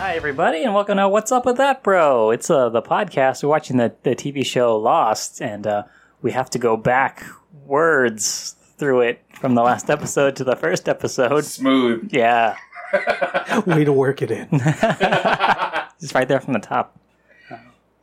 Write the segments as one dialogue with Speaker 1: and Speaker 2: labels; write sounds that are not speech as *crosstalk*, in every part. Speaker 1: everybody, and welcome to What's Up with That, Bro? It's uh, the podcast. We're watching the, the TV show Lost, and uh, we have to go back words through it from the last episode to the first episode.
Speaker 2: Smooth.
Speaker 1: Yeah,
Speaker 3: Way to work it in.
Speaker 1: just right there from the top.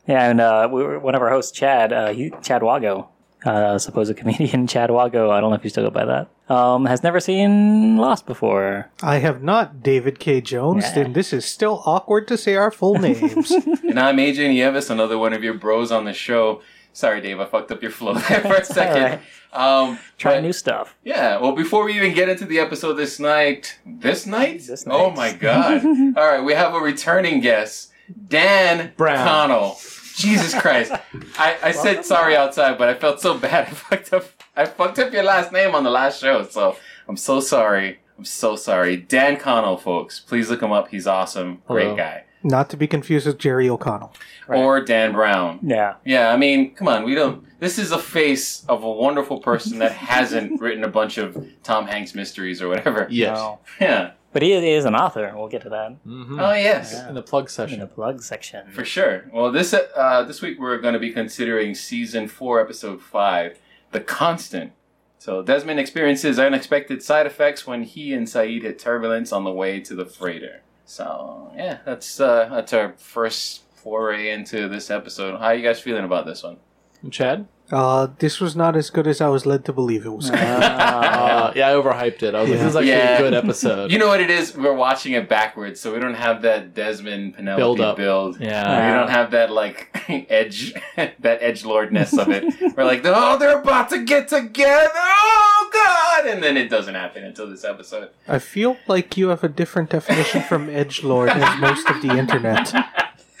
Speaker 1: Yeah, and uh, we were, one of our hosts, Chad, uh, he, Chad Wago, uh, supposed comedian *laughs* Chad Wago, I don't know if you still go by that, um, has never seen Lost before.
Speaker 3: I have not David K. Jones,
Speaker 1: Yeah.
Speaker 3: and this is still awkward to say our full names.
Speaker 2: And I'm AJ Nieves, another one of your bros on the show. Sorry, Dave, I fucked up your flow *laughs* there for a second. Um,
Speaker 1: Try
Speaker 2: but-
Speaker 1: new stuff.
Speaker 2: Yeah, well, before we even get into the episode this night, this night?
Speaker 1: This
Speaker 2: Oh
Speaker 1: night. *laughs*
Speaker 2: my God. All right, we have a returning guest, Dan
Speaker 3: Brown.
Speaker 2: Connell. Jesus Christ. I, I said sorry outside, but I felt so bad. *laughs* I fucked up. I fucked up your last name on the last show, so I'm so sorry. I'm so sorry. Dan Connell, folks. Please look him up. He's awesome. Great
Speaker 1: Hello.
Speaker 2: guy.
Speaker 3: not to be confused with Jerry O'Connell.
Speaker 1: Right.
Speaker 2: Or Dan Brown.
Speaker 1: Yeah.
Speaker 2: Yeah, I mean, come on, we don't. This is a face of a wonderful person that hasn't written a bunch of Tom Hanks mysteries or whatever.
Speaker 4: Yes.
Speaker 1: No.
Speaker 2: Yeah.
Speaker 1: Oh. But he is an author, and we'll get to that
Speaker 4: Mm-hmm.
Speaker 2: Oh yes,
Speaker 1: Yeah.
Speaker 4: In the plug
Speaker 1: in the
Speaker 4: session.
Speaker 1: plug section.
Speaker 2: for sure. Well, this uh, this week we're going to be considering season four, episode five, "The Constant." So Desmond experiences unexpected side effects when he and Saeed hit turbulence on the way to the freighter. So yeah, that's uh, that's our first foray into this episode. How you guys feeling about this one? *laughs*
Speaker 4: Chad?
Speaker 3: Uh, this was not as good as I was led to believe it was.
Speaker 4: Uh, yeah, I overhyped it. I was like, this is actually
Speaker 2: Yeah. *laughs*
Speaker 4: a good episode.
Speaker 2: You know what it is? We're watching it backwards, so we don't have that Desmond Penelope build.
Speaker 4: Build up.
Speaker 2: We
Speaker 4: yeah.
Speaker 2: don't have that like *laughs* edge, that edge lordness of it. We're like, oh, they're about to get together. Oh God! And then it doesn't happen until this episode.
Speaker 3: I feel like you have a different definition from edgelord as most of the internet.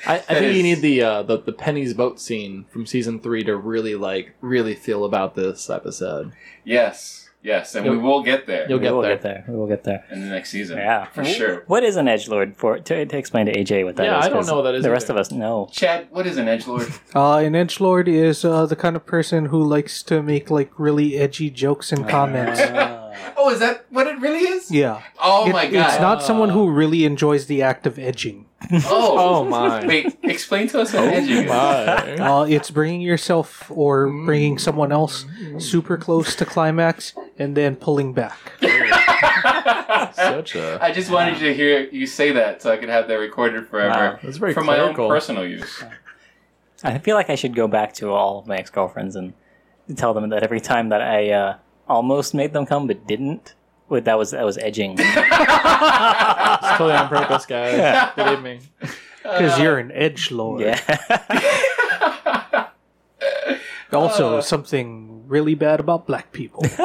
Speaker 4: I, I think
Speaker 2: is-
Speaker 4: you need the, uh, the the Penny's boat scene from season three to really like really feel about this episode.
Speaker 2: Yes, yes, and we
Speaker 4: You'll-
Speaker 2: will get there
Speaker 4: *laughs* You'll
Speaker 1: we
Speaker 4: get
Speaker 1: will
Speaker 4: there.
Speaker 1: get there. We will get there.
Speaker 2: in the next season.
Speaker 1: Yeah,
Speaker 2: for sure.
Speaker 1: What is an edge lord? For to, to explain to AJ what that is.
Speaker 4: Yeah, I don't
Speaker 1: 'cause
Speaker 4: know what that is
Speaker 1: The rest
Speaker 4: either.
Speaker 1: of us know.
Speaker 2: Chad, what is an edge lord?
Speaker 3: Uh, an edgelord is uh, the kind of person who likes to make like really edgy jokes and comments.
Speaker 2: oh, is that what it really is?
Speaker 3: Yeah.
Speaker 2: Oh
Speaker 3: It-
Speaker 2: my God! Uh.
Speaker 3: It's not someone who really enjoys the act of edging.
Speaker 2: Oh,
Speaker 4: my.
Speaker 2: *laughs* wait, explain to us what edging is.
Speaker 4: Oh, my.
Speaker 3: Uh, it's bringing yourself or bringing someone else super close to climax and then pulling back.
Speaker 4: Such a.
Speaker 2: *laughs* I just wanted you to hear you say that so I could have that recorded forever.
Speaker 1: Wow,
Speaker 4: that's very
Speaker 2: for my own
Speaker 4: clerical.
Speaker 2: personal use.
Speaker 1: I feel like I should go back to all of my ex girlfriends and tell them that every time that I uh, almost made them come but didn't, wait, that was that was
Speaker 4: *laughs*
Speaker 1: edging.
Speaker 4: It's totally on purpose, guys.
Speaker 1: Yeah.
Speaker 4: Believe me.
Speaker 3: Because you're an edge lord.
Speaker 1: yeah. *laughs*
Speaker 3: Also, something really bad about black people.
Speaker 2: Is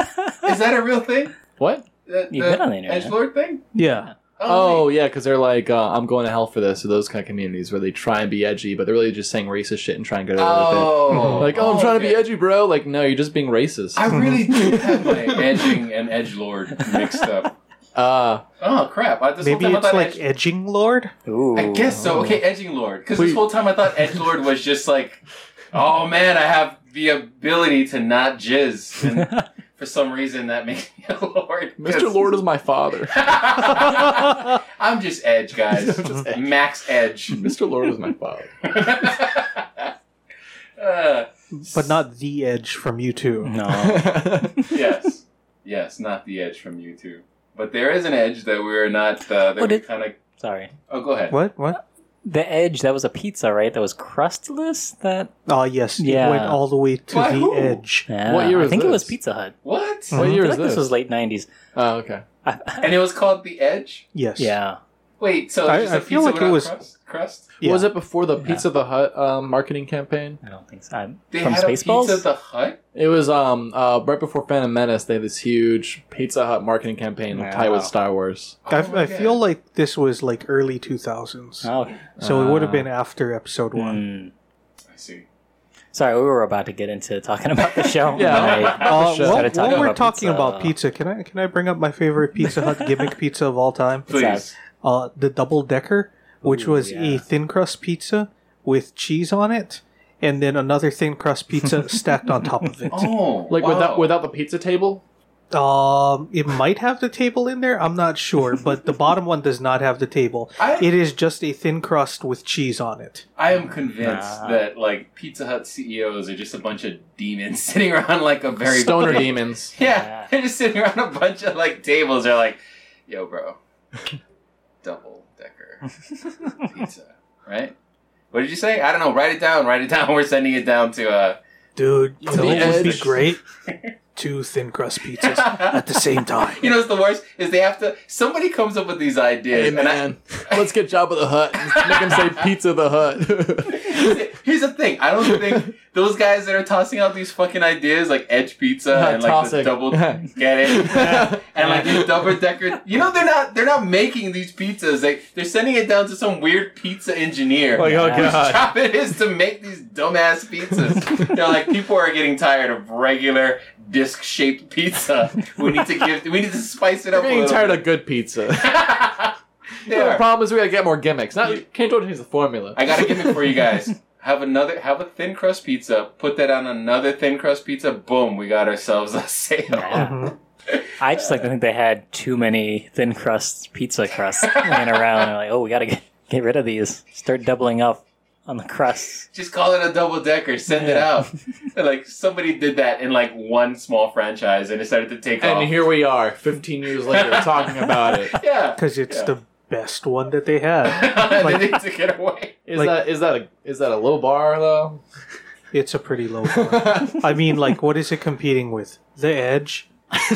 Speaker 2: that a real thing?
Speaker 4: What?
Speaker 2: The,
Speaker 1: You've been on the internet.
Speaker 2: Edgelord thing?
Speaker 3: yeah.
Speaker 4: Oh,
Speaker 2: wait.
Speaker 4: yeah, because they're like, uh, I'm going to hell for this. So those kind of communities where they try and be edgy, but they're really just saying racist shit and trying to get away with it.
Speaker 2: Oh.
Speaker 4: Like, oh, I'm trying to be
Speaker 2: okay.
Speaker 4: edgy, bro. Like, no, you're just being racist.
Speaker 2: I really
Speaker 4: *laughs*
Speaker 2: do
Speaker 1: *laughs*
Speaker 2: have my edging and edgelord mixed up.
Speaker 4: Uh,
Speaker 2: Oh crap! I, this
Speaker 3: Maybe
Speaker 2: whole time I
Speaker 3: it's
Speaker 2: thought
Speaker 3: like
Speaker 2: edge-
Speaker 3: edging lord?
Speaker 1: Ooh.
Speaker 2: I guess so. Okay, edging lord. Because this
Speaker 4: Wait.
Speaker 2: whole time I thought edgelord was just like, oh man, I have the ability to not jizz,
Speaker 4: *laughs*
Speaker 2: and for some reason that makes me a lord. 'Cause-
Speaker 4: Mr. Lord is my father.
Speaker 2: *laughs*
Speaker 4: *laughs*
Speaker 2: I'm just edge,
Speaker 3: *laughs*
Speaker 2: guys.
Speaker 4: I'm just edge.
Speaker 2: Max edge. *laughs*
Speaker 4: Mr. Lord is my father.
Speaker 2: Uh,
Speaker 3: But not the edge from you
Speaker 1: Mm.
Speaker 3: two.
Speaker 1: No.
Speaker 4: Oh.
Speaker 2: yes, yes, not the edge from you two, but there is an edge that we're not. Uh, that
Speaker 1: What
Speaker 2: we
Speaker 1: is-
Speaker 2: kind of.
Speaker 1: Sorry.
Speaker 2: Oh, go ahead.
Speaker 3: What? What?
Speaker 1: The edge, that was a pizza, right? That was crustless? That
Speaker 3: Oh, yes.
Speaker 1: Yeah.
Speaker 3: It went all the way to
Speaker 2: By
Speaker 3: the
Speaker 2: who?
Speaker 3: edge.
Speaker 1: yeah.
Speaker 4: What year
Speaker 1: I
Speaker 4: was
Speaker 1: think it was
Speaker 4: this?
Speaker 1: Pizza Hut.
Speaker 2: What?
Speaker 3: Mhm.
Speaker 4: What
Speaker 1: I
Speaker 4: year
Speaker 1: feel
Speaker 4: is
Speaker 1: like
Speaker 4: this?
Speaker 1: this was late nineties.
Speaker 4: Oh, okay.
Speaker 2: And it was called the edge.
Speaker 3: Yes.
Speaker 1: yeah.
Speaker 2: Wait, so it was
Speaker 3: I-
Speaker 2: just
Speaker 3: I
Speaker 2: a
Speaker 3: feel
Speaker 2: pizza
Speaker 3: like
Speaker 2: without
Speaker 3: it was-
Speaker 2: crust? crust?
Speaker 3: Yeah.
Speaker 4: Was it before the Pizza the Hut um, marketing campaign?
Speaker 1: I don't think so. I'm,
Speaker 2: They
Speaker 1: from
Speaker 2: had a
Speaker 1: Spaceballs?
Speaker 2: pizza the hut.
Speaker 4: It was um uh, right before Phantom Menace. They had this huge Pizza Hut marketing campaign
Speaker 1: Wow.
Speaker 4: tied with Star Wars.
Speaker 3: I,
Speaker 2: Oh my
Speaker 3: I
Speaker 2: God.
Speaker 3: feel like this was like early 2000s.
Speaker 1: Oh,
Speaker 3: so it would have
Speaker 4: Ah.
Speaker 3: been after episode one.
Speaker 1: mm.
Speaker 2: I see.
Speaker 1: Sorry, we were about to get into talking about the
Speaker 3: *laughs*
Speaker 1: show.
Speaker 4: Yeah.
Speaker 1: and I-
Speaker 3: Uh,
Speaker 4: Sure.
Speaker 3: while,
Speaker 1: Started talking
Speaker 3: while we're
Speaker 1: about
Speaker 3: talking
Speaker 1: pizza.
Speaker 3: about pizza, can I can I bring up my favorite Pizza Hut
Speaker 1: *laughs*
Speaker 3: gimmick pizza of all time?
Speaker 2: Please.
Speaker 3: Uh, the double decker, which
Speaker 1: Ooh,
Speaker 3: was
Speaker 1: yeah.
Speaker 3: a thin crust pizza with cheese on it,
Speaker 1: *laughs*
Speaker 3: and then another thin crust pizza stacked on top of it.
Speaker 2: Oh,
Speaker 3: *laughs*
Speaker 4: Like
Speaker 2: wow.
Speaker 4: without without the pizza table.
Speaker 3: Um, it might have the table in there. I'm not sure, but the bottom one does not have the table.
Speaker 2: I-
Speaker 3: It is just a thin crust with cheese on it.
Speaker 2: I am convinced
Speaker 1: Nah.
Speaker 2: that like Pizza Hut CEOs are just a bunch of demons *laughs* sitting around like a very
Speaker 4: Stoner
Speaker 2: big- *laughs*
Speaker 4: demons.
Speaker 2: Yeah, they're just sitting around a bunch of like tables. They're like, "Yo, bro, double decker pizza, right?" What did you say? I don't know. Write it down. Write it down. *laughs* We're sending it down to. uh
Speaker 3: Dude, you know
Speaker 4: the
Speaker 3: what would be
Speaker 4: edge.
Speaker 3: great? Two thin crust pizzas at the
Speaker 1: *laughs*
Speaker 3: same time.
Speaker 2: uh, *laughs* You know what's the worst is they have to. Somebody comes up with these ideas,
Speaker 4: Hey
Speaker 2: and I-
Speaker 4: man, let's get Job of the Hut. and Make him say Pizza the
Speaker 2: *laughs*
Speaker 4: Hut.
Speaker 2: *laughs* Here's the thing. I don't
Speaker 4: *laughs*
Speaker 2: think those guys that are tossing out these fucking ideas like Edge Pizza and like the
Speaker 4: Tossing. *laughs*
Speaker 2: double get it and like these double decker. You know they're not they're not making these pizzas. They they're sending it down to some weird pizza engineer.
Speaker 4: like, oh
Speaker 1: Yeah.
Speaker 4: god.
Speaker 2: Job it is to make these dumbass
Speaker 4: *laughs*
Speaker 2: pizzas. They're like people are getting tired of regular disc shaped pizza. We need to give we need to spice it
Speaker 4: I'm
Speaker 2: up. a
Speaker 4: getting
Speaker 2: little
Speaker 4: tired
Speaker 2: bit.
Speaker 4: of good pizza.
Speaker 2: *laughs* They
Speaker 4: The
Speaker 2: are.
Speaker 4: problem is we gotta get more gimmicks. Not can't totally change the formula.
Speaker 2: I got a gimmick for you guys. Have another, have a thin crust pizza. Put that on another thin crust pizza. Boom, we got ourselves a sale.
Speaker 1: Yeah.
Speaker 3: Mm-hmm.
Speaker 1: I just like to think they had too many thin crust pizza
Speaker 3: *laughs*
Speaker 1: crusts laying around. They're like, oh, we got to get, get rid of these. Start doubling up on the crusts.
Speaker 2: Just call it a double decker. Send it
Speaker 1: Yeah.
Speaker 3: *laughs*
Speaker 2: out. And, like somebody did that in like one small franchise, and it started to take
Speaker 4: And
Speaker 2: off.
Speaker 4: here we are, 15 years later, talking about it.
Speaker 3: *laughs*
Speaker 2: yeah, *laughs*
Speaker 3: Because it's
Speaker 2: Yeah.
Speaker 3: the best one that they had.
Speaker 2: they
Speaker 3: like-
Speaker 2: need to get away.
Speaker 4: Is
Speaker 3: Like-
Speaker 4: that is that a is that a low bar *laughs* though?
Speaker 3: It's a pretty low bar.
Speaker 1: *laughs*
Speaker 3: I mean, like, what is it competing with? The edge,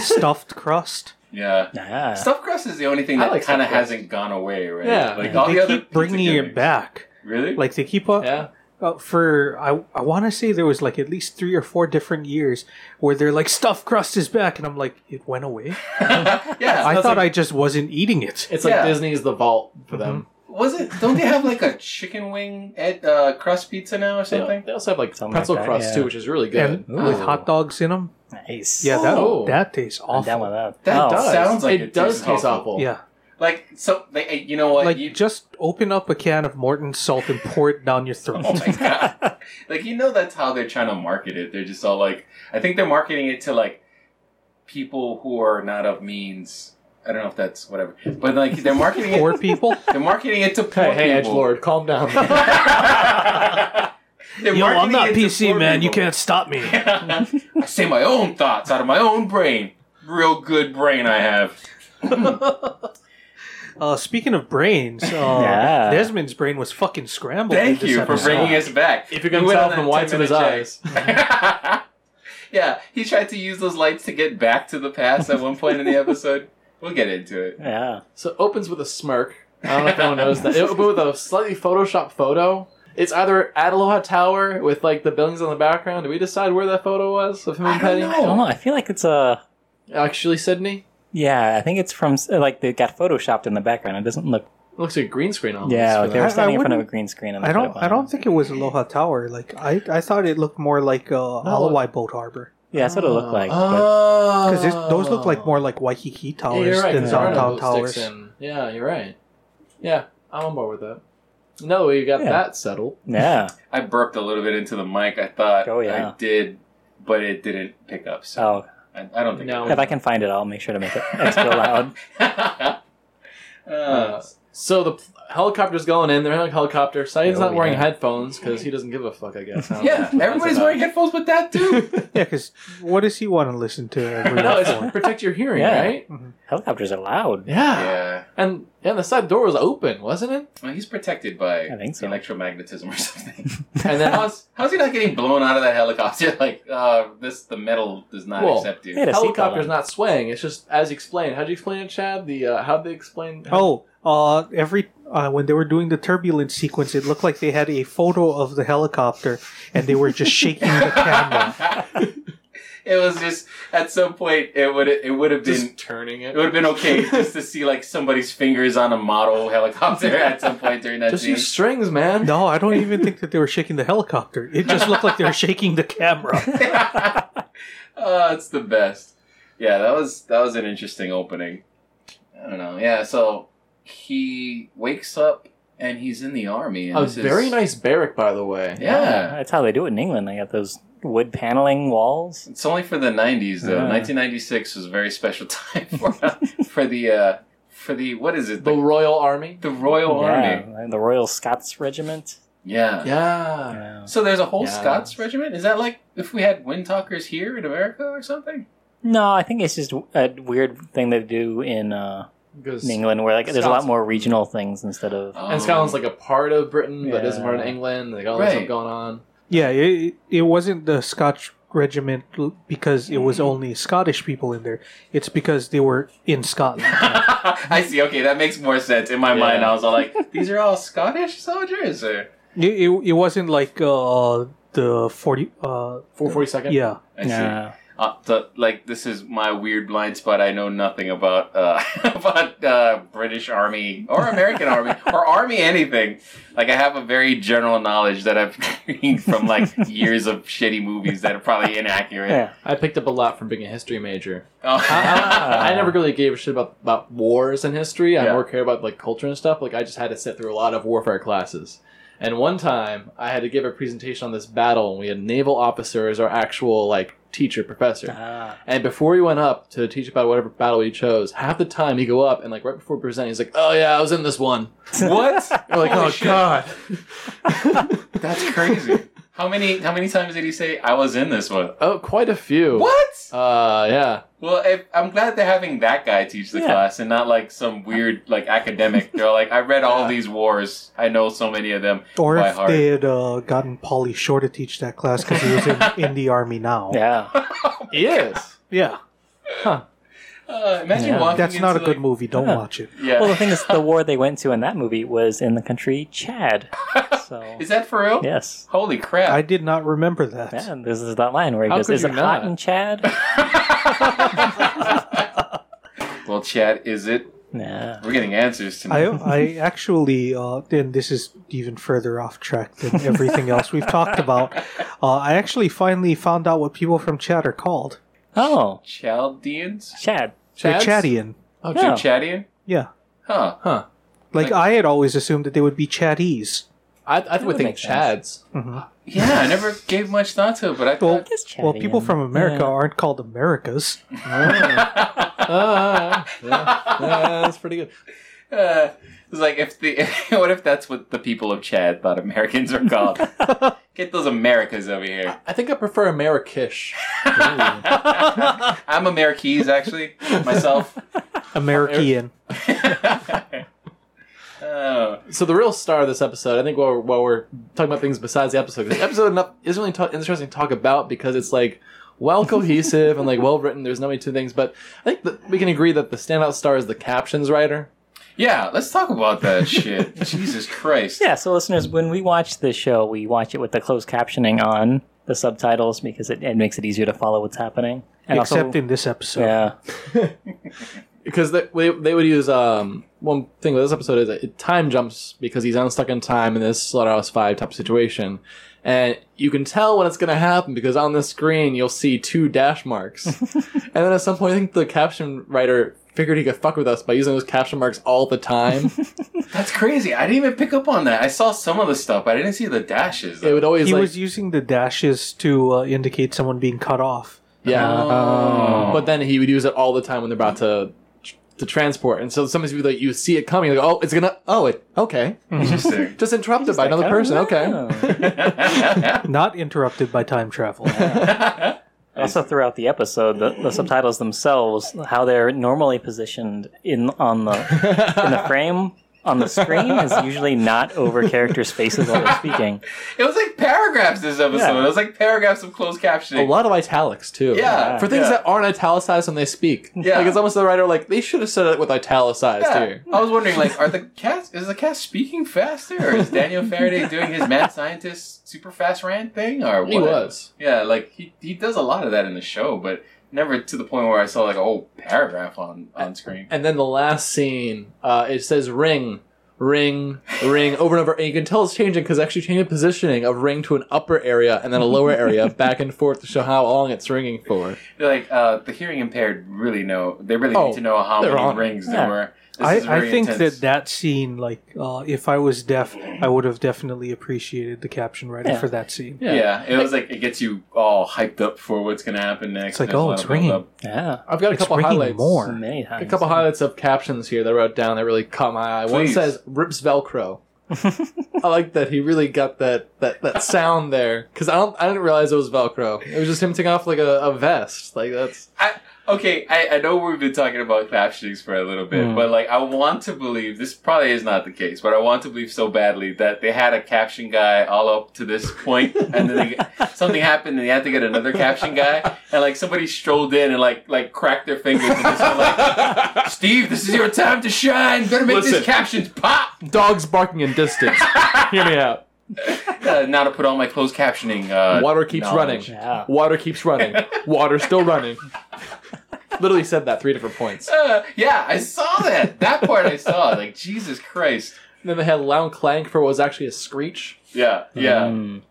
Speaker 3: stuffed crust.
Speaker 2: Yeah.
Speaker 1: Yeah.
Speaker 2: Stuffed crust is the only thing
Speaker 4: I
Speaker 2: that
Speaker 4: like
Speaker 2: kind of
Speaker 4: stuffed crust.
Speaker 2: hasn't gone away, right?
Speaker 4: Yeah.
Speaker 2: like
Speaker 1: They
Speaker 2: all
Speaker 3: they
Speaker 2: the other
Speaker 3: keep bringing
Speaker 2: pizza
Speaker 3: it
Speaker 2: gimmicks.
Speaker 3: back.
Speaker 2: Really?
Speaker 3: Like *laughs* they keep up
Speaker 4: yeah.
Speaker 3: uh, for I I want to say there was like at least three or four different years where they're like stuffed crust is back, and I'm like it went
Speaker 2: *laughs*
Speaker 3: away.
Speaker 2: *laughs* yeah.
Speaker 3: I
Speaker 4: that's
Speaker 3: thought
Speaker 4: like-
Speaker 3: I just wasn't eating it.
Speaker 4: It's like
Speaker 2: Yeah. Mm-hmm.
Speaker 4: Disney's the vault for them.
Speaker 2: Was it? Don't they have like a chicken wing at uh, crust pizza now or
Speaker 4: They, al-
Speaker 2: something?
Speaker 4: they also have like
Speaker 1: Something
Speaker 4: pretzel
Speaker 1: like that,
Speaker 4: crust
Speaker 1: yeah.
Speaker 4: too, which is really good.
Speaker 3: And with
Speaker 1: Ooh.
Speaker 3: hot dogs in them,
Speaker 1: Nice.
Speaker 3: yeah, that
Speaker 2: Oh.
Speaker 4: Ooh.
Speaker 3: that tastes
Speaker 1: I'm
Speaker 3: awful.
Speaker 1: down with that.
Speaker 2: That
Speaker 1: oh,
Speaker 2: does. Sounds like it
Speaker 4: does
Speaker 2: tastes
Speaker 4: taste
Speaker 2: awful.
Speaker 4: awful.
Speaker 3: Yeah,
Speaker 2: Like so, they, eh, you know what?
Speaker 3: like
Speaker 2: you,
Speaker 3: just open up a can of Morton salt and pour it down your throat.
Speaker 2: *laughs* oh my god! like you know, that's how they're trying to market it. They're just all like, I think they're marketing it to like people who are not of means. I don't know if that's whatever, but like they're marketing it.
Speaker 3: Poor people.
Speaker 2: They're marketing it to poor
Speaker 4: Hey, hey, Edge
Speaker 2: people.
Speaker 4: Lord, calm down.
Speaker 2: *laughs* They're
Speaker 3: Yo,
Speaker 2: marketing
Speaker 3: I'm not
Speaker 2: it to
Speaker 3: PC,
Speaker 2: poor
Speaker 3: man. You
Speaker 2: people.
Speaker 3: can't stop me.
Speaker 2: *laughs* I say my own thoughts out of my own brain. Real good brain I have.
Speaker 3: Uh, speaking of brains, uh,
Speaker 1: Yeah.
Speaker 3: Desmond's brain was fucking scrambled. in
Speaker 2: Thank
Speaker 3: this
Speaker 2: you for
Speaker 3: episode.
Speaker 2: bringing us back.
Speaker 4: if
Speaker 2: We
Speaker 4: you're gonna
Speaker 2: went
Speaker 4: tell
Speaker 2: on
Speaker 4: from
Speaker 2: a
Speaker 4: the whites of his
Speaker 2: 10-minute
Speaker 4: eyes,
Speaker 2: *laughs*
Speaker 1: *laughs*
Speaker 2: yeah, he tried to use those lights to get back to the past at one point in
Speaker 1: *laughs*
Speaker 2: the episode. We'll get into it.
Speaker 1: *laughs* Yeah.
Speaker 4: so it opens with a smirk. I don't know if anyone knows *laughs* that. It opens with a slightly Photoshop photo. It's either at Aloha Tower with like the buildings on the background. Did we decide where that photo was of him and Penny?
Speaker 1: I don't know. I feel like it's a.
Speaker 4: Actually, Sydney
Speaker 1: Yeah, I think it's from s- like they got photoshopped in the background. It doesn't look.
Speaker 4: looks like a green screen almost.
Speaker 1: Yeah,
Speaker 4: for
Speaker 1: like they
Speaker 4: that.
Speaker 1: were
Speaker 3: Oh, I- I
Speaker 1: standing in front of a
Speaker 3: wouldn't-
Speaker 1: green screen. And they
Speaker 3: I
Speaker 1: put
Speaker 3: don't.
Speaker 1: it
Speaker 3: I
Speaker 1: on.
Speaker 3: don't think it was Aloha Tower. Like I, I thought it looked more like uh, Alawai Boat Harbor
Speaker 1: Yeah, that's what it looked like. but-
Speaker 4: Oh,
Speaker 3: because those look like more like Waikiki
Speaker 4: Yeah,
Speaker 3: towers
Speaker 4: you're right,
Speaker 3: than
Speaker 4: 'cause
Speaker 1: there are
Speaker 3: downtown
Speaker 4: Arnold sticks
Speaker 3: towers.
Speaker 4: in. Yeah, you're right. Yeah, I'm on board with that. No, we got
Speaker 1: Yeah.
Speaker 4: that settled.
Speaker 1: yeah.
Speaker 2: I burped a little bit into the mic. I thought
Speaker 1: Oh, yeah.
Speaker 2: I did, but it didn't pick up. So
Speaker 1: Oh,
Speaker 2: I, I don't think.
Speaker 4: No.
Speaker 1: if I can find it, I'll make sure to make it extra
Speaker 2: *laughs*
Speaker 1: loud.
Speaker 2: Uh,
Speaker 4: Uh, so the helicopter's going in. They're in a helicopter. Saeed's
Speaker 1: Yeah,
Speaker 4: not
Speaker 1: we
Speaker 4: wearing
Speaker 1: have-
Speaker 4: headphones because he doesn't give a fuck. I guess. I
Speaker 1: *laughs*
Speaker 4: don't know
Speaker 2: yeah,
Speaker 4: what that's
Speaker 2: everybody's
Speaker 4: about.
Speaker 2: wearing headphones with that
Speaker 4: *laughs*
Speaker 2: too.
Speaker 3: *laughs* Yeah, because what does he want to listen to? Every
Speaker 4: no, it's
Speaker 3: hour?
Speaker 4: to protect your hearing,
Speaker 1: Yeah.
Speaker 4: right?
Speaker 1: Helicopters are loud.
Speaker 4: Yeah.
Speaker 2: yeah,
Speaker 4: And yeah, the side door was open, wasn't it?
Speaker 2: well, he's protected by
Speaker 1: I think so.
Speaker 2: electromagnetism or something. *laughs*
Speaker 4: And
Speaker 1: *laughs*
Speaker 4: then
Speaker 2: how's, how's he not getting blown out of that helicopter? *laughs* Like uh, this, the metal does not
Speaker 4: Well,
Speaker 2: accept you.
Speaker 1: They had a seatbelt
Speaker 4: helicopter's
Speaker 1: on.
Speaker 4: not swaying. It's just as you explained. How'd you explain it, Chad? The uh, how'd they explain?
Speaker 3: oh, uh, every uh, when they were doing the turbulence sequence, it looked like they had a photo of the helicopter and they were just shaking
Speaker 2: *laughs*
Speaker 3: the camera.
Speaker 2: it was just at some point it would it would have
Speaker 4: just
Speaker 2: been
Speaker 4: turning
Speaker 2: it would have been
Speaker 4: *laughs*
Speaker 2: okay just to see like somebody's fingers on a model helicopter at some point during that
Speaker 4: Just
Speaker 2: scene.
Speaker 4: use strings, man.
Speaker 3: No, I don't even think that they were shaking the helicopter. It just looked like they were shaking the camera.
Speaker 2: *laughs* oh, it's the best. Yeah, that was that was an interesting opening. I don't know. Yeah, so he wakes up and he's in the army. And
Speaker 4: A
Speaker 2: this is-
Speaker 4: very nice barrack, by the way.
Speaker 2: Yeah.
Speaker 1: that's how they do it in England. They got those wood paneling walls.
Speaker 2: It's only for the '90s though.
Speaker 1: Yeah.
Speaker 2: 1996 was a very special *laughs* time for for the uh, for the what is it
Speaker 4: The
Speaker 2: the,
Speaker 4: Royal Army.
Speaker 2: the Royal Army? Uh.
Speaker 1: Yeah, the Royal Scots Regiment.
Speaker 2: Yeah.
Speaker 4: Yeah.
Speaker 1: Yeah.
Speaker 2: So there's a whole
Speaker 4: Yeah.
Speaker 2: Scots regiment. Is that like if we had wind talkers here in America or something?
Speaker 1: No, I think it's just a weird thing they do in uh,
Speaker 4: Because
Speaker 1: in England, where like there's a lot
Speaker 4: Scots-
Speaker 1: more regional things instead of.
Speaker 2: Oh.
Speaker 4: and Scotland's like a part of Britain, but isn't
Speaker 1: Yeah.
Speaker 4: part of England. They got all this
Speaker 2: Right.
Speaker 4: stuff going on.
Speaker 3: Yeah, it, it wasn't the Scotch regiment l- because it was only Scottish people in there. It's because they were in Scotland.
Speaker 2: *laughs* I see. Okay, that makes more sense. In my
Speaker 4: Yeah.
Speaker 2: mind, I was all like, "These are all Scottish soldiers." Or...
Speaker 3: It, it, it wasn't like uh, the 40. Uh,
Speaker 4: Four forty second.
Speaker 3: yeah.
Speaker 2: I see.
Speaker 1: Yeah.
Speaker 2: Uh, so, like this is my weird blind spot. I know nothing about uh, *laughs* about uh, British Army or American Army or Army anything. Like I have a very general knowledge that I've *laughs* gained from like years of shitty movies that are probably inaccurate.
Speaker 1: Yeah.
Speaker 4: I picked up a lot from being a history major.
Speaker 2: Oh.
Speaker 1: Ah.
Speaker 4: I never really gave a shit about, about wars and history. I
Speaker 2: Yeah.
Speaker 4: more care about like culture and stuff. Like I just had to sit through a lot of warfare classes. And one time I had to give a presentation on this battle, and we had naval officer as our actual like teacher professor.
Speaker 1: Ah.
Speaker 4: And before he went up to teach about whatever battle he chose, half the time he go up and like right before presenting, he's like, "Oh yeah, I was in this one."
Speaker 2: *laughs* *laughs* what?
Speaker 4: You're like,
Speaker 2: Holy
Speaker 4: "Oh
Speaker 2: shit.
Speaker 4: god."
Speaker 2: That's crazy. *laughs* how many how many times did he say I was in this one?
Speaker 4: Oh, quite a few.
Speaker 2: What?
Speaker 4: Uh, yeah.
Speaker 2: Well, if, I'm glad they're having that guy teach the
Speaker 1: Yeah.
Speaker 2: class and not like some weird like *laughs* academic. They're like, I read all
Speaker 4: Yeah.
Speaker 2: these wars. I know so many of them
Speaker 3: Or
Speaker 2: by
Speaker 3: if
Speaker 2: heart.
Speaker 3: they had uh, gotten Polly Shore to teach that class because he was
Speaker 1: *laughs*
Speaker 3: in, in the army now.
Speaker 1: *laughs* Yeah.
Speaker 4: He is.
Speaker 3: Yeah.
Speaker 2: Uh, imagine
Speaker 1: Yeah.
Speaker 2: walking.
Speaker 3: That's not a
Speaker 2: into,
Speaker 3: good
Speaker 2: like-
Speaker 3: movie. Don't
Speaker 1: Yeah.
Speaker 3: watch it.
Speaker 2: Yeah.
Speaker 1: Well, the thing is, the war they went to in that movie was in the country
Speaker 2: *laughs*
Speaker 1: Chad. So
Speaker 2: is that for real?
Speaker 1: yes,
Speaker 2: Holy crap!
Speaker 3: I did not remember that.
Speaker 1: yeah. This is that line where he
Speaker 4: How
Speaker 1: goes,
Speaker 4: could
Speaker 1: "Is
Speaker 4: you
Speaker 1: it hot
Speaker 4: not?"
Speaker 1: in Chad?" *laughs*
Speaker 2: well, Chad, is it?
Speaker 1: nah.
Speaker 2: We're getting answers
Speaker 3: I,
Speaker 2: tonight.
Speaker 3: I actually, uh, and this is even further off track than everything else we've talked about. Uh, I actually finally found out what people from Chad are called.
Speaker 1: Oh,
Speaker 2: Chaldeans?
Speaker 1: Chad.
Speaker 3: They're
Speaker 4: Chads?
Speaker 3: Chadian.
Speaker 4: Oh,
Speaker 1: Yeah.
Speaker 4: dude.
Speaker 2: They're Chadian?
Speaker 3: Yeah.
Speaker 2: Huh.
Speaker 4: Huh.
Speaker 3: Like, I had always assumed that they would be Chadese.
Speaker 4: I, I would
Speaker 1: would
Speaker 4: think
Speaker 1: make sense.
Speaker 4: Chads.
Speaker 2: Yeah, I never gave much thought to it, but I
Speaker 1: I
Speaker 2: thought.
Speaker 1: guess Chad.
Speaker 3: Well, people from America
Speaker 1: Yeah.
Speaker 3: aren't called Americas.
Speaker 4: Ah, yeah. Yeah, that's pretty good.
Speaker 2: Uh, it's like if the *laughs* what if that's what the people of Chad thought Americans are called? Get those Americas over here.
Speaker 4: I think I prefer *laughs* Amerikish.
Speaker 2: I'm Ameriquise actually myself. *laughs*
Speaker 3: American.
Speaker 2: Oh,
Speaker 4: So the real star of this episode, I think, while we're, while we're talking about things besides the episode, 'cause the episode not- isn't really ta- interesting to talk about because it's like well cohesive and like well written. There's no many two things, but I think that we can agree that the standout star is the captions writer.
Speaker 2: yeah. Let's talk about that shit. Jesus Christ.
Speaker 1: Yeah. So, listeners, when we watch this show, we watch it with the closed captioning on the subtitles because it, it makes it easier to follow what's happening. And
Speaker 3: Except
Speaker 1: also,
Speaker 3: in this episode.
Speaker 1: yeah,
Speaker 4: because they, they, they would use um one thing with this episode is it time jumps because he's unstuck in time in this slaughterhouse five type situation and you can tell when it's going to happen because on the screen you'll see two dash marks and then at some point i think the caption writer figured he could fuck with us by using those caption marks all the time
Speaker 2: That's crazy. I didn't even pick up on that. I saw some of the stuff, but I didn't see the dashes.
Speaker 4: it would always
Speaker 3: He
Speaker 4: like
Speaker 3: was using the dashes to uh, indicate someone being cut off.
Speaker 4: yeah
Speaker 3: uh,
Speaker 2: Oh.
Speaker 4: but then he would use it all the time when they're about to to transport and so sometimes you'd be like you see it coming like oh it's gonna oh it okay
Speaker 2: Interesting. *laughs*
Speaker 4: just interrupted by another
Speaker 1: I don't
Speaker 4: person okay
Speaker 1: know.
Speaker 3: Not interrupted by time travel.
Speaker 1: Also, throughout the episode, the, the subtitles themselves, how they're normally positioned in on the in the frame on the screen, is usually not over characters' faces while they're speaking.
Speaker 3: *laughs*
Speaker 2: It was like paragraphs this episode.
Speaker 1: Yeah.
Speaker 2: It was like paragraphs of closed
Speaker 4: a
Speaker 2: captioning.
Speaker 4: lot of italics too.
Speaker 2: Yeah,
Speaker 4: for things
Speaker 2: yeah.
Speaker 4: that aren't italicized when they speak.
Speaker 2: Yeah.
Speaker 4: like it's almost the writer like they should have said it with italicized
Speaker 2: Yeah.
Speaker 4: here.
Speaker 2: I was wondering, like, are the cast is the cast speaking faster, or is Daniel Faraday doing his mad scientist super fast rant thing, or what?
Speaker 4: He was.
Speaker 2: Yeah, like he he does a lot of that in the show, but never to the point where I saw like a whole paragraph on on screen.
Speaker 4: And then the last scene, uh, it says ring, ring, ring over and over, and you can tell it's changing because actually changing positioning of ring to an upper area and then a lower *laughs* area back and forth to show how long it's ringing for.
Speaker 2: Like uh, the hearing impaired really know they really
Speaker 4: Oh,
Speaker 2: need to know how
Speaker 4: they're
Speaker 2: many
Speaker 4: on it.
Speaker 2: rings
Speaker 1: Yeah.
Speaker 2: there were. This
Speaker 3: I,
Speaker 2: is very
Speaker 3: I think
Speaker 2: intense.
Speaker 3: that that scene, like, uh, if I was deaf, I would have definitely appreciated the caption writer
Speaker 1: Yeah.
Speaker 3: for that scene.
Speaker 2: yeah. it was like it gets you all hyped up for what's gonna happen next.
Speaker 3: It's like,
Speaker 2: There's a
Speaker 3: oh,
Speaker 2: lot
Speaker 3: it's
Speaker 2: of buildup.
Speaker 3: ringing.
Speaker 1: Yeah.
Speaker 4: I've got a
Speaker 3: It's
Speaker 4: couple
Speaker 3: ringing
Speaker 4: highlights.
Speaker 3: more.
Speaker 1: Many times.
Speaker 4: A couple highlights of captions here that I wrote down that really caught my eye. One
Speaker 2: Please.
Speaker 4: says "rips Velcro." I like that he really got that that, that sound there because I don't I didn't realize it was Velcro. It was just him taking off like a, a vest. Like that's
Speaker 2: I, okay, I, I know we've been talking about captionings for a little bit,
Speaker 4: Hmm.
Speaker 1: Mm.
Speaker 2: but like I want to believe this probably is not the case, but I want to believe so badly that they had a caption guy all up to this point, and then they,
Speaker 4: *laughs*
Speaker 2: something happened, and they had to get another caption guy, and like somebody strolled in and like like cracked their fingers and just were like, "Steve, this is your time to shine. Better make
Speaker 4: Listen.
Speaker 2: these captions pop."
Speaker 4: dogs barking in distance. *laughs* Hear me out.
Speaker 2: Uh, now to put all my closed captioning. Uh,
Speaker 4: Water keeps
Speaker 2: knowledge.
Speaker 4: running.
Speaker 1: Yeah.
Speaker 4: Water keeps running. Water still running. Literally said that three different points.
Speaker 2: Uh, yeah, I saw that. That part I saw. Like Jesus Christ.
Speaker 4: then they had loud clank for what was actually a screech.
Speaker 2: Yeah, yeah.
Speaker 1: Mm.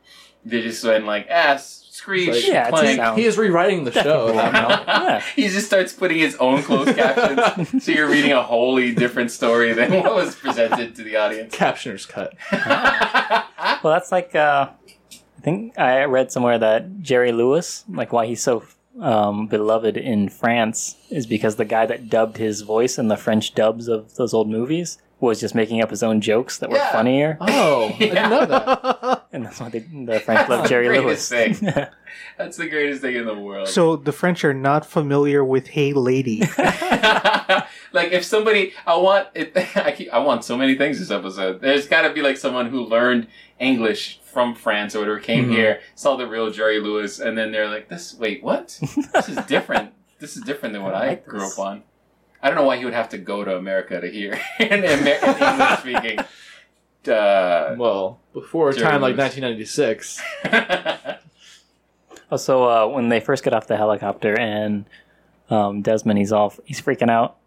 Speaker 2: They just went like ass, screech,
Speaker 4: It's
Speaker 1: like- Yeah, it's a
Speaker 2: plank.
Speaker 1: sound.
Speaker 4: He is rewriting *laughs* the show. at
Speaker 2: *laughs*
Speaker 4: that moment.
Speaker 1: Yeah.
Speaker 2: he just starts putting his
Speaker 1: *laughs*
Speaker 2: own closed captions, so you're reading a wholly different story than what was presented to the
Speaker 1: *laughs*
Speaker 2: audience. *laughs*
Speaker 4: Captioner's cut.
Speaker 1: Well, that's like uh, I think I read somewhere that Jerry Lewis, like why he's so um, beloved in France, is because the guy that dubbed his voice in the French dubs of those old movies was just making up his own jokes that were
Speaker 2: Yeah.
Speaker 1: funnier,
Speaker 4: Oh, I didn't know that.
Speaker 1: and that's why they, the French love
Speaker 2: the
Speaker 1: Jerry Lewis.
Speaker 2: greatest
Speaker 1: *laughs*
Speaker 2: That's the greatest thing in the world.
Speaker 3: So the French are not familiar with "Hey, lady."
Speaker 2: *laughs* like if somebody, I want, it, *laughs* I, keep, I want so many things this episode. There's got to be like someone who learned English from France or whatever, came
Speaker 3: Mm-hmm.
Speaker 1: Mhm.
Speaker 2: here, saw the real Jerry Lewis, and then they're like, "This, wait, what? This is
Speaker 3: *laughs*
Speaker 2: different. this is different than what
Speaker 1: I
Speaker 2: I,
Speaker 1: like
Speaker 2: grew
Speaker 1: this."
Speaker 2: up on." I don't know why he would have to go to America to hear *laughs* an American
Speaker 3: *laughs*
Speaker 2: English speaking. *laughs* Uh,
Speaker 4: Well, before a
Speaker 2: Jerry
Speaker 4: time like
Speaker 2: Lewis. *laughs*
Speaker 4: 1996.
Speaker 1: Also, uh, when they first get off the helicopter and um, Desmond, he's all he's freaking out.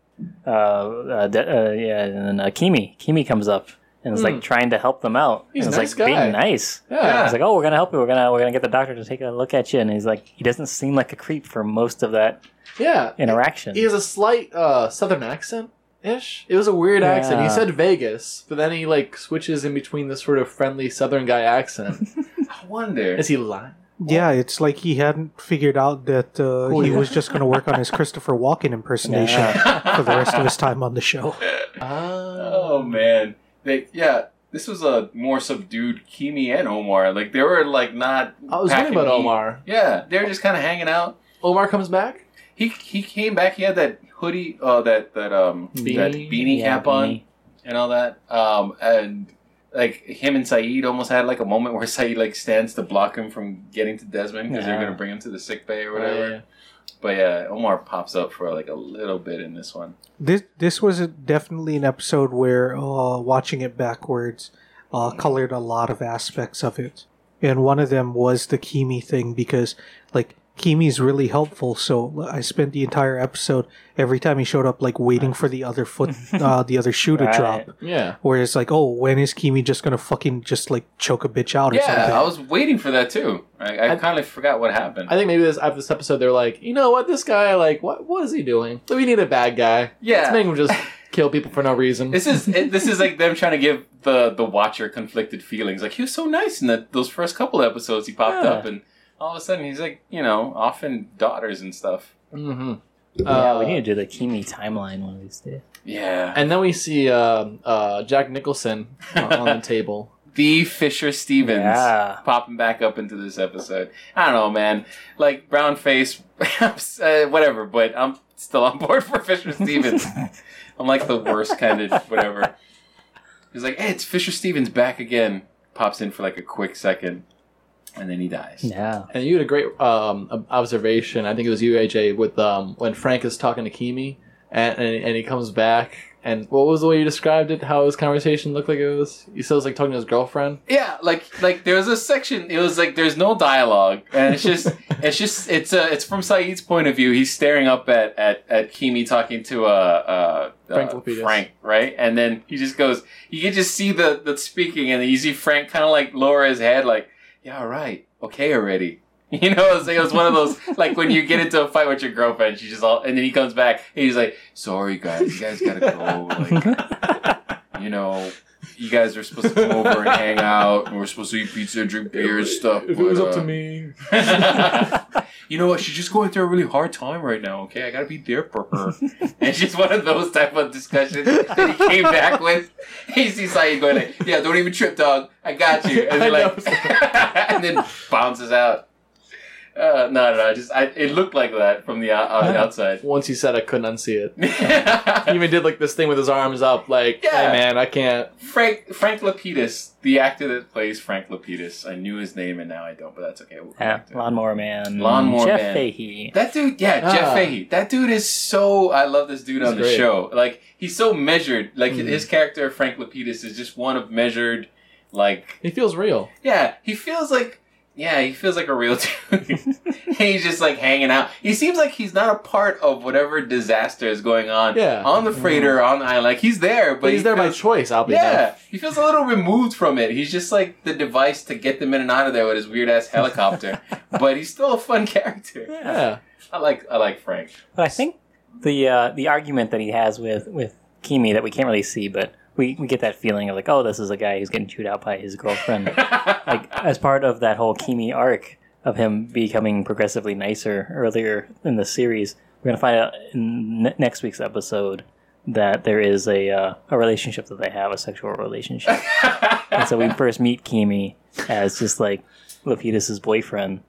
Speaker 1: Uh, uh, De- uh, yeah, and then uh, Kimi, Kimi comes up and is
Speaker 4: Hmm.
Speaker 1: like trying to help them out.
Speaker 4: He's a
Speaker 1: and is,
Speaker 4: nice
Speaker 1: like
Speaker 4: guy.
Speaker 1: being nice.
Speaker 4: Yeah.
Speaker 1: He's like, oh, we're gonna help you. We're gonna we're gonna get the doctor to take a look at you. And he's like, he doesn't seem like a creep for most of that
Speaker 4: Yeah.
Speaker 1: interaction.
Speaker 4: He has a slight uh, southern accent ish. It was a weird accent. He
Speaker 1: Yeah.
Speaker 4: said Vegas, but then he like switches in between this sort of friendly southern guy accent.
Speaker 1: *laughs*
Speaker 2: I wonder.
Speaker 4: Is he lying?
Speaker 3: yeah, it's like he hadn't figured out that uh, he
Speaker 4: yeah.
Speaker 3: was just going to work on his Christopher Walken impersonation for the rest of his time on the show.
Speaker 4: Uh,
Speaker 2: Oh man, they yeah. This was a more subdued Kimi and Omar. Like they were like not.
Speaker 4: I was wondering
Speaker 2: packing
Speaker 4: about
Speaker 2: heat.
Speaker 4: Omar.
Speaker 2: Yeah, they were just kind of hanging out.
Speaker 4: Omar comes back.
Speaker 2: He he came back. He had that hoodie, uh, that that um
Speaker 4: Beanie.
Speaker 2: that beanie
Speaker 1: Yeah,
Speaker 2: cap on
Speaker 1: beanie.
Speaker 2: and all that. Um and like him and Saeed almost had like a moment where *laughs* Saeed like stands to block him from getting to Desmond because they're
Speaker 1: Yeah. Oh,
Speaker 2: gonna bring him to the sick bay or
Speaker 4: Uh,
Speaker 2: whatever.
Speaker 4: yeah.
Speaker 2: But yeah, Omar pops up for like a little bit in this one.
Speaker 3: This this was a, definitely an episode where uh, watching it backwards uh, colored a lot of aspects of it, and one of them was the Kimi thing because like Kimi's really helpful. So I spent the entire episode every time he showed up like waiting for the
Speaker 2: *laughs*
Speaker 3: other foot, uh, the other shoe to
Speaker 1: Right.
Speaker 3: drop.
Speaker 4: Yeah.
Speaker 3: Where it's like, oh, when is Kimi just gonna fucking just like choke a bitch out or
Speaker 2: Yeah,
Speaker 3: something?
Speaker 2: I was waiting for that too. I, I,
Speaker 4: I-
Speaker 2: kind of forgot what happened.
Speaker 4: I think maybe this after this episode they're like, you know what, this guy like, what what is he doing? We need a bad guy.
Speaker 2: Yeah.
Speaker 4: Let's make him
Speaker 2: *laughs*
Speaker 4: just kill people for no reason.
Speaker 2: This is it, this is like them trying to give the the watcher conflicted feelings. Like he was so nice in that those first couple of episodes. He popped
Speaker 1: Yeah.
Speaker 2: up and all of a sudden he's like you know often daughters and stuff.
Speaker 4: mm-hmm.
Speaker 1: Yeah,
Speaker 2: Uh,
Speaker 1: we need to do the Kimi timeline one of these days.
Speaker 2: Yeah,
Speaker 4: And then we see um uh, Jack Nicholson on, on the table.
Speaker 2: the Fisher Stevens
Speaker 1: Yeah.
Speaker 2: popping back up into this episode. I don't know, man. Like brown face, *laughs* I'm s- uh, whatever. But I'm still on board for
Speaker 1: *laughs*
Speaker 2: Fisher Stevens. I'm like the worst kind of whatever. He's like, hey, it's Fisher Stevens back again. Pops in for like a quick second, and then he dies.
Speaker 1: Yeah.
Speaker 4: And you had a great um, ob- observation. I think it was you, AJ, with um, when Frank is talking to Kimi, and, and and he comes back. And what was the way you described it? How his conversation looked like it was? You said it was like talking to his girlfriend.
Speaker 2: Yeah, like like there was a section. It was like there's no dialogue, and it's just it's just it's uh it's from Saeed's point of view. He's staring up at at, at Kimi talking to uh, uh,
Speaker 4: Frank
Speaker 2: uh
Speaker 4: Lapidus.
Speaker 2: Frank, right? And then he just goes. You can just see the the speaking, and you see Frank kind of like lower his head, like yeah, all right, okay, already. *laughs* You know, it was, it was one of those like when you get into a fight with your girlfriend, she just all, and then he comes back and he's like, "Sorry guys, you guys gotta go."
Speaker 4: *laughs*
Speaker 2: Like, you know, you guys are supposed to come over and hang out, and we're supposed to eat pizza, and drink beer, and stuff.
Speaker 4: If it was
Speaker 2: but,
Speaker 4: up to
Speaker 2: uh,
Speaker 4: me,
Speaker 2: you know what? She's just going through a really hard time right now. Okay, I gotta be there for her. and it's just one of those type of discussions that he came back with. He sees Saeed going like, "Yeah, don't even trip, dog. I got you." And
Speaker 4: I
Speaker 2: then like, *laughs* and then bounces out. Uh, no, no, no, just I, it looked like that from the out, on the outside. *laughs*
Speaker 4: once he said, I couldn't unsee it. He even did like this thing with his arms up, like,
Speaker 2: Yeah.
Speaker 4: "Hey man, I can't."
Speaker 2: Frank Frank Lapidus, the actor that plays Frank Lapidus. I knew his name and now I don't, but that's okay. We'll come
Speaker 1: Yeah,
Speaker 2: back to it.
Speaker 1: Lawnmower Man.
Speaker 2: Lawnmower
Speaker 1: Jeff
Speaker 2: Man.
Speaker 1: Fahey.
Speaker 2: That dude, yeah, Jeff
Speaker 4: Ah.
Speaker 2: Fahey. That dude is so. I love this dude
Speaker 4: He's
Speaker 2: on the
Speaker 4: great.
Speaker 2: show. Like he's so measured. Like
Speaker 4: Mhm.
Speaker 2: his character Frank Lapidus is just one of measured. Like
Speaker 4: He feels real.
Speaker 2: yeah, he feels like yeah, he feels like a real *laughs* dude. he's just like hanging out. He seems like he's not a part of whatever disaster is going on.
Speaker 4: Yeah.
Speaker 2: on the freighter on the island. Like he's there, but,
Speaker 4: But he's
Speaker 2: he
Speaker 4: there by
Speaker 2: feels-
Speaker 4: choice, I'll be
Speaker 2: yeah, he feels a little removed from it. He's just like the device to get them in and out of there with his weird ass
Speaker 4: *laughs*
Speaker 2: helicopter. but he's still a fun character.
Speaker 4: Yeah.
Speaker 2: I like I like Frank.
Speaker 1: But I think the uh, the argument that he has with with Kimi that we can't really see, but we, we get that feeling of like, oh, this is a guy who's getting chewed out by his girlfriend. like as part of that whole Kimi arc of him becoming progressively nicer earlier in the series, we're gonna find out in n- next week's episode that there is a uh, a relationship that they have, a sexual
Speaker 2: *laughs*
Speaker 1: relationship. and so we first meet Kimi as just like Lapidus's boyfriend,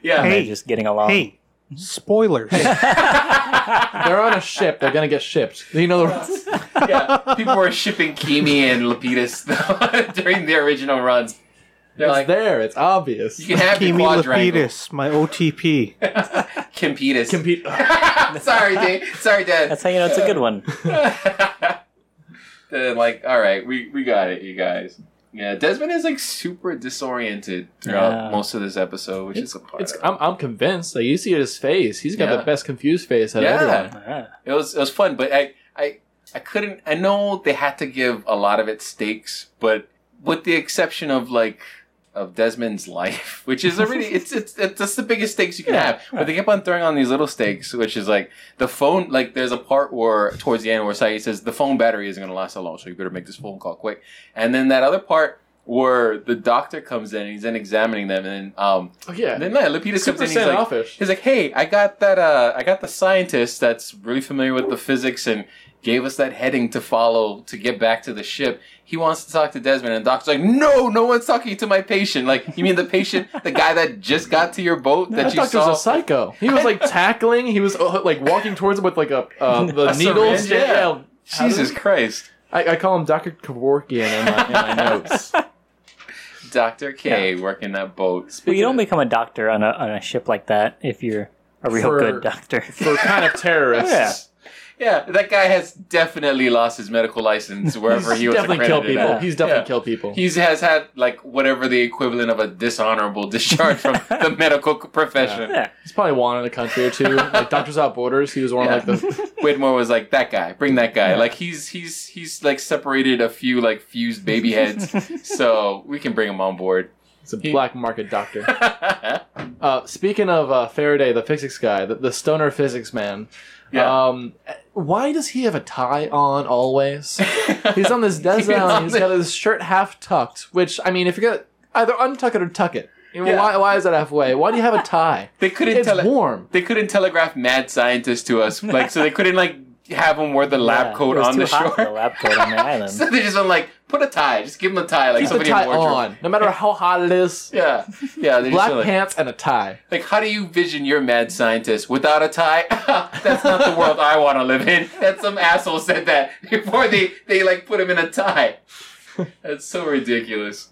Speaker 2: yeah,
Speaker 1: and they're
Speaker 3: Hey.
Speaker 1: just getting along.
Speaker 3: Hey,
Speaker 2: *laughs*
Speaker 3: spoilers.
Speaker 4: They're on a ship. They're gonna get shipped. You know the rules.
Speaker 2: yeah. People were shipping Kimi and Lapidus *laughs* during the original runs. They're
Speaker 4: It's
Speaker 2: like,
Speaker 4: there. It's obvious.
Speaker 2: you can have your
Speaker 3: Kimi
Speaker 2: quadrangle.
Speaker 3: Lapidus, my OTP.
Speaker 2: *laughs* Kimpetus.
Speaker 4: Compete.
Speaker 2: *laughs* Sorry, Dave. Sorry, Dad.
Speaker 1: That's how you know it's a good
Speaker 2: *laughs*
Speaker 1: one.
Speaker 2: They're like, all right, we, we got it, you guys. Yeah, Desmond is like super disoriented throughout
Speaker 1: Yeah.
Speaker 2: most of this episode, which is a part.
Speaker 4: *sighs* It's,
Speaker 2: of it.
Speaker 4: I'm, I'm convinced. Like you see his face. He's got
Speaker 2: Yeah.
Speaker 4: the best confused face out of
Speaker 2: Yeah.
Speaker 4: everyone.
Speaker 1: Ah.
Speaker 2: It was it was fun, but I I I couldn't. I know they had to give a lot of it stakes, but with the exception of like of Desmond's *laughs* life, which is already it's it's, it's that's the biggest stakes you can have. But they kept on throwing on these little stakes, which is like the phone. Like there's a part where towards the end where Saeed says the phone battery isn't going to last so long, so you better make this phone call quick. And then that other part. Where the doctor comes in, and he's in examining them, and then, um,
Speaker 4: Oh, yeah.
Speaker 2: and then yeah, Lupita comes in,
Speaker 4: Super
Speaker 2: and he's like,
Speaker 4: standoffish.
Speaker 2: He's like, "Hey, I got that. Uh, I got the scientist that's really familiar with the physics and gave us that heading to follow to get back to the ship. He wants to talk to Desmond, and the doctor's like, "No, no one's talking to my patient. Like, you mean the patient, the guy that just got to your boat that
Speaker 4: That
Speaker 2: you
Speaker 4: doctor
Speaker 2: saw?"
Speaker 4: was a psycho. He was
Speaker 2: *laughs*
Speaker 4: like tackling. He was uh, like walking towards him with like a uh, the
Speaker 2: A
Speaker 4: needles.
Speaker 2: syringe, yeah.
Speaker 4: How
Speaker 2: Jesus
Speaker 4: did-
Speaker 2: Christ,
Speaker 4: I, I call him Doctor Kevorkian in my,
Speaker 2: *laughs*
Speaker 4: in my notes.
Speaker 2: Doctor K working that boat.
Speaker 1: But you don't become a doctor on a on a ship like that if you're a real
Speaker 4: For-
Speaker 1: good doctor.
Speaker 4: For kind of terrorists.
Speaker 1: Yeah.
Speaker 2: Yeah, that guy has definitely lost his medical license wherever
Speaker 4: He's
Speaker 2: he was.
Speaker 4: definitely killed
Speaker 2: accredited
Speaker 4: people.
Speaker 2: at.
Speaker 4: He's definitely
Speaker 2: Yeah.
Speaker 4: killed people.
Speaker 2: He has had like whatever the equivalent of a dishonorable *laughs* discharge
Speaker 4: *laughs*
Speaker 2: from the medical profession.
Speaker 1: *laughs* Yeah.
Speaker 4: He's probably wanted in a country or two. Like Doctors Without Borders. He was one of like the
Speaker 2: Whitmore was like that guy, bring that guy. Like he's he's he's like separated a few like fused baby heads, so we can bring him on board. *laughs*
Speaker 4: it's a
Speaker 2: He-
Speaker 4: black market doctor.
Speaker 2: yeah,
Speaker 4: Uh, speaking of uh, Faraday, the physics guy, the, the stoner physics man. Um, why does he have a tie on always? He's on this
Speaker 2: *laughs* He's
Speaker 4: desert
Speaker 2: on
Speaker 4: island. He's
Speaker 2: the-
Speaker 4: got his shirt half tucked, which I mean, if you're gonna either untuck it or tuck it, you know,
Speaker 2: Yeah.
Speaker 4: why why is that halfway? Why do you have a
Speaker 2: *laughs*
Speaker 4: tie?
Speaker 2: they couldn't
Speaker 4: It's
Speaker 2: tele-
Speaker 4: warm.
Speaker 2: they couldn't telegraph mad scientist to us, like so they couldn't like have him wear the lab
Speaker 1: Yeah,
Speaker 2: coat
Speaker 1: it was
Speaker 2: on
Speaker 1: too
Speaker 2: the
Speaker 1: hot for The
Speaker 2: shore.
Speaker 1: lab coat on the island.
Speaker 2: *laughs* so they just went like put a tie, just give him a tie, like
Speaker 4: Keep the
Speaker 2: somebody in
Speaker 4: tie
Speaker 2: wardrobe.
Speaker 4: on, no matter how hot it is.
Speaker 2: Yeah, yeah. they just
Speaker 4: Black
Speaker 2: went, like,
Speaker 4: pants and a tie.
Speaker 2: Like, how do you vision your mad scientist without a tie? *laughs* That's not the world I want to live in. That some asshole said that before they, they like put him in a tie. That's so ridiculous.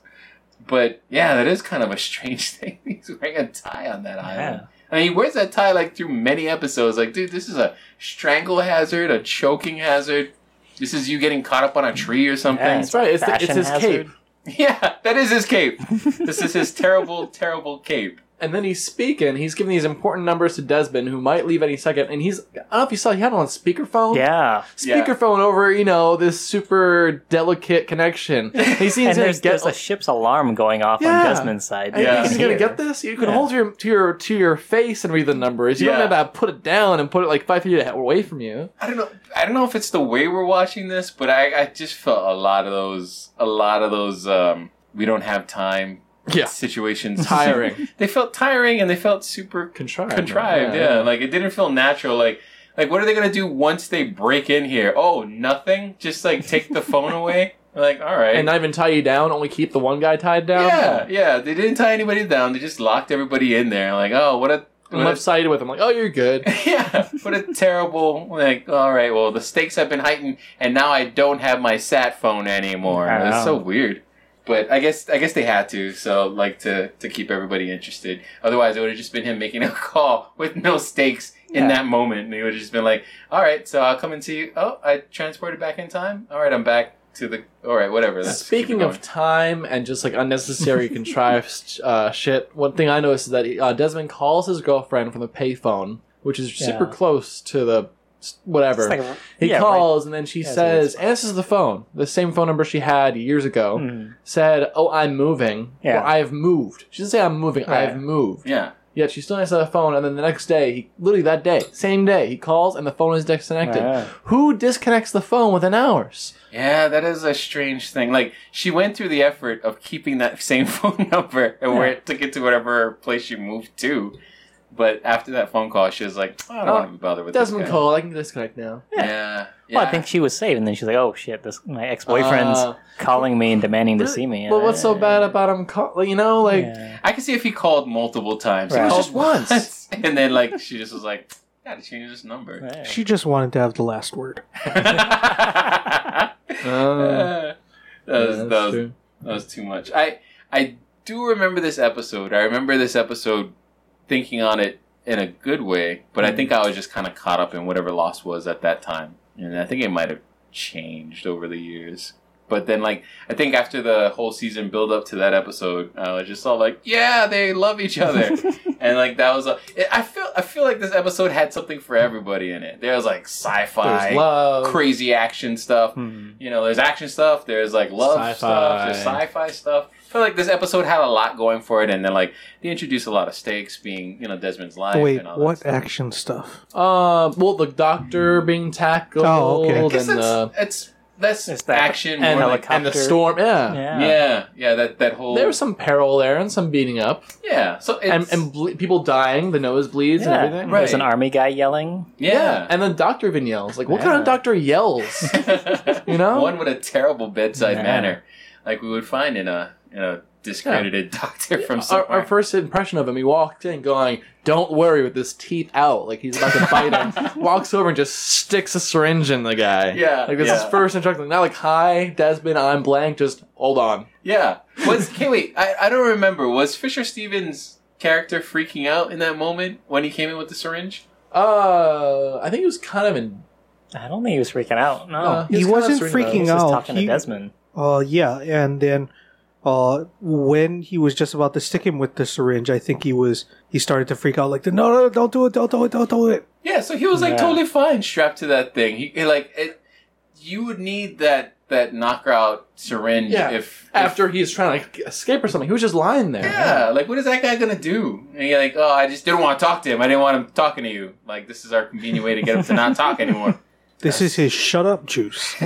Speaker 2: But yeah, that is kind of a strange *laughs* thing. He's wearing a tie on that island. I mean, he wears that tie like through many episodes. Like, dude, this is a strangle hazard, a choking hazard. This is you getting caught up on a tree or something.
Speaker 1: Yeah.
Speaker 2: *laughs*
Speaker 4: That's right. It's, the, it's
Speaker 1: Fashion
Speaker 4: his
Speaker 1: hazard.
Speaker 4: cape.
Speaker 2: Yeah, that is his cape. this is his terrible, terrible cape.
Speaker 4: and then he's speaking. He's giving these important numbers to Desmond, who might leave any second. And he's I don't know if you saw he had him on speakerphone.
Speaker 1: Yeah.
Speaker 2: Yeah.
Speaker 4: Speakerphone over, you know, this super
Speaker 1: *laughs*
Speaker 4: delicate connection. He sees
Speaker 1: And
Speaker 4: him
Speaker 1: there's,
Speaker 4: get
Speaker 1: there's a ship's alarm going off
Speaker 4: Yeah.
Speaker 1: on Desmond's side.
Speaker 4: I
Speaker 2: Yeah.
Speaker 4: think he's gonna
Speaker 1: Here.
Speaker 4: get this. You can
Speaker 1: Yeah.
Speaker 4: hold your to your to your face and read the numbers. You
Speaker 2: Yeah.
Speaker 4: don't have to put it down and put it like five feet away from you.
Speaker 2: I don't know. I don't know if it's the way we're watching this, but I, I just felt a lot of those, a lot of those. Um, we don't have time.
Speaker 4: Yeah.
Speaker 2: Situations
Speaker 4: *laughs* Tiring.
Speaker 2: *laughs* they felt tiring, and they felt super
Speaker 4: Contrived.
Speaker 2: contrived. Yeah. like it didn't feel natural. Like, like what are they gonna do once they break in here? Oh, nothing. Just like take the phone away. *laughs* Like, all right.
Speaker 4: And not even tie you down. Only keep the one guy tied down.
Speaker 2: yeah, yeah. They didn't tie anybody down. They just locked everybody in there. Like, oh, what a
Speaker 4: And left
Speaker 2: what
Speaker 4: sided with him. Like, oh, you're good.
Speaker 2: a, *laughs* yeah, what a terrible. Like, all right, well, the stakes have been heightened, and now I don't have my sat phone anymore.
Speaker 1: I
Speaker 2: That's so
Speaker 1: know.
Speaker 2: weird. But I guess I guess they had to. So like to to keep everybody interested. Otherwise, it would have just been him making a *laughs* call with no stakes in
Speaker 1: Yeah.
Speaker 2: that moment, and he would have just been like, all right, so I'll come and see you. Oh, I transported back in time. All right, I'm back to the. All right, whatever. Let's keep it
Speaker 4: Speaking
Speaker 2: going.
Speaker 4: of time and just
Speaker 1: *laughs*
Speaker 4: like unnecessary contrived uh, shit, one thing I noticed is that uh, Desmond calls his girlfriend from the payphone, which is super
Speaker 1: Yeah.
Speaker 4: close to the s- whatever.
Speaker 1: It's like-
Speaker 4: He
Speaker 1: yeah,
Speaker 4: calls and then she
Speaker 1: Yeah, so
Speaker 4: says, answers the phone, the same phone number she had years ago,
Speaker 1: right. Mhm.
Speaker 4: said, Oh, I'm moving.
Speaker 1: Yeah.
Speaker 4: Or I've moved. She didn't say I'm moving,
Speaker 1: Right.
Speaker 4: I've moved.
Speaker 2: yeah.
Speaker 4: Yet she still answered the phone, and then the next day, he literally that day, same day, he calls and the phone is disconnected.
Speaker 1: Right.
Speaker 4: Who disconnects the phone within hours?
Speaker 2: Yeah, that is a strange thing. Like she went through the effort of keeping that *laughs* same phone number and where it took it to whatever place she moved to. But after that phone call, she was like, "I don't
Speaker 4: Oh,
Speaker 2: want to be bothered with
Speaker 4: Desmond
Speaker 2: this guy."
Speaker 4: called, I can disconnect now.
Speaker 2: Yeah, yeah.
Speaker 1: Well, I think she was saved, and then she's like, "Oh shit, this my ex boyfriend's
Speaker 4: Uh,
Speaker 1: calling me and demanding to
Speaker 4: Really?
Speaker 1: see me."
Speaker 4: But what's so bad about him? Call- like, you know, like
Speaker 1: Yeah.
Speaker 2: I can see if he called multiple times. He
Speaker 1: Right.
Speaker 2: called
Speaker 4: Just once.
Speaker 2: *laughs* and then like she just was like, "Gotta change this number."
Speaker 1: Yeah.
Speaker 3: She just wanted to have the last word.
Speaker 1: *laughs*
Speaker 2: *laughs* that
Speaker 4: Uh,
Speaker 2: was
Speaker 4: yeah,
Speaker 2: that
Speaker 4: that's
Speaker 2: was
Speaker 4: true.
Speaker 2: That was too much. I I do remember this episode. I remember this episode thinking on it in a good way, but
Speaker 4: Hmm.
Speaker 2: I think I was just kind of caught up in whatever loss was at that time, and I think it might have changed over the years. But then, like, I think after the whole season build up to that episode, I was just all like, "Yeah, they love each
Speaker 4: *laughs*
Speaker 2: other," and like that was. A, it, I feel I feel like this episode had something for everybody in it. There was like sci-fi,
Speaker 4: There's love.
Speaker 2: crazy action
Speaker 1: *laughs*
Speaker 2: stuff
Speaker 1: Hmm.
Speaker 4: *laughs*
Speaker 2: you know, there's action stuff, there's like love
Speaker 4: Sci-fi.
Speaker 2: stuff, there's sci-fi stuff. I feel like this episode had a lot going for it, and then like they introduced a lot of stakes, being you know Desmond's life.
Speaker 3: Wait,
Speaker 2: and all
Speaker 3: what
Speaker 2: That stuff.
Speaker 3: action stuff?
Speaker 4: Uh, well, the doctor being tackled
Speaker 3: Oh, okay. I
Speaker 2: I
Speaker 4: and,
Speaker 2: guess that's,
Speaker 4: the, uh,
Speaker 2: it's that's
Speaker 1: It's that-
Speaker 2: action
Speaker 1: and
Speaker 2: more like,
Speaker 1: helicopter.
Speaker 4: and the storm. Yeah.
Speaker 1: Yeah.
Speaker 2: yeah, yeah, that that whole
Speaker 4: There was some peril there and some beating up
Speaker 2: yeah, so it's,
Speaker 4: and, and ble- people dying, the nosebleeds and
Speaker 1: Yeah.
Speaker 4: everything.
Speaker 2: Right.
Speaker 1: There's an army guy yelling.
Speaker 2: yeah.
Speaker 4: And the doctor even yells. Like, what kind of
Speaker 1: Yeah.
Speaker 4: doctor yells? You know?
Speaker 2: one with a terrible bedside
Speaker 1: Yeah.
Speaker 2: manner, like we would find in a in a discredited doctor *laughs* from
Speaker 4: our,
Speaker 2: somewhere.
Speaker 4: our first impression of him, he walked in going, Don't worry, with his teeth out. Like, he's about to bite him. Walks over and just sticks a syringe in the guy.
Speaker 2: Yeah,
Speaker 4: Like, this is
Speaker 2: yeah.
Speaker 4: first instruction. Not like, Hi, Desmond, I'm blank. Just hold on.
Speaker 2: Yeah. Was okay, wait, I, I don't remember. Was Fisher Stevens character freaking out in that moment when he came in with the syringe?
Speaker 4: Uh, I think he was kind of in.
Speaker 1: I don't think he was freaking out. No,
Speaker 4: Uh,
Speaker 3: He
Speaker 4: was kind of
Speaker 3: wasn't
Speaker 4: serene about
Speaker 1: he
Speaker 4: it.
Speaker 1: was
Speaker 3: freaking
Speaker 1: just
Speaker 3: out.
Speaker 1: talking
Speaker 3: He-
Speaker 1: to Desmond.
Speaker 3: Uh, yeah, and then uh, when he was just about to stick him with the syringe, I think he was he started to freak out like, "No, no, don't do it, don't do it, don't do it."
Speaker 2: Yeah, so he was like
Speaker 1: Yeah.
Speaker 2: totally fine strapped to that thing. He, he, like it, you would need that that knockout syringe
Speaker 4: Yeah.
Speaker 2: if
Speaker 4: After he's trying to like, escape or something, he was just lying there.
Speaker 2: if- yeah, like what is that guy gonna do? And you're like, oh, I just didn't want to talk to him. I didn't want him talking to you. Like this is our convenient way to get him to not talk anymore.
Speaker 3: This is his shut up juice.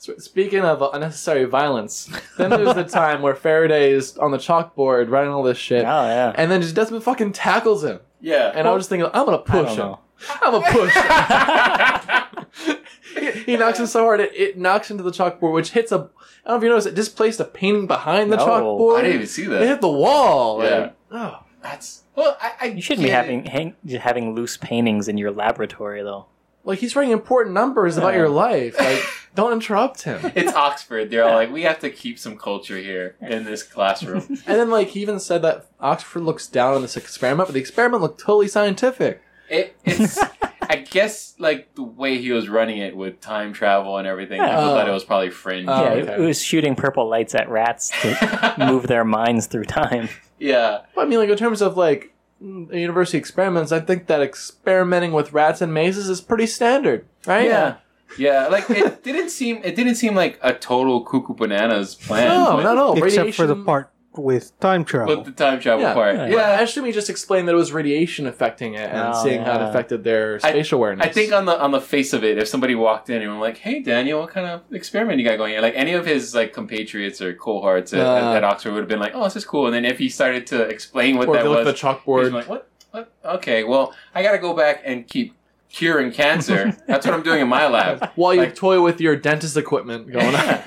Speaker 4: So, Speaking of unnecessary violence, then there's the time where Faraday is on the chalkboard writing all this
Speaker 1: Oh
Speaker 4: shit,
Speaker 1: yeah.
Speaker 4: and then just Desmond fucking tackles him.
Speaker 2: Yeah,
Speaker 4: *laughs* And I was just thinking, I'm gonna
Speaker 1: I
Speaker 4: push
Speaker 1: don't
Speaker 4: him.
Speaker 1: know.
Speaker 4: I'm gonna push him. he knocks him so hard it, it knocks into the chalkboard, which hits a. I don't know if you noticed, it displaced a painting behind the
Speaker 1: No.
Speaker 4: chalkboard.
Speaker 2: I didn't even see
Speaker 4: It
Speaker 2: that.
Speaker 4: hit the wall.
Speaker 2: Yeah.
Speaker 4: Like, oh.
Speaker 2: That's well, I, I
Speaker 1: You shouldn't be
Speaker 2: get it.
Speaker 1: having hang, just having loose paintings in your laboratory though.
Speaker 4: Like he's writing important numbers about
Speaker 1: Yeah.
Speaker 4: your life. Like, don't interrupt him.
Speaker 2: It's Oxford. They're all like, we have to keep some culture here in this classroom.
Speaker 4: And then, like, he even said that Oxford looks down on this experiment, but the experiment looked totally scientific.
Speaker 2: It, it's I guess like the way he was running it with time travel and everything,
Speaker 1: Yeah.
Speaker 2: people thought it
Speaker 4: Oh.
Speaker 2: was probably fringe.
Speaker 4: Oh,
Speaker 1: yeah,
Speaker 4: okay.
Speaker 1: it was shooting purple lights at rats to move their minds through time.
Speaker 2: yeah.
Speaker 4: But I mean, like in terms of like mm, university experiments, I think that experimenting with rats and mazes is pretty standard, right?
Speaker 2: Yeah. Yeah, like it didn't seem it didn't seem like a total cuckoo bananas plan.
Speaker 4: No,
Speaker 2: but-
Speaker 4: not at all.
Speaker 3: Except for the
Speaker 4: Radiation-
Speaker 3: part with time
Speaker 2: With
Speaker 3: travel.
Speaker 2: the time travel
Speaker 4: Yeah.
Speaker 2: part.
Speaker 1: Yeah.
Speaker 2: Yeah.
Speaker 4: Yeah, actually, we just explained that it was radiation affecting it and
Speaker 1: Oh,
Speaker 4: seeing how it
Speaker 1: yeah.
Speaker 4: affected their spatial awareness.
Speaker 2: I think on the on the face of it, if somebody walked in and were like, "Hey, Daniel, what kind of experiment you got going?" here?" Like any of his like compatriots or cohorts at, at,
Speaker 4: Uh.
Speaker 2: at Oxford would have been like, "Oh, this is cool." And then if he started to explain what
Speaker 4: or if
Speaker 2: that
Speaker 4: you
Speaker 2: was,
Speaker 4: look at the
Speaker 2: he's
Speaker 4: chalkboard,
Speaker 2: like, "What? What? Okay, well, I got to go back and keep curing cancer. That's what I'm doing in my lab."
Speaker 4: while you
Speaker 2: like-
Speaker 4: toy with your dentist equipment *laughs*
Speaker 2: *laughs*
Speaker 4: going on.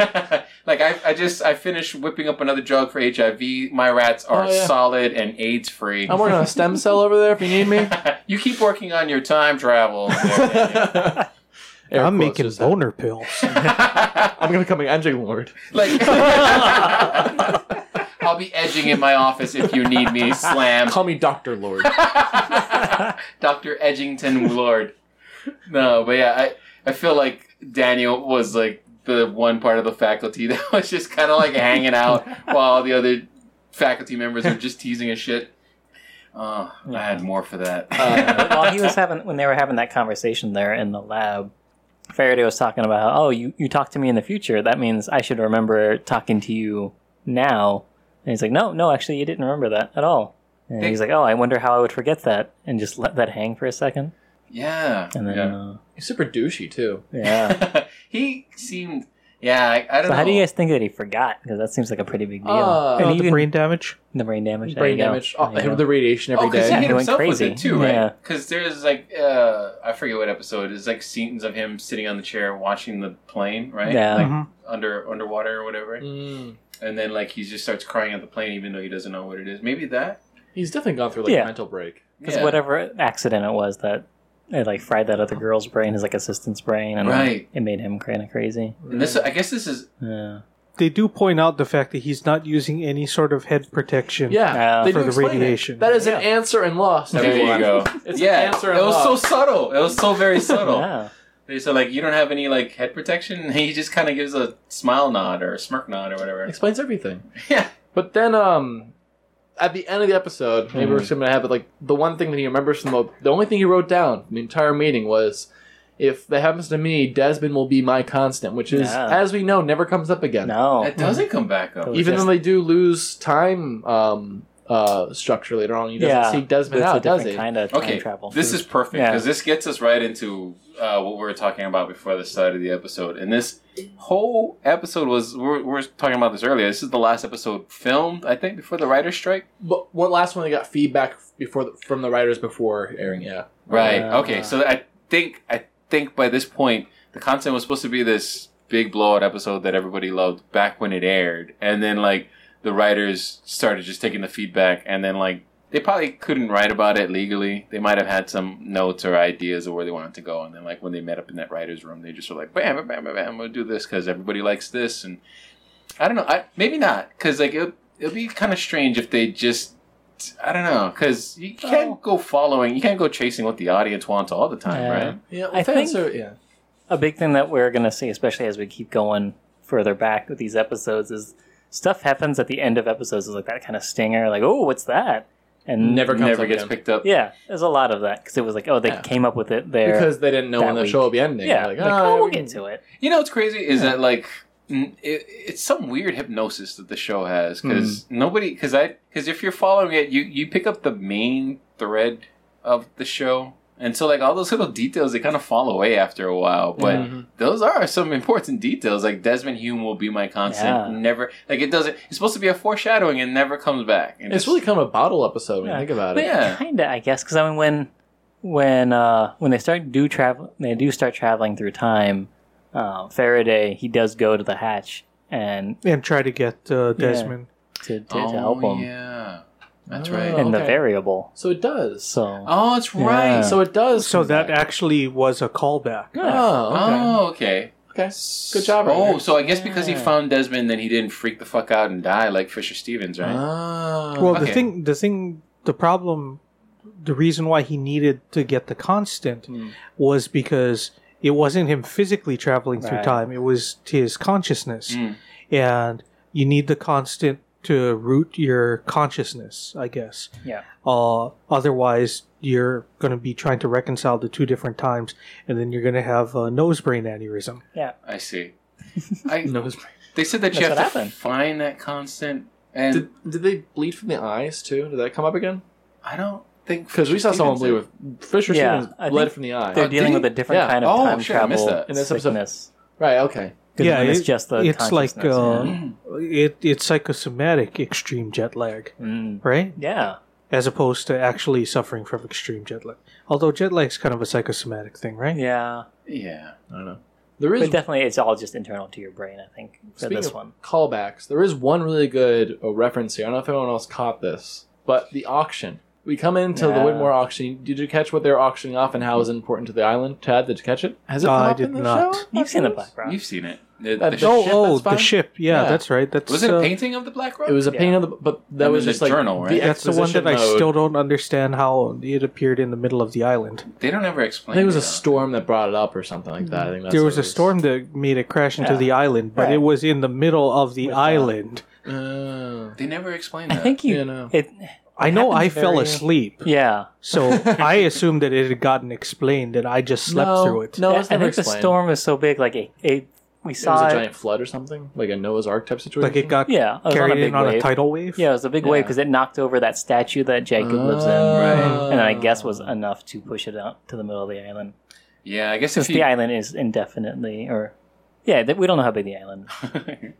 Speaker 2: like I, I just I finished whipping up another drug for HIV. My rats are
Speaker 4: Oh, yeah.
Speaker 2: solid and AIDS free.
Speaker 4: I'm working on a stem cell over there if you need me.
Speaker 2: *laughs* you keep working on your time travel. *laughs*
Speaker 4: *laughs* Air
Speaker 3: *laughs* I'm
Speaker 4: quotes
Speaker 3: making
Speaker 4: just said.
Speaker 3: boner pills.
Speaker 4: I'm gonna become an edging lord.
Speaker 2: Like, *laughs* I'll be edging in my office if you need me. Slam. *laughs*
Speaker 4: Call me Doctor Lord.
Speaker 2: Dr. Edgington Lord. No, but yeah, I, I feel like Daniel was like the one part of the faculty *laughs* that was just kind of like hanging out while all the other faculty members were just teasing his shit. Oh, I had more for that.
Speaker 4: Uh,
Speaker 1: While he was having, when they were having that conversation there in the lab, Faraday was talking about, oh, you, you talk to me in the future. That means I should remember talking to you now. And he's like, no, no, actually, you didn't remember that at all. And
Speaker 2: They-
Speaker 1: he's like, oh, I wonder how I would forget that. And just let that hang for a second.
Speaker 2: *laughs* yeah.
Speaker 1: And then,
Speaker 2: yeah.
Speaker 1: uh,
Speaker 4: He's super douchey too.
Speaker 1: yeah.
Speaker 2: *laughs* he seemed. Yeah, I, I don't
Speaker 1: So
Speaker 2: know.
Speaker 1: how do you guys think that he forgot? Because that seems like a pretty big deal.
Speaker 4: Uh,
Speaker 1: and
Speaker 3: Not Oh, the
Speaker 1: even-
Speaker 3: brain damage.
Speaker 1: the brain damage. there
Speaker 4: Brain
Speaker 1: you go.
Speaker 4: damage, oh, *laughs*
Speaker 1: There you
Speaker 4: the
Speaker 1: go.
Speaker 4: radiation every
Speaker 2: oh, because
Speaker 4: day.
Speaker 2: he hit
Speaker 1: He went
Speaker 2: himself with
Speaker 1: crazy.
Speaker 2: it too,
Speaker 1: Yeah.
Speaker 2: right? Because there's like uh, I forget what episode. There's like scenes of him sitting on the chair watching the plane, right?
Speaker 1: Yeah.
Speaker 2: Like,
Speaker 4: Mm-hmm.
Speaker 3: Mhm.
Speaker 2: under underwater or whatever.
Speaker 4: Mm.
Speaker 2: And then like he just starts crying at the plane, even though he doesn't know what it is. Maybe that.
Speaker 4: He's definitely gone through like
Speaker 1: Yeah.
Speaker 4: a mental break.
Speaker 1: Because
Speaker 2: Yeah.
Speaker 1: whatever accident it was that it like fried that other girl's brain, his like assistant's brain, and
Speaker 2: Right.
Speaker 1: it made him kind of crazy.
Speaker 2: And this, I guess, this is
Speaker 1: Yeah.
Speaker 3: They do point out the fact that he's not using any sort of head protection.
Speaker 4: yeah,
Speaker 1: Uh,
Speaker 4: they
Speaker 3: for
Speaker 4: do
Speaker 3: the
Speaker 4: explain it.
Speaker 3: radiation.
Speaker 4: That is an answer in Lost.
Speaker 2: there.
Speaker 4: everyone.
Speaker 2: You go.
Speaker 4: It's
Speaker 2: yeah,
Speaker 4: an answer in
Speaker 2: it was so
Speaker 4: Lost.
Speaker 2: subtle. It was so very subtle.
Speaker 1: Yeah.
Speaker 2: They said like you don't have any like head protection. *laughs* And he just kind of gives a smile nod or a smirk nod or whatever.
Speaker 4: explains everything.
Speaker 2: *laughs* Yeah.
Speaker 4: But then, um, at the end of the episode, maybe we're
Speaker 1: Hmm.
Speaker 4: just gonna have it like the one thing that he remembers from the, the only thing he wrote down from the entire meeting was, "If that happens to me, Desmond will be my constant," which is,
Speaker 1: Yeah.
Speaker 4: as we know, never comes up again.
Speaker 1: No.
Speaker 2: It doesn't come back up.
Speaker 1: It was
Speaker 4: Even
Speaker 1: just-
Speaker 4: though they do lose time um, uh, structure later on, he doesn't
Speaker 1: Yeah.
Speaker 4: seek Desmond
Speaker 1: It's a
Speaker 4: out, does
Speaker 1: different
Speaker 4: he?
Speaker 1: kind of
Speaker 2: Okay,
Speaker 1: time travel.
Speaker 2: this is perfect
Speaker 1: Yeah.
Speaker 2: because this gets us right into uh, what we were talking about before the start of the episode. And this whole episode was we are were talking about this earlier. This is the last episode filmed, I think, before the writer's strike.
Speaker 4: But one last one, they got feedback before the, from the writers before airing. Yeah,
Speaker 2: Right.
Speaker 1: Uh,
Speaker 2: okay. So I think I think by this point the content was supposed to be this big blowout episode that everybody loved back when it aired, and then like the writers started just taking the feedback, and then like they probably couldn't write about it legally. They might have had some notes or ideas of where they wanted to go, and then like when they met up in that writers' room, they just were like, "Bam, bam, bam, bam, bam we'll do this because everybody likes this." And I don't know. I maybe not because like it it'll be kind of strange if they just I don't know because you can't go following, you can't go chasing what the audience wants all the time,
Speaker 1: Yeah.
Speaker 2: right?
Speaker 4: yeah.
Speaker 1: I
Speaker 4: fans
Speaker 1: think-
Speaker 4: are- yeah.
Speaker 1: a big thing that we're going to see, especially as we keep going further back with these episodes, is stuff happens at the end of episodes, is like that kind of stinger, like, oh, what's that? And
Speaker 4: Never comes
Speaker 2: Never
Speaker 4: up
Speaker 2: gets
Speaker 4: again.
Speaker 2: picked up.
Speaker 1: Yeah, there's a lot of that because it was like, oh, they
Speaker 4: Yeah.
Speaker 1: came up with it there.
Speaker 4: because they didn't know
Speaker 1: that
Speaker 4: when the
Speaker 1: week.
Speaker 4: show would be ending.
Speaker 1: yeah,
Speaker 4: They're
Speaker 1: like,
Speaker 4: "Ah,
Speaker 1: oh, we'll
Speaker 4: we-
Speaker 1: get to it.
Speaker 2: You know what's crazy is that like n- it, it's some weird hypnosis that the show has because
Speaker 1: Hmm.
Speaker 2: nobody because I because if you're following it, you you pick up the main thread of the show, and so like all those little details they kind of fall away after a while, but.
Speaker 1: Yeah.
Speaker 4: Mhm.
Speaker 2: those are some important details. Like Desmond Hume will be my constant.
Speaker 1: Yeah.
Speaker 2: Never like it doesn't. It's supposed to be a foreshadowing and never comes back. And
Speaker 4: It's
Speaker 2: just-
Speaker 4: really kind of a bottle episode when
Speaker 1: Yeah.
Speaker 4: you think about
Speaker 1: But
Speaker 4: it.
Speaker 2: Yeah.
Speaker 1: kind of, I guess, because I mean, when when uh, when they start do travel, they do start traveling through time. Uh, Faraday he does go to the hatch and
Speaker 3: And try to get uh, Desmond.
Speaker 1: to, to, to help
Speaker 2: oh
Speaker 1: him
Speaker 2: yeah, that's
Speaker 4: Oh.
Speaker 2: right.
Speaker 1: in the
Speaker 4: Okay.
Speaker 1: variable.
Speaker 4: So it does. So,
Speaker 1: So
Speaker 2: Oh, it's right.
Speaker 1: Yeah.
Speaker 2: So
Speaker 4: it does.
Speaker 3: So
Speaker 4: come
Speaker 3: that
Speaker 4: back.
Speaker 3: actually was a callback.
Speaker 1: Uh-huh.
Speaker 4: Oh,
Speaker 2: oh okay.
Speaker 4: okay. okay. Good job.
Speaker 2: Oh,
Speaker 4: Ryder.
Speaker 2: so I guess because he
Speaker 1: Yeah.
Speaker 2: found Desmond, then he didn't freak the fuck out and die like Fisher Stevens, right?
Speaker 1: Um,
Speaker 4: Ah.
Speaker 3: Well, the
Speaker 2: Okay.
Speaker 3: thing, the thing, the problem the reason why he needed to get the constant
Speaker 1: Hmm.
Speaker 3: was because it wasn't him physically traveling through
Speaker 1: Right. Hmm.
Speaker 3: time; it was his consciousness,
Speaker 2: Mm.
Speaker 3: and you need the constant to root your consciousness, I guess.
Speaker 1: Yeah.
Speaker 3: Uh, otherwise, you're going to be trying to reconcile the two different times, and then you're going to have a nose brain aneurysm.
Speaker 2: I see. I
Speaker 4: Nose.
Speaker 2: They said that you
Speaker 1: That's
Speaker 2: have to
Speaker 1: what happened.
Speaker 2: find that constant, and
Speaker 4: Did, did they bleed from the eyes too? Did that come up again?
Speaker 2: I don't think
Speaker 4: Because we saw someone bleed
Speaker 2: Stevenson-
Speaker 4: with Fisher
Speaker 1: Yeah,
Speaker 4: Stevens
Speaker 1: I
Speaker 4: bled
Speaker 1: think
Speaker 4: from the eye.
Speaker 1: They're
Speaker 2: Oh,
Speaker 1: dealing
Speaker 2: did
Speaker 1: with a
Speaker 2: he?
Speaker 1: different
Speaker 4: Yeah.
Speaker 1: kind of
Speaker 2: Oh,
Speaker 1: time
Speaker 2: shit, I missed
Speaker 1: travel
Speaker 2: that.
Speaker 4: In this episode.
Speaker 1: sickness.
Speaker 4: right. Okay.
Speaker 1: 'Cause
Speaker 3: Yeah,
Speaker 1: when it's
Speaker 3: it-
Speaker 1: just the
Speaker 3: it's like
Speaker 1: consciousness,
Speaker 3: uh, it, it's psychosomatic extreme jet lag,
Speaker 1: yeah. Mm.
Speaker 3: right?
Speaker 1: Yeah.
Speaker 3: As opposed to actually suffering from extreme jet lag. Although jet lag's kind of a psychosomatic thing, right?
Speaker 1: Yeah.
Speaker 2: Yeah.
Speaker 4: I don't know. There is
Speaker 1: But definitely, it's all just internal to your brain. I think for
Speaker 4: Speaking
Speaker 1: this
Speaker 4: of
Speaker 1: one.
Speaker 4: callbacks. There is one really good uh, reference here. I don't know if anyone else caught this, but the auction. We come into the
Speaker 1: Yeah.
Speaker 4: Whitmore auction. Did you catch what they were auctioning off and how it was important to the island? Tad, did you catch it? Has it
Speaker 3: Uh,
Speaker 4: come
Speaker 3: I
Speaker 4: up
Speaker 3: did
Speaker 4: in the
Speaker 3: not.
Speaker 4: show?
Speaker 1: You've seen the
Speaker 4: Afterwards?
Speaker 1: Black Rock.
Speaker 2: You've seen it. The,
Speaker 4: That
Speaker 2: the
Speaker 4: don't-
Speaker 2: ship-
Speaker 4: ship,
Speaker 3: oh,
Speaker 4: that's
Speaker 3: the
Speaker 4: fine.
Speaker 3: ship. Yeah,
Speaker 4: Yeah.
Speaker 3: that's right. That's
Speaker 2: Was it
Speaker 3: uh,
Speaker 2: a painting of the Black Rock?
Speaker 4: It was a
Speaker 1: Yeah.
Speaker 4: painting of the, but that
Speaker 2: And
Speaker 4: was
Speaker 2: then the
Speaker 4: just like
Speaker 2: journal, right?
Speaker 4: the
Speaker 3: That's the one that I
Speaker 4: exposition
Speaker 3: still
Speaker 4: mode.
Speaker 3: don't understand how it appeared in the middle of the island.
Speaker 2: they don't ever
Speaker 4: I
Speaker 2: explain.
Speaker 4: think it was a
Speaker 2: that.
Speaker 4: storm that brought it up or something like that. I think that's
Speaker 3: there
Speaker 4: what
Speaker 3: was
Speaker 4: it
Speaker 3: a storm that made it crash into
Speaker 1: Yeah.
Speaker 3: the island, but
Speaker 1: Right.
Speaker 3: it was in the middle of the
Speaker 1: With, uh,
Speaker 3: island.
Speaker 4: Uh,
Speaker 2: They never explain
Speaker 1: I
Speaker 2: that.
Speaker 1: think you.
Speaker 4: You know.
Speaker 1: It.
Speaker 3: I know I
Speaker 4: happens
Speaker 3: fell
Speaker 4: very-
Speaker 3: asleep,
Speaker 1: Yeah.
Speaker 3: so I assumed that it had gotten explained, and I just slept
Speaker 4: no,
Speaker 3: through it.
Speaker 4: No,
Speaker 1: I, I
Speaker 4: it's never
Speaker 1: think the
Speaker 4: explained.
Speaker 1: storm was so big, like it. it we
Speaker 4: It was
Speaker 1: saw
Speaker 4: a
Speaker 1: it.
Speaker 4: giant flood or something, like a Noah's Ark type situation.
Speaker 3: Like it got
Speaker 1: yeah, it was on
Speaker 3: carried
Speaker 1: a big
Speaker 3: in on
Speaker 1: wave.
Speaker 3: a tidal wave.
Speaker 1: Yeah, it was a big wave
Speaker 4: Yeah.
Speaker 1: because it knocked over that statue that Jacob lives in,
Speaker 4: Oh.
Speaker 1: and I guess was enough to push it out to the middle of the island.
Speaker 2: yeah, I guess
Speaker 1: Since
Speaker 2: if you,
Speaker 1: the island is indefinitely, or yeah, th- we don't know how big the island. is.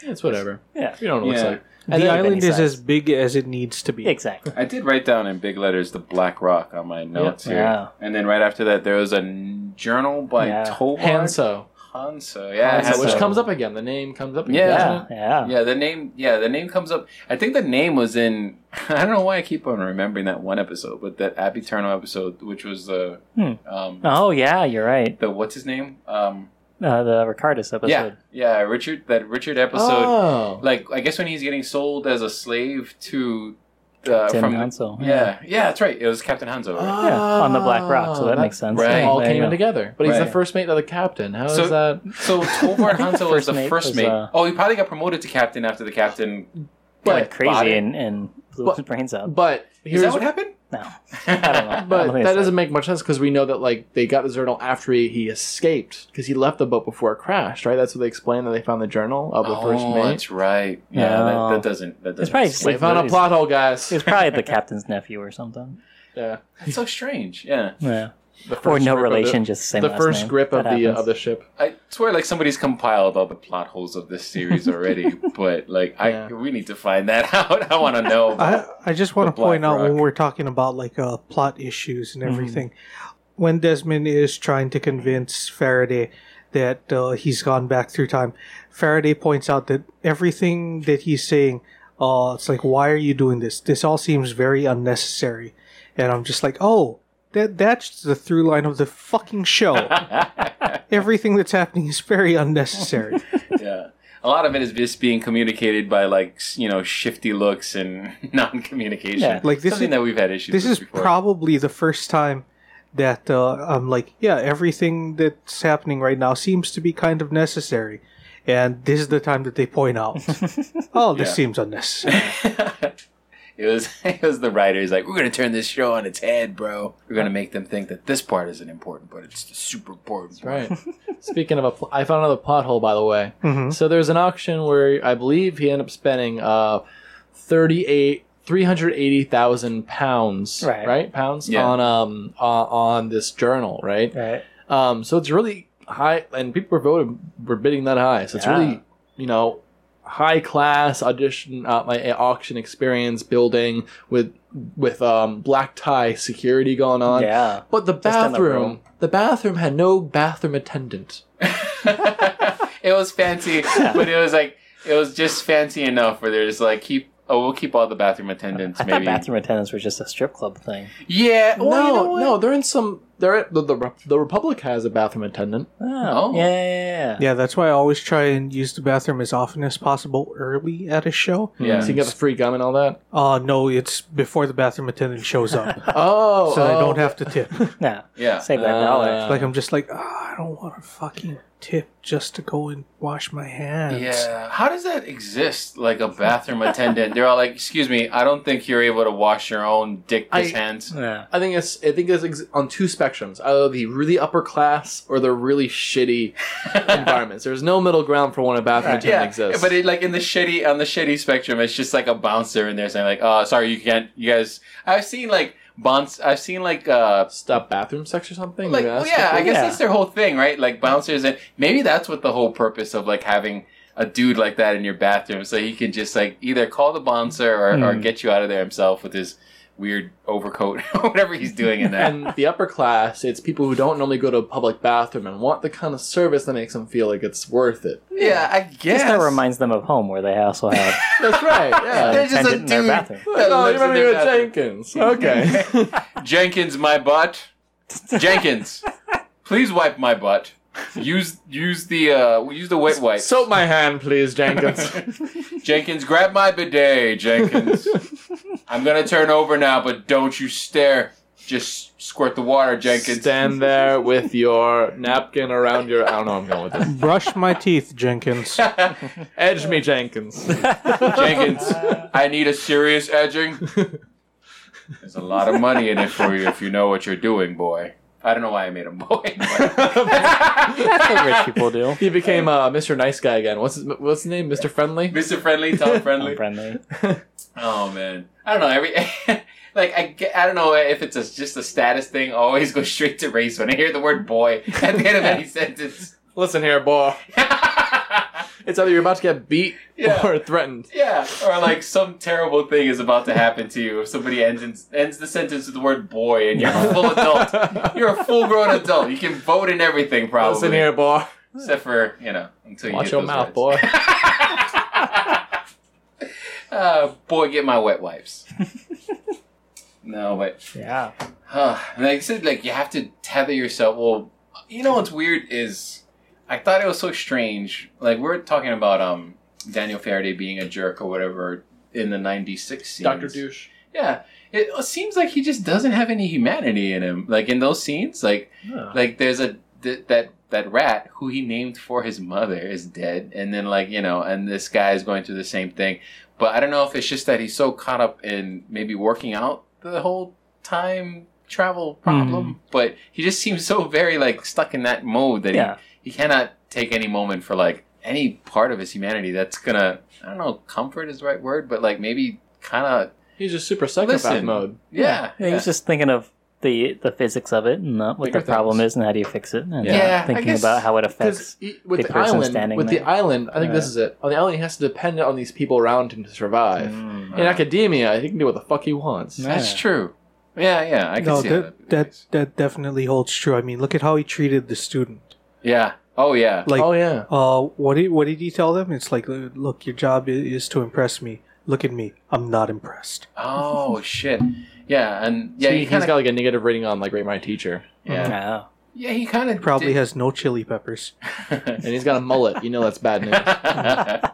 Speaker 4: It's whatever.
Speaker 1: Yeah,
Speaker 4: You don't know what it's
Speaker 2: Yeah.
Speaker 4: like.
Speaker 1: And
Speaker 3: the
Speaker 1: then-
Speaker 3: island
Speaker 1: any
Speaker 3: is
Speaker 1: size.
Speaker 3: as big as it needs to be.
Speaker 1: exactly.
Speaker 2: *laughs* I did write down in big letters the Black Rock on my notes here,
Speaker 1: Yeah.
Speaker 2: and then right after that there was a n- journal by
Speaker 1: Yeah.
Speaker 2: Tobard
Speaker 4: Hanso.
Speaker 2: Hanso. Yeah,
Speaker 1: Hanso,
Speaker 4: Yeah, which
Speaker 2: Hanso.
Speaker 4: comes up again. The name comes up
Speaker 2: Yeah.
Speaker 4: again.
Speaker 1: Yeah,
Speaker 4: doesn't it?
Speaker 1: yeah.
Speaker 2: Yeah, the name. Yeah, the name comes up. I think the name was in. *laughs* I don't know why I keep on remembering that one episode, but that Abby Turner episode, which was the
Speaker 1: Hmm.
Speaker 2: um,
Speaker 1: Oh yeah, you're right.
Speaker 2: the what's his name? Um,
Speaker 1: Uh, the Ricardus episode.
Speaker 2: yeah, yeah, Richard. That Richard episode.
Speaker 4: Oh.
Speaker 2: Like I guess when he's getting sold as a slave to uh,
Speaker 1: Tim
Speaker 2: from
Speaker 1: Hansel.
Speaker 2: yeah, yeah, that's right. It was Captain Hanzo. Right?
Speaker 1: Yeah, on the Black Rock, so that,
Speaker 4: Ah,
Speaker 1: makes sense.
Speaker 2: right.
Speaker 4: They
Speaker 1: Yeah,
Speaker 4: all
Speaker 1: there you
Speaker 4: came in
Speaker 1: go.
Speaker 4: together. But he's the
Speaker 2: Right.
Speaker 4: first mate of the captain. How is
Speaker 2: So-
Speaker 4: that?
Speaker 1: *laughs*
Speaker 2: So Tovar
Speaker 1: I think the
Speaker 2: Hanzo was
Speaker 1: first
Speaker 2: the
Speaker 1: mate
Speaker 2: first
Speaker 1: was,
Speaker 2: mate.
Speaker 1: uh,
Speaker 2: oh, he probably got promoted to captain after the captain.
Speaker 1: went
Speaker 2: bought
Speaker 1: crazy
Speaker 2: it.
Speaker 1: and, and blew
Speaker 4: But-
Speaker 1: his brains out.
Speaker 4: But
Speaker 2: Is
Speaker 4: here's
Speaker 2: that what happened?
Speaker 1: No,
Speaker 2: I
Speaker 1: don't
Speaker 2: *laughs*
Speaker 1: know.
Speaker 4: but
Speaker 1: don't think
Speaker 4: that
Speaker 1: so.
Speaker 4: doesn't make much sense because we know that like they got the journal after he, he escaped because he left the boat before it crashed, right? That's what they explained that they found the journal of the first
Speaker 2: oh,
Speaker 4: mate.
Speaker 2: that's right. Yeah,
Speaker 1: No.
Speaker 2: that, that doesn't. That doesn't.
Speaker 1: It's probably
Speaker 2: explain
Speaker 4: They found a plot hole, guys.
Speaker 1: it was probably the captain's nephew or something.
Speaker 4: yeah.
Speaker 2: It's so strange. Yeah,
Speaker 1: Yeah,
Speaker 4: The
Speaker 1: or
Speaker 4: first
Speaker 1: no
Speaker 4: grip of
Speaker 1: relation, just the same.
Speaker 4: The, the
Speaker 1: last
Speaker 4: first
Speaker 1: name.
Speaker 4: grip of
Speaker 1: That
Speaker 4: the uh,
Speaker 1: happens.
Speaker 4: of the ship.
Speaker 2: I swear, like somebody's compiled all the plot holes of this series
Speaker 3: *laughs*
Speaker 2: already. but like, I
Speaker 4: Yeah.
Speaker 2: we need to find that *laughs* out. I want to know.
Speaker 3: I, I just want
Speaker 2: The
Speaker 3: to point
Speaker 2: Black
Speaker 3: out when
Speaker 2: Rock. Mm-hmm.
Speaker 3: we're talking about like uh, plot issues and everything, when Desmond is trying to convince Faraday that uh, he's gone back through time, Faraday points out that everything that he's saying, uh, it's like, why are you doing this? This all seems very unnecessary, and I'm just like, oh. That, that's the through line of the fucking
Speaker 2: *laughs*
Speaker 3: show. Everything that's happening is very unnecessary.
Speaker 2: yeah, a lot of it is just being communicated by like s- you know shifty looks and *laughs* non-communication.
Speaker 1: Yeah.
Speaker 3: Like, this
Speaker 2: something
Speaker 3: is-
Speaker 2: that we've had issues.
Speaker 3: this
Speaker 2: with
Speaker 3: is
Speaker 2: before.
Speaker 3: probably the first time that uh, I'm like, yeah, everything that's happening right now seems to be kind of necessary, and this is the time that they point out, oh, this
Speaker 2: Yeah.
Speaker 3: seems unnecessary.
Speaker 2: *laughs*
Speaker 3: *laughs*
Speaker 2: It was *laughs* it was the writers like we're gonna turn this show on its head, bro. We're gonna make them think that this part isn't important, but it's the super important. part.
Speaker 4: Right.
Speaker 1: *laughs*
Speaker 4: Speaking of a, pl- I found another plot hole by the way.
Speaker 1: Hmm?
Speaker 3: Mhm.
Speaker 4: So there's an auction where I believe he ended up spending uh, 38 380,000 pounds,
Speaker 1: Right.
Speaker 4: right? Pounds
Speaker 2: Yeah.
Speaker 4: on um uh, on this journal, right?
Speaker 1: right.
Speaker 4: Um so it's really high and people were voted were bidding that high. So it's
Speaker 1: Yeah.
Speaker 4: really, you know, high class audition uh, my auction experience building with with um black tie security going on.
Speaker 1: Yeah.
Speaker 4: But the
Speaker 1: Just in the
Speaker 4: bathroom,
Speaker 1: room.
Speaker 4: the, bathroom had no bathroom attendant.
Speaker 2: *laughs* it was fancy, but it was like it was just fancy enough where there's like keep Oh, we'll keep all the bathroom attendants.
Speaker 1: I thought
Speaker 2: maybe.
Speaker 1: bathroom attendants were just a strip club thing.
Speaker 2: Yeah.
Speaker 4: No,
Speaker 2: well, you know what?
Speaker 4: no, they're in some. They're at, the, the Re- the Republic has a bathroom attendant.
Speaker 1: Oh,
Speaker 2: Oh.
Speaker 1: yeah, yeah, yeah.
Speaker 3: Yeah, that's why I always try and use the bathroom as often as possible early at a show.
Speaker 2: Yeah.
Speaker 4: so you can get the free gum and all
Speaker 2: *laughs*
Speaker 4: that.
Speaker 3: Uh no, it's before the bathroom attendant shows up,
Speaker 4: *laughs* Oh,
Speaker 3: so I
Speaker 4: oh.
Speaker 3: don't have to tip.
Speaker 1: No,
Speaker 2: Yeah.
Speaker 1: save that
Speaker 4: Uh,
Speaker 1: dollar.
Speaker 3: Like I'm just like, "Ah, I don't want to fucking tip just to go and wash my hands.
Speaker 2: Yeah. How does that exist? Like a bathroom attendant, they're all like, "Excuse me, I don't think you're able to wash your own dick
Speaker 4: I-
Speaker 2: this hands."
Speaker 1: Yeah.
Speaker 4: I think it's I think it's ex- on two spectrums: either the really upper class or the really
Speaker 2: *laughs*
Speaker 4: shitty environments. There's no middle ground for when a bathroom attendant
Speaker 2: Yeah,
Speaker 4: exists.
Speaker 2: but it, like in the shitty on the shitty spectrum, it's just like a bouncer in there saying like, "Oh, sorry, you can't." You guys, I've seen like bounce. I've seen like uh,
Speaker 4: stop bathroom sex or something.
Speaker 2: like
Speaker 4: You
Speaker 2: well,
Speaker 4: ask
Speaker 2: yeah. I
Speaker 4: people?
Speaker 2: guess
Speaker 1: Yeah.
Speaker 2: that's their whole thing, right? Like bouncers, and maybe that's what the whole purpose of like having a dude like that in your bathroom, so he can just like either call the bouncer or, or
Speaker 1: Hmm.
Speaker 2: get you out of there himself with his weird overcoat *laughs* or whatever he's doing in there.
Speaker 4: and the upper class, it's people who don't normally go to a public bathroom and want the kind of service that makes them feel like it's worth it.
Speaker 2: *laughs* yeah, I guess
Speaker 1: Just that reminds them of home, where they also have
Speaker 2: *laughs*
Speaker 4: That's right.
Speaker 1: an
Speaker 4: *laughs* Yeah.
Speaker 2: There's just a
Speaker 1: attendant in their
Speaker 2: dude.
Speaker 1: bathroom.
Speaker 4: *laughs*
Speaker 2: That
Speaker 4: oh, you
Speaker 2: lives in
Speaker 4: remember
Speaker 2: their
Speaker 4: you were
Speaker 2: bathroom.
Speaker 4: Jenkins?
Speaker 2: *laughs*
Speaker 4: Okay.
Speaker 2: Jenkins, my butt. Jenkins, please wipe my butt. Use use the uh, use the wet wipe.
Speaker 4: Soap my hand, please, *laughs* Jenkins.
Speaker 2: Jenkins, grab my bidet. Jenkins, I'm gonna turn over now, but don't you stare. Just squirt the water, Jenkins.
Speaker 4: Stand there with your napkin around your. I don't know. where I'm going with this.
Speaker 3: Brush my teeth, Jenkins.
Speaker 4: Edge me,
Speaker 2: *laughs*
Speaker 4: Jenkins.
Speaker 2: Jenkins, I need a serious edging. There's a lot of money in it for you if you know what you're doing, boy. I don't know why I made a boy. *laughs*
Speaker 1: That's what rich people do.
Speaker 4: *laughs* He became uh, Mr. Nice Guy again. What's his, what's his name? Mr. Friendly.
Speaker 2: Mr. Friendly, Tom Friendly.
Speaker 1: I'm friendly.
Speaker 2: Oh man, I don't know. Every *laughs* like I, ge- I don't know if it's a, just a status thing. I always go straight to race when I hear the word boy at the end of any sentence.
Speaker 4: Listen here, boy. It's either you're about to get beat
Speaker 2: Yeah.
Speaker 4: or *laughs* threatened.
Speaker 2: yeah, or like some terrible thing is about to happen to you if somebody ends in, ends the sentence with the word boy and you're
Speaker 4: *laughs*
Speaker 2: a full adult. You're a full grown adult. You can vote in everything probably.
Speaker 4: Listen here, boy.
Speaker 2: except for you know until you
Speaker 4: Watch
Speaker 2: hit
Speaker 4: your
Speaker 2: those
Speaker 4: mouth,
Speaker 2: words.
Speaker 4: boy.
Speaker 2: Uh, boy, get my wet
Speaker 4: *laughs*
Speaker 2: wipes. no, but
Speaker 1: Yeah.
Speaker 2: Huh. And like I said, like you have to tether yourself. Well, you know what's weird is I thought it was so strange. Like we're talking about um Daniel Faraday being a jerk or whatever in the '96 scenes.
Speaker 4: Doctor Douche.
Speaker 2: Yeah, it seems like he just doesn't have any humanity in him. Like in those scenes, like
Speaker 1: Yeah.
Speaker 2: like there's a th- that that rat who he named for his mother is dead, and then like you know, and this guy is going through the same thing. But I don't know if it's just that he's so caught up in maybe working out the whole time travel problem. But he just seems so very like stuck in that mode that
Speaker 1: Yeah.
Speaker 2: he, he cannot take any moment for like any part of his humanity that's gonna I don't know comfort is the right word, but like maybe kind of
Speaker 4: He's just super psychopath
Speaker 2: Listen.
Speaker 4: mode.
Speaker 2: yeah.
Speaker 1: He was just thinking of the the physics of it and uh, what
Speaker 4: Bigger
Speaker 1: the problem
Speaker 4: things.
Speaker 1: is and how do you fix it and
Speaker 4: Yeah.
Speaker 2: Yeah, I
Speaker 1: uh, thinking
Speaker 2: guess-
Speaker 1: about how it affects.
Speaker 4: Because with
Speaker 1: the
Speaker 4: the,
Speaker 1: person
Speaker 4: island,
Speaker 1: standing
Speaker 4: with
Speaker 1: there.
Speaker 4: the island, I think this
Speaker 1: Yeah.
Speaker 4: is it. On the island, he has to depend on these people around him to survive.
Speaker 1: Mm.
Speaker 4: In academia, he can do what the fuck he wants.
Speaker 1: Yeah.
Speaker 2: That's true. Yeah, yeah, I can
Speaker 3: no,
Speaker 2: see
Speaker 3: that
Speaker 2: that.
Speaker 3: that that definitely holds true. I mean, look at how he treated the student.
Speaker 2: Yeah. Oh, yeah.
Speaker 3: Like,
Speaker 4: oh yeah,
Speaker 3: uh, what did what did he tell them? It's like, look, your job i- is to impress me. Look at me. I'm not impressed.
Speaker 2: Oh *laughs* shit. Yeah, and yeah,
Speaker 4: yeah. he,
Speaker 2: he kind
Speaker 4: has got Mm.
Speaker 2: of
Speaker 4: like a negative rating on like rate my teacher,
Speaker 2: yeah,
Speaker 4: Uh,
Speaker 1: Yeah.
Speaker 2: yeah, he kind of
Speaker 3: Probably has no chili peppers.
Speaker 2: has. *laughs*
Speaker 4: and he's got a mullet. You know that's bad news.
Speaker 2: Uh,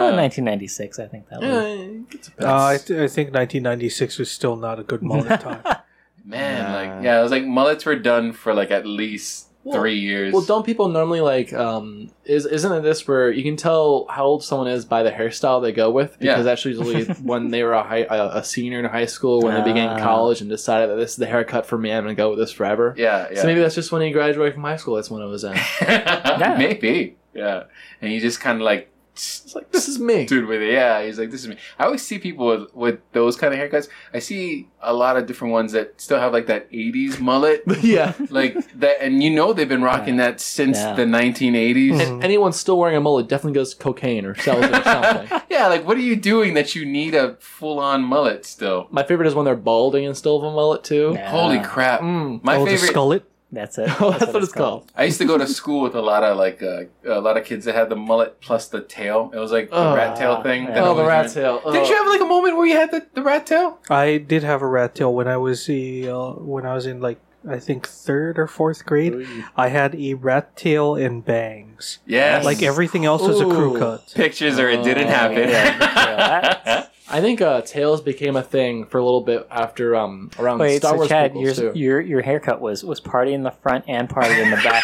Speaker 1: Well, 1996, I think that was.
Speaker 3: Uh, I, th- I think 1996 was still not a
Speaker 2: *laughs*
Speaker 3: good mullet time.
Speaker 2: man,
Speaker 4: Nah.
Speaker 2: like yeah, it was like mullets were done for like at least
Speaker 4: Well-
Speaker 2: three years.
Speaker 4: Well, don't people normally like um is isn't it this where you can tell how old someone is by the hairstyle they go with
Speaker 2: Yeah.
Speaker 4: because
Speaker 2: *laughs*
Speaker 4: that's usually when they were a, high, a, a senior in high school when they began
Speaker 1: Ah.
Speaker 4: college and decided that this is the haircut for me I'm gonna go with this forever.
Speaker 2: yeah, yeah,
Speaker 4: So
Speaker 2: *laughs*
Speaker 4: maybe that's just when he graduated from high school. That's when it was in. It's
Speaker 1: Yeah.
Speaker 2: maybe, yeah. And he just kind of like
Speaker 4: like this is me.
Speaker 2: dude with it. Yeah, he's like, this is me. I always see people with, with those kind of haircuts. I see a lot of different ones that still have like that '80s mullet,
Speaker 4: *laughs* yeah.
Speaker 2: like that, and you know they've been rocking that since
Speaker 1: Yeah.
Speaker 2: the 1980s.
Speaker 4: And anyone still wearing a mullet definitely goes cocaine or sells
Speaker 2: *laughs*
Speaker 4: it or something.
Speaker 2: Yeah, like what are you doing that you need a full on mullet still?
Speaker 4: My favorite is when they're balding and still have a mullet too.
Speaker 1: Yeah.
Speaker 2: Holy crap.
Speaker 4: Mm.
Speaker 2: My
Speaker 3: oh, the
Speaker 2: favorite
Speaker 3: skullet.
Speaker 1: That's
Speaker 4: *laughs*
Speaker 1: it.
Speaker 4: Oh, that's, what, it's called.
Speaker 2: I used to go to school with a lot of like uh, a lot of kids that had the mullet plus the tail. It was like the
Speaker 4: Oh,
Speaker 2: rat tail thing.
Speaker 1: yeah.
Speaker 2: that
Speaker 4: Oh, the
Speaker 2: always
Speaker 4: rat
Speaker 2: ran-
Speaker 4: tail. Oh.
Speaker 2: Didn't you have like a moment where you had the, the rat tail?
Speaker 3: I did have a rat tail when I was a, uh, when I was in like I think third or fourth grade.
Speaker 4: Oh.
Speaker 3: I had a rat tail and bangs.
Speaker 2: Yes.
Speaker 3: Like everything else was a crew
Speaker 4: Ooh.
Speaker 3: cut.
Speaker 2: pictures or it didn't
Speaker 4: Oh,
Speaker 2: happen.
Speaker 1: yeah. Yeah, that's-
Speaker 4: *laughs* I think uh, tails became a thing for a little bit after um around
Speaker 1: Wait,
Speaker 4: Star
Speaker 1: so
Speaker 4: Wars
Speaker 1: Chad,
Speaker 4: prequels,
Speaker 1: your,
Speaker 4: too.
Speaker 1: your your haircut was was party in the front and party in the back.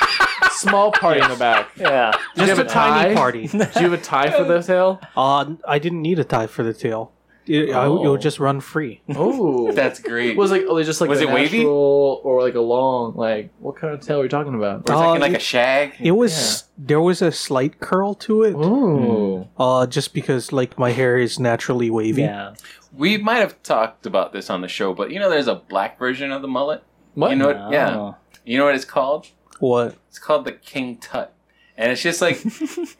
Speaker 4: Small party in the back.
Speaker 1: yeah,
Speaker 4: Did you
Speaker 3: Just a
Speaker 4: have
Speaker 3: tiny
Speaker 4: tie?
Speaker 3: party.
Speaker 4: Do you have a tie for the tail?
Speaker 3: Uh, I didn't need a tie for the tail. It, I, it
Speaker 4: Oh.
Speaker 3: would just run free.
Speaker 4: Oh,
Speaker 2: That's great.
Speaker 4: was like oh, they just like
Speaker 2: Was
Speaker 4: a
Speaker 2: it wavy?
Speaker 4: natural or like a long like what kind of tail are you talking about?
Speaker 2: Or it's
Speaker 3: Oh,
Speaker 2: like, in, like
Speaker 3: you-
Speaker 2: a shag.
Speaker 3: It was there was a slight curl to it.
Speaker 4: Mm-hmm. Ooh,
Speaker 3: Uh, just because like my hair is naturally wavy.
Speaker 1: yeah.
Speaker 2: we might have talked about this on the show, but you know, there's a black version of the mullet.
Speaker 4: what?
Speaker 2: You know what? Yeah.
Speaker 1: Oh.
Speaker 2: You know what it's called?
Speaker 3: What?
Speaker 2: It's called the King Tut, and it's just
Speaker 3: *laughs*
Speaker 2: like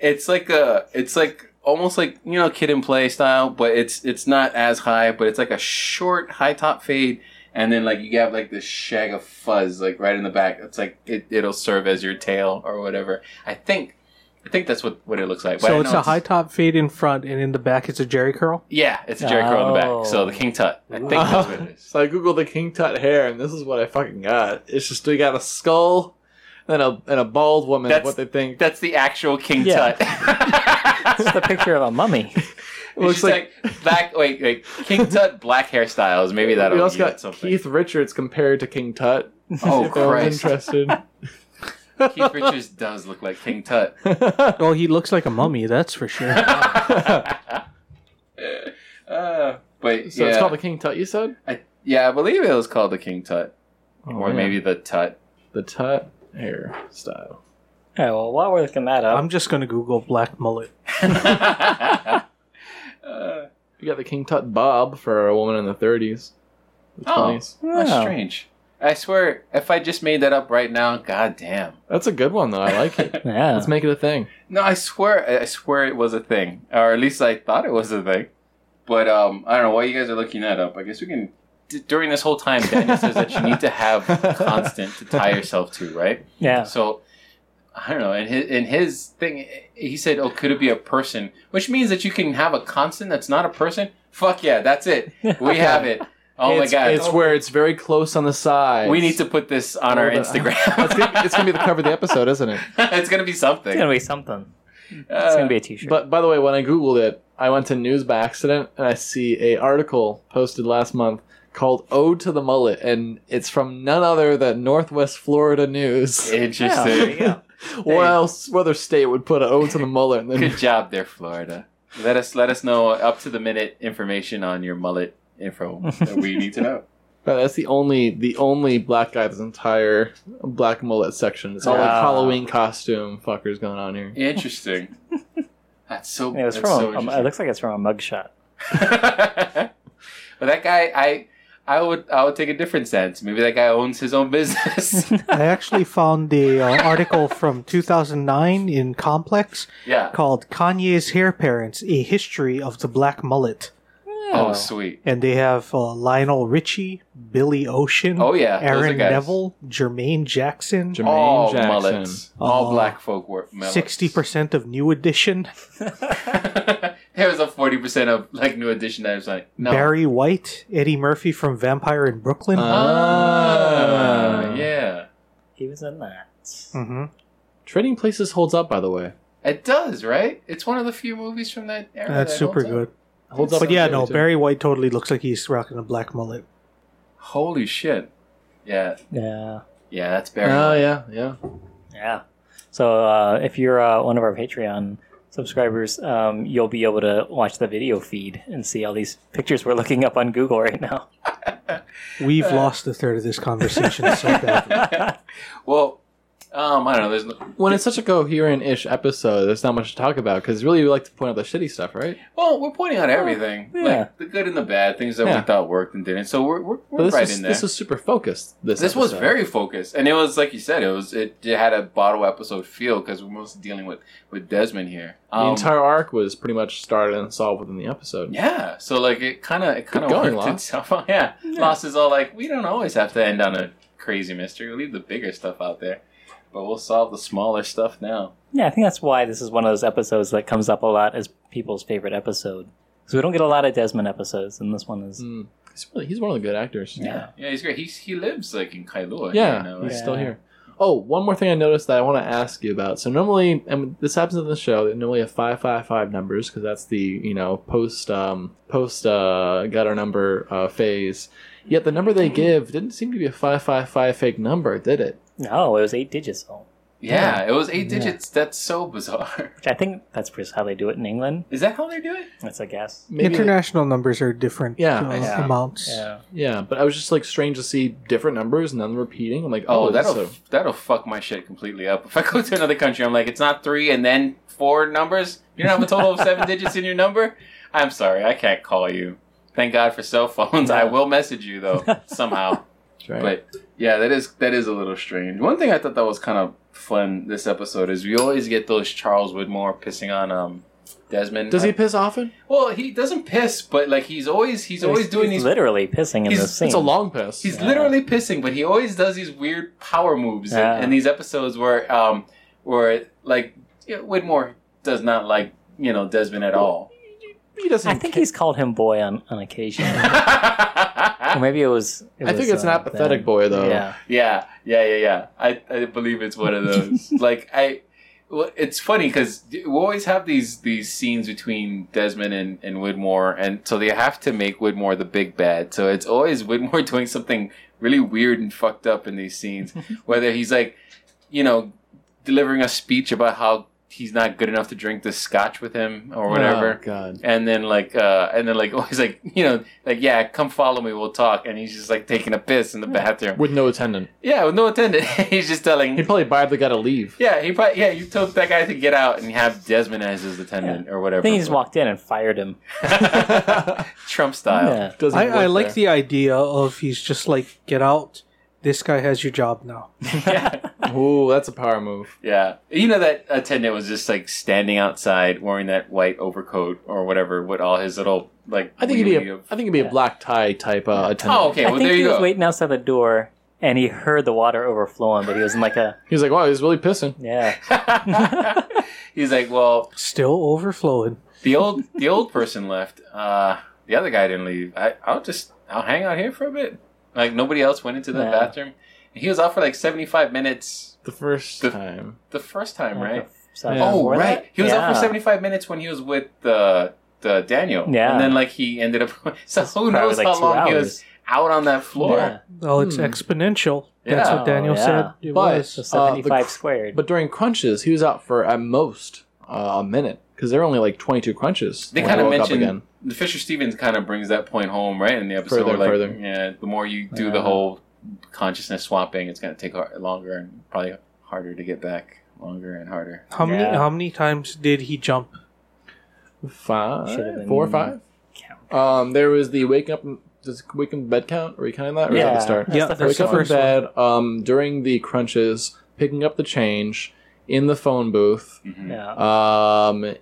Speaker 2: it's like a it's like almost like you know kid and play style, but it's it's not as high, but it's like a short high top fade, and then like you have like this shag of fuzz like right in the back. It's like it, it'll serve as your tail or whatever. I think I think that's what what it looks like. But I
Speaker 3: so it's
Speaker 2: know
Speaker 3: a high top fade in front, and in the back it's a jerry curl.
Speaker 2: Yeah, it's a Jerry Curl in the back. So the King Tut. I think that's what it is.
Speaker 4: So I googled the King Tut hair, and this is what I fucking got. It's just we got a skull and a and a bald woman.
Speaker 2: That's-
Speaker 4: what they think
Speaker 2: That's the actual King
Speaker 1: Yeah.
Speaker 2: *laughs* Tut.
Speaker 1: It's the picture of a mummy.
Speaker 4: It looks
Speaker 2: She's like, black. Wait, wait. *laughs* King Tut black hairstyles. Maybe that'll
Speaker 4: we also
Speaker 2: yield
Speaker 4: got
Speaker 2: something.
Speaker 4: Keith Richards compared to King Tut.
Speaker 2: oh
Speaker 4: If anyone's
Speaker 2: Christ! *laughs*
Speaker 4: interested.
Speaker 2: Keith Richards does look like King *laughs* Tut.
Speaker 3: Oh, he looks like a mummy, that's for sure.
Speaker 2: *laughs* Uh, but
Speaker 4: So
Speaker 2: yeah,
Speaker 4: it's called the King Tut. You said
Speaker 2: I, yeah, I believe it was called the King Tut, or
Speaker 4: yeah.
Speaker 2: maybe the Tut. *laughs*
Speaker 4: the Tut hair style.
Speaker 1: All right, well, while we're looking that up,
Speaker 3: I'm just gonna Google black mullet.
Speaker 2: Uh,
Speaker 4: We got the King Tut bob for a woman in the 30s, the
Speaker 2: Oh.
Speaker 4: 20s.
Speaker 2: that's
Speaker 1: Wow.
Speaker 2: strange. I swear, if I just made that up right now, god damn.
Speaker 4: That's a good one though. I like
Speaker 2: *laughs*
Speaker 4: it.
Speaker 1: yeah,
Speaker 4: Let's make it a thing.
Speaker 2: No, I swear, I- I swear it was a thing, or at least I thought it was a thing. But um, I don't know why you guys are looking that up. I guess we can. D- during this whole time, Daniel says that you need to
Speaker 4: *laughs*
Speaker 2: have constant to tie yourself to, right?
Speaker 1: yeah.
Speaker 2: So I don't know. In his in his thing, he said, "Oh, could it be a person?" Which means that you can have a constant that's not a person. Fuck yeah, that's it. We have it. Oh
Speaker 4: it's,
Speaker 2: my god,
Speaker 4: It's where it's very close on the side.
Speaker 2: we need to put this on our
Speaker 4: Hold on. it's,
Speaker 2: Instagram.
Speaker 4: gonna, it's
Speaker 2: *laughs*
Speaker 4: gonna be the cover of the episode, isn't it?
Speaker 2: it's gonna be something.
Speaker 1: *laughs* It's gonna be something. It's
Speaker 2: Uh,
Speaker 1: gonna be a T-shirt.
Speaker 4: But by the way, when I googled it, I went to News by Accident and I see a article posted last month called "Ode to the Mullet," and it's from none other than Northwest
Speaker 3: *laughs*
Speaker 4: Florida News.
Speaker 1: yeah, there you
Speaker 2: Uh, Interesting.
Speaker 1: go.
Speaker 4: what else? What other state would put an "Ode to the Mullet"? And
Speaker 3: *laughs*
Speaker 4: then
Speaker 2: Good job there, Florida. Let us let us know up to the minute information on your mullet info that we need to know.
Speaker 4: Uh, that's the only the only black guy. This entire black mullet section. It's all like
Speaker 1: Wow.
Speaker 4: Halloween costume fuckers going on here.
Speaker 2: Interesting. That's so.
Speaker 1: It was
Speaker 2: that's
Speaker 1: from. a,
Speaker 2: so
Speaker 1: um, it
Speaker 2: interesting.
Speaker 1: looks like it's from a mugshot.
Speaker 2: *laughs* but that guy, I, I would, I would take a different sense. Maybe that guy owns his own business.
Speaker 3: I actually found the uh, article from 2009 in Complex
Speaker 2: yeah.
Speaker 3: called "Kanye's Hair Parents: A History of the Black Mullet,"
Speaker 2: Oh, sweet.
Speaker 3: and they have uh, Lionel Richie, Billy Ocean,
Speaker 2: Oh yeah.
Speaker 4: *laughs*
Speaker 2: those are
Speaker 3: Aaron
Speaker 2: guys.
Speaker 3: Neville, Jermaine Jackson.
Speaker 4: Jermaine
Speaker 2: All
Speaker 4: Jackson.
Speaker 2: mullets. All
Speaker 3: Oh.
Speaker 2: black folk were mullets. *laughs*
Speaker 3: Sixty percent of New Edition,
Speaker 2: there was a forty percent of like new edition. that I was like, no.
Speaker 3: Barry White, Eddie Murphy from Vampire in Brooklyn.
Speaker 4: Uh,
Speaker 2: Ah, yeah.
Speaker 1: He was in that.
Speaker 3: hmm
Speaker 4: Trading Places holds up, by the way.
Speaker 2: It does, right? It's one of the few movies from that era.
Speaker 3: That's
Speaker 2: that
Speaker 3: super
Speaker 2: holds up.
Speaker 3: good.
Speaker 4: Holds up.
Speaker 3: But yeah,
Speaker 4: really
Speaker 3: no,
Speaker 4: too.
Speaker 3: Barry White totally looks like he's rocking a black mullet.
Speaker 2: Holy shit! Yeah,
Speaker 1: Yeah,
Speaker 2: yeah, that's Barry.
Speaker 4: Oh
Speaker 2: White.
Speaker 4: yeah, yeah.
Speaker 1: yeah. So uh, if you're uh, one of our Patreon subscribers, um, you'll be able to watch the video feed and see all these pictures we're looking up on Google right
Speaker 2: *laughs*
Speaker 1: now.
Speaker 3: We've
Speaker 4: Uh,
Speaker 3: lost a third of this conversation
Speaker 4: *laughs*
Speaker 3: so badly.
Speaker 2: Well, um, I don't know. There's no,
Speaker 4: When it's such a coherent-ish episode, there's not much to talk about because really we like to point out the shitty stuff, right?
Speaker 2: well, we're pointing out everything,
Speaker 1: yeah.
Speaker 2: like the good and the bad, things that
Speaker 4: Oh, Yeah.
Speaker 2: we thought worked and didn't. So we're we're,
Speaker 4: But
Speaker 2: we're
Speaker 4: this
Speaker 2: right
Speaker 4: is
Speaker 2: in there.
Speaker 4: this is super focused. This
Speaker 2: This was
Speaker 4: episode.
Speaker 2: very focused, and it was like you said, it was it, it had a bottle episode feel because we're mostly dealing with with Desmond here.
Speaker 4: the
Speaker 2: Um,
Speaker 4: entire arc was pretty much started and solved within the episode.
Speaker 2: yeah, so like it kind of it kind of
Speaker 4: Good going,
Speaker 2: worked *laughs*
Speaker 4: Lost.
Speaker 2: itself. out. yeah. Lost is all like we don't always have to end on a crazy mystery. We'll leave the bigger stuff out there, but we'll solve the smaller stuff now.
Speaker 1: *laughs* Yeah, I think that's why this is one of those episodes that comes up a lot as people's favorite episode. Because we don't get a lot of Desmond episodes, and this one is.
Speaker 4: Mm. He's, really, he's one of the good actors.
Speaker 1: Yeah.
Speaker 2: Yeah, he's great. He's, he lives like in Kailua.
Speaker 4: Yeah,
Speaker 2: you know,
Speaker 4: he's
Speaker 2: like-
Speaker 4: still here. Oh, one more thing I noticed that I want to ask you about. So normally, and this happens in the show, they normally have five five five numbers because that's the you know post um, post uh, got our number uh, phase. Yet the number they give didn't seem to be a five five five fake number, did it?
Speaker 1: No, it was eight digits, though.
Speaker 2: Yeah, it was eight
Speaker 4: Yeah.
Speaker 2: digits. That's so bizarre. *laughs*
Speaker 1: Which I think that's just how they do it in England.
Speaker 2: Is that how they do it?
Speaker 1: That's a guess.
Speaker 4: Maybe they-
Speaker 3: International numbers are different
Speaker 4: Yeah,
Speaker 3: uh,
Speaker 4: I
Speaker 1: see.
Speaker 3: amounts.
Speaker 1: Yeah.
Speaker 4: yeah, but I was just like strange to see different numbers and none repeating. I'm like,
Speaker 2: Oh,
Speaker 4: oh, that's
Speaker 2: that'll
Speaker 4: so
Speaker 2: that'll fuck my shit completely up. If I go to another country, I'm like, it's not three and then four numbers. You don't have a total of
Speaker 4: *laughs*
Speaker 2: seven digits in your number. I'm sorry, I can't call you. Thank God for cell phones. I will message you
Speaker 4: *laughs*
Speaker 2: though somehow.
Speaker 4: right.
Speaker 2: But yeah, that is that is a little strange. One thing I thought that was kind of fun this episode is we always get those Charles Widmore pissing on um Desmond.
Speaker 4: Does he piss often?
Speaker 2: Well, he doesn't piss, but like he's always he's always doing these
Speaker 1: literally pissing in
Speaker 2: he's-
Speaker 1: the
Speaker 2: it's
Speaker 1: scene.
Speaker 4: It's a long piss.
Speaker 2: He's
Speaker 1: Yeah.
Speaker 2: literally pissing, but he always does these weird power moves in-
Speaker 1: Yeah.
Speaker 2: in, these episodes where, um, where like you know, Whitmore does not like you know Desmond at all. *laughs*
Speaker 4: he doesn't.
Speaker 1: I think
Speaker 4: ca-
Speaker 1: he's called him boy on, on occasion.
Speaker 2: *laughs*
Speaker 1: or
Speaker 2: yeah,
Speaker 1: maybe it was. it
Speaker 4: I think
Speaker 1: was,
Speaker 4: it's an
Speaker 1: uh,
Speaker 4: apathetic
Speaker 1: then.
Speaker 4: boy though.
Speaker 1: Yeah.
Speaker 2: yeah, yeah, yeah. I, I believe it's one of those. like I, well, it's funny because we always have these these scenes between Desmond and and Whitmore, and so they have to make Whitmore the big bad. So it's always Whitmore *laughs* doing something really weird and fucked up in these scenes, whether he's like you know, delivering a speech about how he's not good enough to drink this scotch with him or
Speaker 4: Oh,
Speaker 2: whatever.
Speaker 4: God.
Speaker 2: And then like, uh, and then like, *laughs* he's like, you know, like, yeah, come follow me, we'll talk. And he's just like taking a piss in the bathroom.
Speaker 4: With no attendant,
Speaker 2: Yeah, with no attendant. *laughs* he's just
Speaker 4: he'd
Speaker 2: telling.
Speaker 4: probably bribe the guy to *laughs* leave.
Speaker 2: Yeah, he probably yeah. You told that guy to get out and have Desmond as his attendant or
Speaker 1: I
Speaker 2: whatever.
Speaker 1: think he just walked in and fired him.
Speaker 2: Trump style.
Speaker 1: Yeah.
Speaker 4: Doesn't
Speaker 3: I, I
Speaker 4: work
Speaker 3: like
Speaker 4: there.
Speaker 3: the idea of he's just like, get out. This guy has your job now.
Speaker 2: *laughs* Yeah.
Speaker 4: Ooh, that's a power move.
Speaker 2: yeah, you know that attendant was just like standing outside wearing that white overcoat or whatever with all his little like.
Speaker 4: I think it'd be
Speaker 2: wheelie
Speaker 4: a,
Speaker 2: of-
Speaker 4: I think it'd be a black tie type uh, attendant.
Speaker 2: Oh, okay.
Speaker 1: I
Speaker 2: Well,
Speaker 1: think
Speaker 2: there
Speaker 1: he
Speaker 2: you
Speaker 1: was
Speaker 2: go.
Speaker 1: waiting outside the door and he heard the water overflowing, but he was in like a
Speaker 4: He's like, wow, he's really pissing.
Speaker 1: yeah.
Speaker 2: *laughs* He's like, well,
Speaker 3: Still overflowing.
Speaker 2: the old the old person left. Uh, the other guy didn't leave. I, I'll just I'll hang out here for a bit. Like nobody else went into the
Speaker 1: Yeah.
Speaker 2: bathroom. And he was out for like seventy five minutes
Speaker 4: The first
Speaker 2: The-
Speaker 4: time.
Speaker 2: the first
Speaker 1: Oh
Speaker 2: time, right?
Speaker 1: So
Speaker 4: Yeah.
Speaker 2: Oh,
Speaker 1: before
Speaker 2: right.
Speaker 1: that?
Speaker 2: He was out for
Speaker 1: Yeah.
Speaker 2: seventy five minutes when he was with the the Daniel.
Speaker 1: Yeah.
Speaker 2: and then like he ended up. *laughs* So who
Speaker 1: Probably
Speaker 2: knows
Speaker 1: like
Speaker 2: how
Speaker 1: two
Speaker 2: long he
Speaker 1: hours.
Speaker 2: was out on that floor?
Speaker 1: Yeah.
Speaker 3: Oh, it's
Speaker 4: Hmm.
Speaker 3: exponential. That's
Speaker 2: Yeah.
Speaker 3: what Daniel
Speaker 1: Oh, yeah.
Speaker 3: said. It
Speaker 4: But-
Speaker 3: was.
Speaker 1: So
Speaker 4: Uh, the-
Speaker 1: 75 squared.
Speaker 4: But during crunches, he was out for at most uh, a minute because there were only like 22 crunches.
Speaker 2: They
Speaker 4: when
Speaker 2: kind of
Speaker 4: woke up
Speaker 2: mentioned the Fisher Stevens kind of brings that point home, right? In the episode,
Speaker 4: Further,
Speaker 2: like,
Speaker 4: further.
Speaker 2: yeah, the more you do
Speaker 1: Yeah.
Speaker 2: the whole consciousness swapping, it's going to take har- longer and probably harder to get back, longer and harder.
Speaker 3: How many
Speaker 1: Yeah.
Speaker 3: how many times did he jump?
Speaker 4: five,
Speaker 1: Should've been-
Speaker 4: four or five.
Speaker 1: Count.
Speaker 4: Um, there was the waking up, does wake up in bed count? Are you counting that? Or is that the start?
Speaker 3: Yeah,
Speaker 1: that's the
Speaker 4: Wake
Speaker 1: first
Speaker 4: up
Speaker 1: one.
Speaker 4: in
Speaker 3: first one.
Speaker 4: bed um, during the crunches, picking up the change in the phone booth,
Speaker 2: Mhm.
Speaker 1: Yeah.
Speaker 4: um,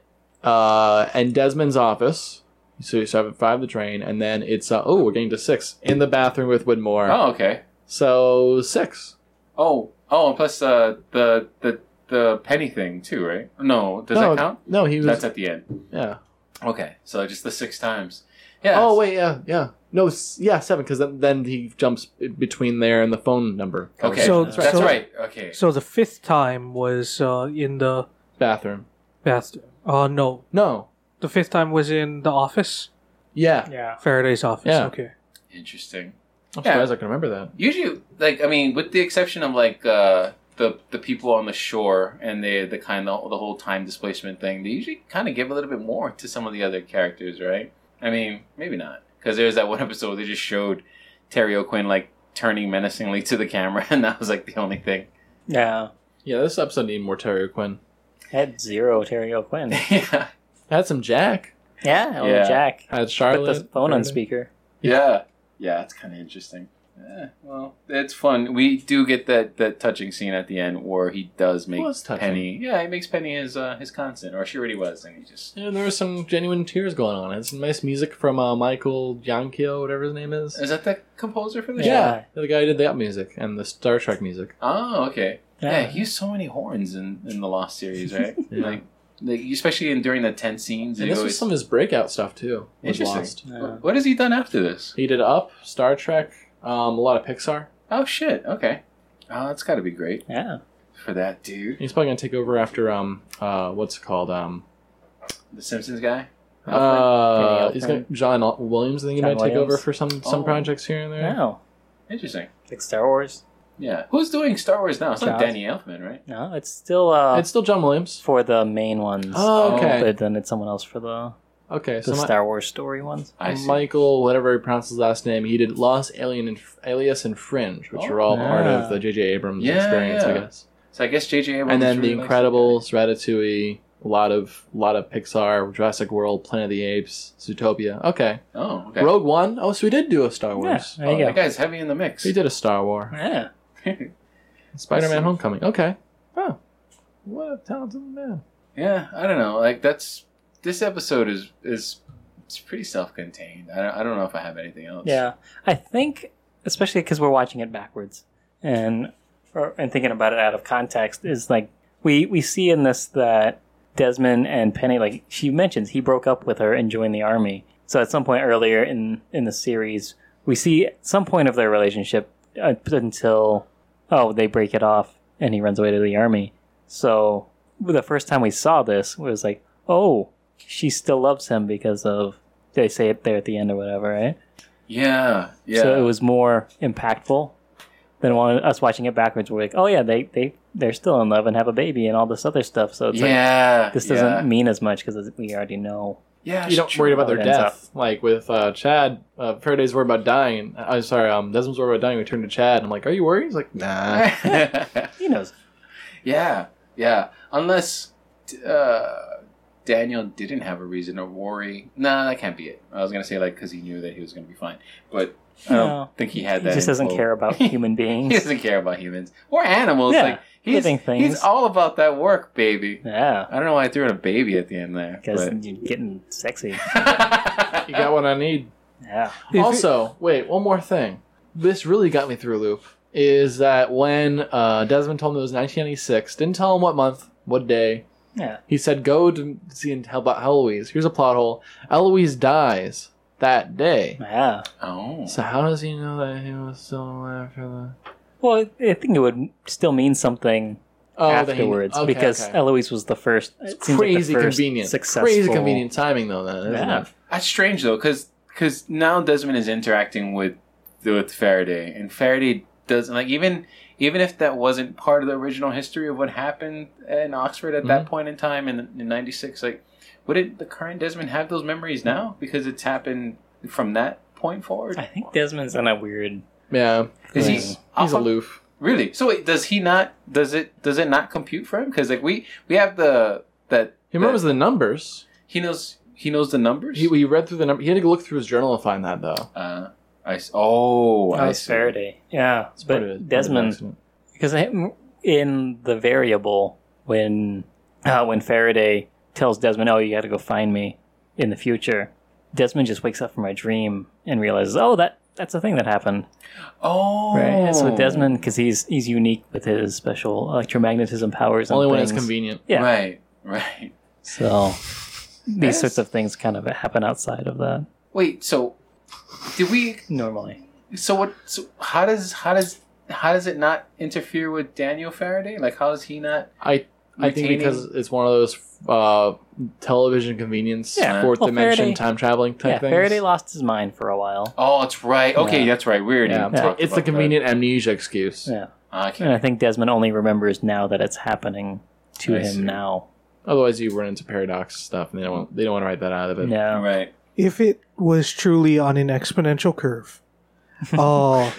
Speaker 4: uh, and Desmond's office. So you start at five the train, and then it's uh, oh, we're getting to six in the bathroom with Widmore.
Speaker 2: Oh, okay.
Speaker 4: So six.
Speaker 2: Oh, oh, and plus uh, the the the penny thing too, right? No, does
Speaker 4: no,
Speaker 2: that count?
Speaker 4: No, he was.
Speaker 2: That's at the end.
Speaker 4: yeah.
Speaker 2: Okay, so just the six times. Yeah.
Speaker 4: Oh wait, yeah, yeah. No, s- yeah, seven. Because then, then he jumps i- between there and the phone number.
Speaker 2: Okay.
Speaker 3: So-
Speaker 2: that's right.
Speaker 3: so-
Speaker 2: Okay.
Speaker 3: So the fifth time was uh, in the
Speaker 4: Bathroom.
Speaker 3: bath. Uh, no,
Speaker 4: No.
Speaker 3: the fifth time was in the office.
Speaker 4: Yeah.
Speaker 1: Yeah.
Speaker 3: Faraday's office.
Speaker 4: Yeah.
Speaker 3: Okay.
Speaker 2: Interesting.
Speaker 4: I'm
Speaker 2: Yeah.
Speaker 4: surprised I can remember that.
Speaker 2: Usually, like I mean, with the exception of like uh, the the people on the shore and the the kind of the whole time displacement thing, they usually kind of give a little bit more to some of the other characters, right? I mean, maybe not because there's that one *laughs* episode where they just showed Terry O'Quinn like turning menacingly to the camera, *laughs* and that was like the only thing. *laughs*
Speaker 1: Yeah.
Speaker 4: Yeah, this episode needed more Terry Quinn.
Speaker 1: Had zero Terry
Speaker 2: *laughs*
Speaker 1: O'Quinn.
Speaker 2: yeah,
Speaker 4: I had some Jack.
Speaker 1: Yeah. Oh,
Speaker 2: Yeah.
Speaker 1: Jack.
Speaker 4: I had
Speaker 1: Put
Speaker 4: Charlotte.
Speaker 1: the phone on
Speaker 4: Faraday.
Speaker 1: speaker.
Speaker 2: yeah, yeah. It's kind of interesting. Eh, well, it's fun. We do get that, that touching scene at the end where he does make
Speaker 4: Was touching.
Speaker 2: Penny. Yeah, he makes Penny his uh, his constant, or she already was, and he just
Speaker 4: Yeah, there was some genuine tears going on. It's some nice music from uh, Michael Giancchio, whatever his name is.
Speaker 2: is that the composer for the
Speaker 4: Yeah.
Speaker 2: show?
Speaker 1: Yeah.
Speaker 4: the guy who did the Up music and the Star Trek music.
Speaker 2: Oh, okay. Yeah.
Speaker 1: Yeah.
Speaker 2: he used so many horns in, in the Lost series, right?
Speaker 4: *laughs* Yeah.
Speaker 2: Like, like, especially in during the tent scenes.
Speaker 4: And
Speaker 2: he
Speaker 4: this was
Speaker 2: always-
Speaker 4: some of his breakout stuff too. Was
Speaker 2: Interesting.
Speaker 4: Lost.
Speaker 1: Yeah.
Speaker 2: What has he done after this?
Speaker 4: He did Up, Star Trek, um, a lot of Pixar.
Speaker 2: Oh shit! Okay, oh, that's got to be great
Speaker 1: Yeah.
Speaker 2: for that dude,
Speaker 4: He's probably gonna take over after um, uh, what's it called um,
Speaker 2: the Simpsons guy. Oh,
Speaker 4: uh,
Speaker 1: Danny
Speaker 4: he's
Speaker 1: Elfman.
Speaker 4: gonna John Al- Williams. I think he
Speaker 1: John
Speaker 4: might take over
Speaker 1: Williams.
Speaker 4: for some some
Speaker 2: Oh.
Speaker 4: projects here and there.
Speaker 1: No.
Speaker 2: Interesting.
Speaker 1: Like Star Wars.
Speaker 2: Yeah, who's doing Star Wars now? It's not
Speaker 1: Charles.
Speaker 2: Danny Elfman, right?
Speaker 1: No, it's still uh,
Speaker 4: It's still John Williams.
Speaker 1: for the main ones.
Speaker 4: Oh, okay.
Speaker 1: But then it's someone else for the,
Speaker 4: Okay, so
Speaker 1: the
Speaker 4: my-
Speaker 1: Star Wars story ones.
Speaker 4: Uh,
Speaker 2: I see.
Speaker 4: Michael, whatever he pronounced his last name, he did Lost, Alien, and Alias, and Fringe, which
Speaker 2: Oh.
Speaker 4: were all part
Speaker 1: Yeah.
Speaker 4: of the J.J. Abrams
Speaker 2: Yeah,
Speaker 4: experience, I
Speaker 2: yeah.
Speaker 4: guess.
Speaker 2: So I guess J.J. Abrams
Speaker 4: and then
Speaker 2: really
Speaker 4: The
Speaker 2: likes
Speaker 4: Incredibles, Ratatouille, a lot of lot of Pixar, Jurassic World, Planet of the Apes, Zootopia. Okay,
Speaker 2: that guy. Oh, okay.
Speaker 4: Rogue One. Oh, so we did do a Star Wars.
Speaker 1: Yeah,
Speaker 2: Oh,
Speaker 1: there you
Speaker 2: that
Speaker 1: go.
Speaker 2: guy's heavy in the mix.
Speaker 4: We did a Star War.
Speaker 1: Yeah.
Speaker 4: Spider-Man:
Speaker 2: see.
Speaker 4: Homecoming. Okay. Oh, what a talented man.
Speaker 2: yeah, I don't know. Like that's this episode is is it's pretty self-contained. I don't, I don't know if I have anything else.
Speaker 1: Yeah, I think, especially because we're watching it backwards and or, and thinking about it out of context, is like we we see in this that Desmond and Penny, like she mentions, he broke up with her and joined the army. So at some point earlier in in the series, we see some point of their relationship uh, until oh they break it off and he runs away to the army. So the first time we saw this was like oh she still loves him because of they say it there at the end or whatever right
Speaker 2: yeah, yeah.
Speaker 1: so it was more impactful than one, us watching it backwards. We're like, oh yeah, they they they're still in love and have a baby and all this other stuff. So it's
Speaker 2: yeah,
Speaker 1: like this
Speaker 2: yeah.
Speaker 1: doesn't mean as much because we already know.
Speaker 2: Yeah,
Speaker 4: You don't worry about their
Speaker 1: It ends
Speaker 4: death, like with uh, Chad. Uh, Faraday's worried about dying. I'm sorry, um, Desmond's worried about dying. We turn to Chad. and I'm like, "Are you worried?" He's like, "Nah."
Speaker 2: that.
Speaker 1: He knows.
Speaker 2: *laughs* yeah, yeah. Unless uh, Daniel didn't have a reason to worry. Nah, that can't be it. I was gonna say like because he knew that he was gonna be fine, but I don't
Speaker 1: No.
Speaker 2: think he had
Speaker 1: He
Speaker 2: that.
Speaker 1: just doesn't
Speaker 2: info.
Speaker 1: care about human
Speaker 2: *laughs* He
Speaker 1: beings.
Speaker 2: doesn't care about humans or animals.
Speaker 1: Yeah,
Speaker 2: like he's,
Speaker 1: living things.
Speaker 2: He's all about that work, baby.
Speaker 1: yeah,
Speaker 2: I don't know why I threw in a baby at the end there.
Speaker 1: because *laughs*
Speaker 2: but-
Speaker 1: you're getting sexy.
Speaker 4: You
Speaker 2: Uh,
Speaker 4: got what I need.
Speaker 1: Yeah,
Speaker 3: If
Speaker 4: also, wait, one more thing. This really got me through loop is that when uh, Desmond told me it was 1996, didn't tell him what month, what day.
Speaker 1: yeah.
Speaker 4: He said, "Go to see and tell about Eloise." Here's a plot hole: Eloise dies that day.
Speaker 1: Yeah.
Speaker 2: *laughs* oh,
Speaker 4: So how does he know that he was still alive for the?
Speaker 1: Well, I think it would still mean something
Speaker 4: Oh, that he-
Speaker 1: afterwards
Speaker 4: okay,
Speaker 1: because
Speaker 4: okay.
Speaker 1: Eloise was the first. It seems like the
Speaker 4: crazy
Speaker 1: first
Speaker 4: convenient,
Speaker 1: successful.
Speaker 4: crazy convenient timing though. Then isn't
Speaker 1: Yeah.
Speaker 4: it?
Speaker 2: that's strange though, because now Desmond is interacting with with Faraday, and Faraday doesn't like even even if that wasn't part of the original history of what happened in Oxford at
Speaker 1: Mm-hmm.
Speaker 2: that point in time in in '96. Like, wouldn't the current Desmond have those memories now because it's happened from that point forward?
Speaker 1: I think Desmond's in a weird.
Speaker 4: yeah,
Speaker 2: Is he
Speaker 1: He's
Speaker 4: he's
Speaker 2: off on-
Speaker 4: aloof.
Speaker 2: Really? So wait, does he not? Does it? Does it not compute for him? Because like we we have the that
Speaker 4: He remembers
Speaker 2: that-
Speaker 4: the numbers.
Speaker 2: he knows he knows the numbers.
Speaker 4: He, he read through the number. He had to look through his journal to find that though.
Speaker 2: uh, I s-
Speaker 1: Oh,
Speaker 2: oh, I
Speaker 1: it's
Speaker 2: see.
Speaker 1: Faraday. Yeah,
Speaker 4: It's part of it-
Speaker 1: but
Speaker 4: part of the
Speaker 1: Desmond
Speaker 4: accident.
Speaker 1: because I- in the variable when uh, when Faraday tells Desmond, "Oh, you got to go find me in the future," Desmond just wakes up from a dream and realizes, "Oh, that that's a thing that happened."
Speaker 2: Oh,
Speaker 1: So Desmond, because he's he's unique with his special electromagnetism powers, and
Speaker 4: Only when it's
Speaker 1: things.
Speaker 4: convenient.
Speaker 1: Yeah.
Speaker 2: Right. Right.
Speaker 1: So these
Speaker 2: That's-
Speaker 1: sorts of things kind of happen outside of that
Speaker 2: Wait. So did we?
Speaker 1: normally.
Speaker 2: So what? So how does how does how does it not interfere with Daniel Faraday? Like how is he not?
Speaker 4: I I think
Speaker 2: Retaining-
Speaker 4: because it's one of those uh, television convenience,
Speaker 1: Yeah.
Speaker 4: fourth
Speaker 1: Well,
Speaker 4: dimension
Speaker 1: Faraday-
Speaker 4: time traveling type
Speaker 1: yeah,
Speaker 4: things.
Speaker 1: Faraday lost his mind for a while.
Speaker 2: Oh, it's right. Okay,
Speaker 1: Yeah.
Speaker 2: that's right. We already
Speaker 4: yeah,
Speaker 2: talked about
Speaker 4: it's the convenient amnesia excuse.
Speaker 1: Yeah,
Speaker 2: That. Ah, okay.
Speaker 1: and I think Desmond only remembers now that it's happening to
Speaker 2: I
Speaker 1: him
Speaker 2: see.
Speaker 1: now.
Speaker 4: Otherwise, you run into paradox stuff, and they don't want, they don't want to write that out of *laughs* it.
Speaker 1: Yeah.
Speaker 2: *laughs* Right.
Speaker 3: if it was truly on an exponential curve. Oh,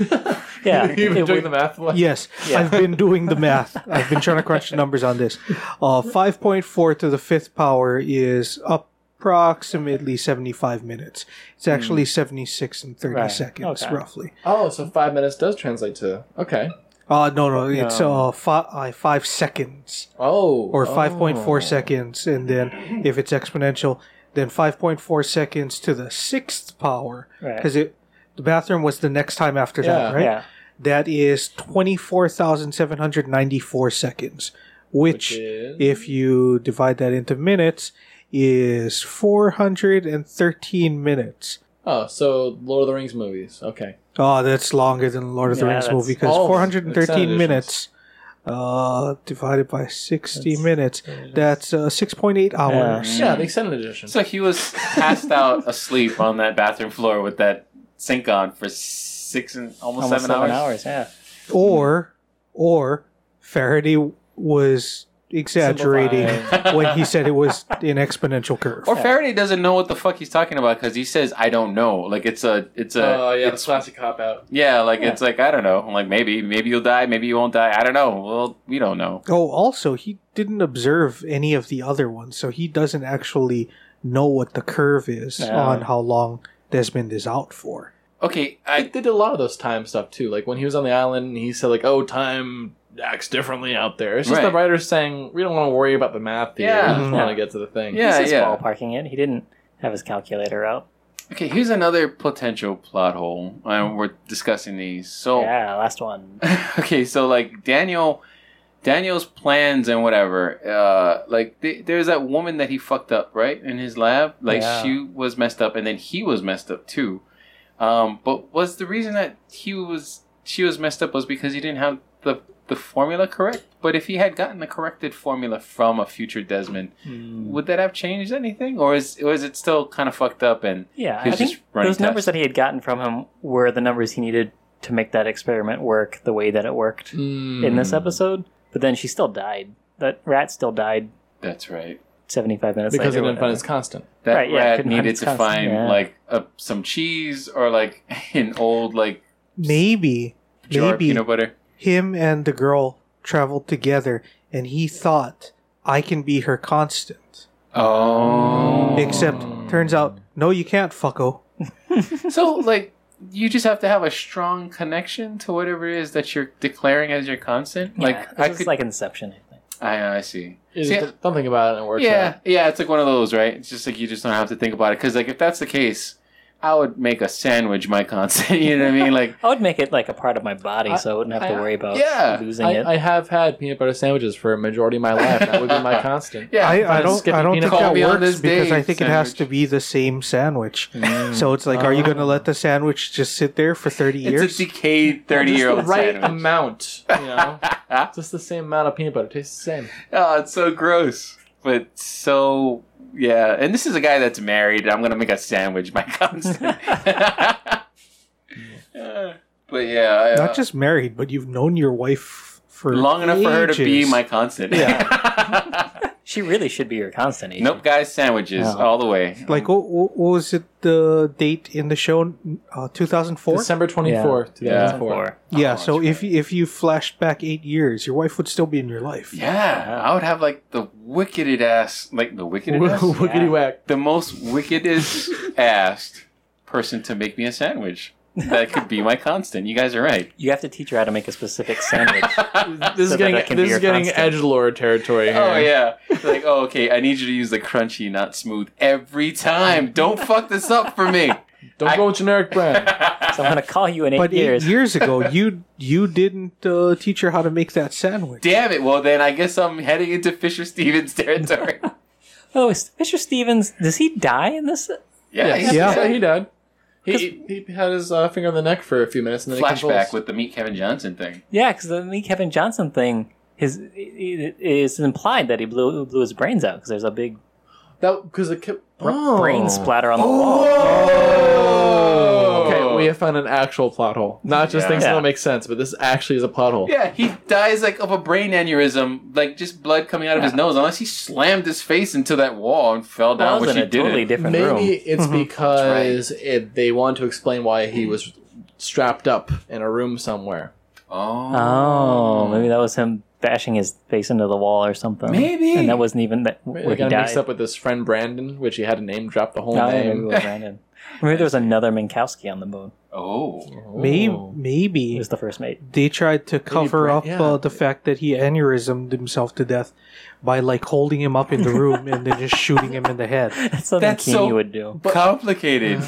Speaker 1: Yeah,
Speaker 4: You've been
Speaker 1: it
Speaker 4: doing
Speaker 1: would-
Speaker 4: the math. What?
Speaker 3: yes. I've been doing the math. I've been trying to crunch the numbers on this. Uh, 5.4 to the fifth power is up approximately 75 minutes. It's actually 76 and 30
Speaker 1: Right.
Speaker 3: seconds,
Speaker 1: Okay.
Speaker 3: roughly.
Speaker 4: Oh, so five minutes does translate to okay.
Speaker 3: Uh, no, no, it's
Speaker 1: No.
Speaker 3: uh, fi- uh, five seconds
Speaker 4: Oh,
Speaker 3: or
Speaker 4: oh.
Speaker 3: 5.4 seconds. And then if it's exponential, then 5.4 seconds to the sixth power.
Speaker 1: Right.
Speaker 3: Because it the bathroom was the next time after that,
Speaker 4: Yeah.
Speaker 3: right?
Speaker 1: Yeah.
Speaker 3: That is 24,794 seconds, which,
Speaker 4: Which is-
Speaker 3: if you divide that into minutes, is 413 minutes.
Speaker 4: Oh, so Lord of the Rings movies. Okay.
Speaker 3: Oh, that's longer than Lord of the
Speaker 1: Yeah,
Speaker 3: Rings
Speaker 1: that's-
Speaker 3: movie because
Speaker 4: Oh,
Speaker 3: 413
Speaker 4: extended
Speaker 3: minutes uh, divided by 60
Speaker 1: That's-
Speaker 3: minutes, that's uh, 6.8 hours.
Speaker 4: Yeah, the extended
Speaker 1: uh,
Speaker 4: edition.
Speaker 2: It's like he was passed out asleep on that bathroom floor with that sink on for six and almost,
Speaker 1: Almost
Speaker 2: seven,
Speaker 1: seven
Speaker 2: hours.
Speaker 1: hours. Yeah.
Speaker 3: Or, or Faraday was exaggerating
Speaker 4: Simplifying.
Speaker 3: when he said it
Speaker 1: *laughs*
Speaker 3: was an exponential curve.
Speaker 2: Or Faraday doesn't know what the fuck he's talking about because he says I don't know. Like it's a it's a
Speaker 4: Oh yeah,
Speaker 2: it's-
Speaker 4: the classic cop out.
Speaker 2: yeah like
Speaker 1: Uh, Yeah.
Speaker 2: it's like I don't know. I'm like maybe maybe you'll die, maybe you won't die. I don't know. Well, we don't know.
Speaker 3: Oh, also, he didn't observe any of the other ones, so he doesn't actually know what the curve is
Speaker 1: Yeah.
Speaker 3: on how long Desmond is out for.
Speaker 2: Okay,
Speaker 4: I
Speaker 2: I
Speaker 4: did a lot of those time stuff too. Like when he was on the island, he said like, "Oh, time acts differently out there." It's just the
Speaker 2: Right.
Speaker 4: writers saying we don't want to worry about the math here.
Speaker 2: Yeah.
Speaker 4: we just
Speaker 1: Mhm.
Speaker 4: want to get to the thing.
Speaker 2: *laughs* Yeah,
Speaker 1: He's just
Speaker 2: yeah.
Speaker 1: ballparking it. He didn't have his calculator out.
Speaker 2: okay. Here's another potential plot hole. Um, we're discussing these. So
Speaker 1: Yeah, last one.
Speaker 2: *laughs* okay, so like Daniel, Daniel's plans and whatever. Uh, like th- there's that woman that he fucked up right in his lab. Like
Speaker 1: Yeah.
Speaker 2: she was messed up, and then he was messed up too. Um, but was the reason that he was she was messed up was because he didn't have the the formula correct? But if he had gotten the corrected formula from a future Desmond, would that have changed anything, or is or is it still kind of fucked up? And
Speaker 1: Yeah, I
Speaker 2: He was
Speaker 1: think
Speaker 2: just running
Speaker 1: those numbers
Speaker 2: tests.
Speaker 1: that he had gotten from him were the numbers he needed to make that experiment work the way that it worked
Speaker 4: Mm.
Speaker 1: in this episode. But then she still died. That rat still died
Speaker 2: that's right.
Speaker 1: 75 minutes
Speaker 4: because it
Speaker 1: later.
Speaker 4: didn't find
Speaker 1: whatever.
Speaker 4: its constant.
Speaker 2: That
Speaker 1: Right, yeah,
Speaker 2: rat
Speaker 1: couldn't find
Speaker 2: needed
Speaker 1: its
Speaker 2: to
Speaker 1: constant,
Speaker 2: find
Speaker 1: yeah.
Speaker 2: like a, some cheese or like *laughs* an old like
Speaker 3: Maybe,
Speaker 2: jar of
Speaker 3: maybe
Speaker 2: peanut butter.
Speaker 3: him and the girl traveled together, and he thought, "I can be her constant."
Speaker 2: Oh,
Speaker 3: Except, turns out, no, you can't, fucko.
Speaker 2: so like you just have to have a strong connection to whatever it is that you're declaring as your constant.
Speaker 1: Yeah,
Speaker 2: like
Speaker 1: it's
Speaker 2: I
Speaker 1: just
Speaker 2: could,
Speaker 1: like Inception, I think.
Speaker 2: I, I see.
Speaker 4: You
Speaker 2: See,
Speaker 4: just don't- don't think about it and it works
Speaker 2: yeah, yeah, it's like one of those, right? It's just like you just don't have to think about it because like if that's the case, I would make a sandwich my constant. *laughs* You know what I mean? Like
Speaker 1: I would make it like a part of my body
Speaker 4: I-
Speaker 1: so I wouldn't have to
Speaker 4: I-
Speaker 1: worry about
Speaker 2: yeah,
Speaker 1: losing
Speaker 4: out.
Speaker 1: it.
Speaker 4: I, I have had peanut butter sandwiches for a majority of my life. That would be
Speaker 1: *laughs*
Speaker 4: my constant.
Speaker 2: yeah.
Speaker 3: I, I
Speaker 4: just
Speaker 3: don't,
Speaker 4: skip
Speaker 3: I
Speaker 4: the
Speaker 3: don't
Speaker 4: peanut
Speaker 3: think
Speaker 2: butter.
Speaker 3: that
Speaker 2: Call me on
Speaker 3: works
Speaker 2: this
Speaker 3: because
Speaker 2: day,
Speaker 3: I think it has
Speaker 2: sandwich. Mm.
Speaker 3: to be the same sandwich. So it's like, are you going to let the sandwich just sit there for thirty years?
Speaker 2: Uh. it's a decayed thirty-year-old
Speaker 4: Just the right
Speaker 2: sandwich.
Speaker 4: amount.
Speaker 2: *laughs*
Speaker 4: You know, just the same amount of peanut butter tastes the same.
Speaker 2: Oh, it's so gross. But so yeah, and this is a guy that's married. I'm gonna make a sandwich, *laughs* my constant. but yeah, I, uh,
Speaker 3: Not just married, but you've known your wife for
Speaker 2: long enough for her to be
Speaker 3: ages.
Speaker 2: my constant. Yeah.
Speaker 1: she really should be your constant agent.
Speaker 2: *laughs* nope, guys, sandwiches
Speaker 1: Yeah.
Speaker 2: all the way.
Speaker 3: Like what, what was it the date in the show? Uh, 2004.
Speaker 4: December twenty fourth, two
Speaker 2: Yeah.
Speaker 4: thousand four.
Speaker 3: Yeah.
Speaker 2: Oh,
Speaker 3: so
Speaker 2: that's
Speaker 3: if if you flashed back eight years, your wife would still be in your life.
Speaker 2: yeah, I would have like the wickedest ass, like the wickedest, ass?
Speaker 4: Wiggity whack.
Speaker 2: the most wickedest
Speaker 3: *laughs*
Speaker 2: ass person to make me a sandwich. That could be my constant. You guys are right.
Speaker 1: You have to teach her how to make a specific sandwich.
Speaker 4: This
Speaker 1: So
Speaker 4: is
Speaker 1: that that can
Speaker 4: getting
Speaker 1: be
Speaker 4: this
Speaker 1: your
Speaker 4: is getting edge
Speaker 1: constant.
Speaker 4: lord territory here.
Speaker 2: Oh
Speaker 4: *laughs*
Speaker 2: yeah. It's like, oh okay, I need you to use the crunchy, not smooth every time. Don't fuck this up for
Speaker 4: *laughs*
Speaker 2: me.
Speaker 4: Don't
Speaker 2: I-
Speaker 4: go with
Speaker 2: *laughs*
Speaker 4: generic brand.
Speaker 1: so I'm going to call you in eight
Speaker 3: But
Speaker 1: years.
Speaker 3: eight years ago, you you didn't uh, teach her how to make that sandwich.
Speaker 2: Damn it. Well then I guess I'm heading into Fisher Stevens
Speaker 4: *laughs*
Speaker 2: territory.
Speaker 1: Oh, is Fisher Stevens, does he die in this?
Speaker 2: Yeah.
Speaker 4: Yes,
Speaker 2: he's-
Speaker 3: Yeah.
Speaker 4: he died.
Speaker 1: Because-
Speaker 4: He, he had his uh, finger on the neck for a few minutes and then he
Speaker 2: Flashback
Speaker 4: convulsed.
Speaker 2: with the Meet Kevin Johnson thing.
Speaker 1: Yeah, because the Lee Kevin Johnson thing is it is implied that he blew blew his brains out because there's a big
Speaker 4: that because it kept
Speaker 1: br- brain splatter on the wall.
Speaker 4: Oh. Okay, we have found an actual plot hole. Not just
Speaker 2: Yeah.
Speaker 4: things that
Speaker 1: Yeah.
Speaker 4: don't make sense, but this actually is a plot hole.
Speaker 2: Yeah, he dies like of a brain aneurysm, like just blood coming out of his nose, unless he slammed his face into that wall and fell
Speaker 1: That
Speaker 2: down,
Speaker 1: was
Speaker 2: which
Speaker 1: in
Speaker 2: he
Speaker 1: a
Speaker 2: didn't.
Speaker 1: totally different
Speaker 4: Maybe
Speaker 1: room. Mm-hmm.
Speaker 4: it's because it, they want to explain why he was strapped up in a room somewhere.
Speaker 2: Oh.
Speaker 1: Uh, Oh, maybe that was him bashing his face into the wall or something.
Speaker 2: Maybe.
Speaker 1: And that wasn't even that
Speaker 4: Right,
Speaker 1: where
Speaker 4: They
Speaker 1: he
Speaker 4: got
Speaker 1: died.
Speaker 4: mixed up with his friend Brandon, which he had to name drop the whole
Speaker 1: No, maybe it
Speaker 4: name.
Speaker 1: was Brandon. Maybe there was another Minkowski on the moon.
Speaker 2: Oh.
Speaker 3: Maybe,
Speaker 4: Oh.
Speaker 1: He
Speaker 3: maybe
Speaker 1: was the first mate. *laughs*
Speaker 3: they tried to cover
Speaker 4: Brett-
Speaker 3: up
Speaker 4: yeah.
Speaker 3: uh, the fact that he aneurysmed himself to death by like holding him up in the room and then just shooting him in the head.
Speaker 1: That's something
Speaker 2: That's
Speaker 1: Keane
Speaker 2: so-
Speaker 1: would do.
Speaker 2: Complicated.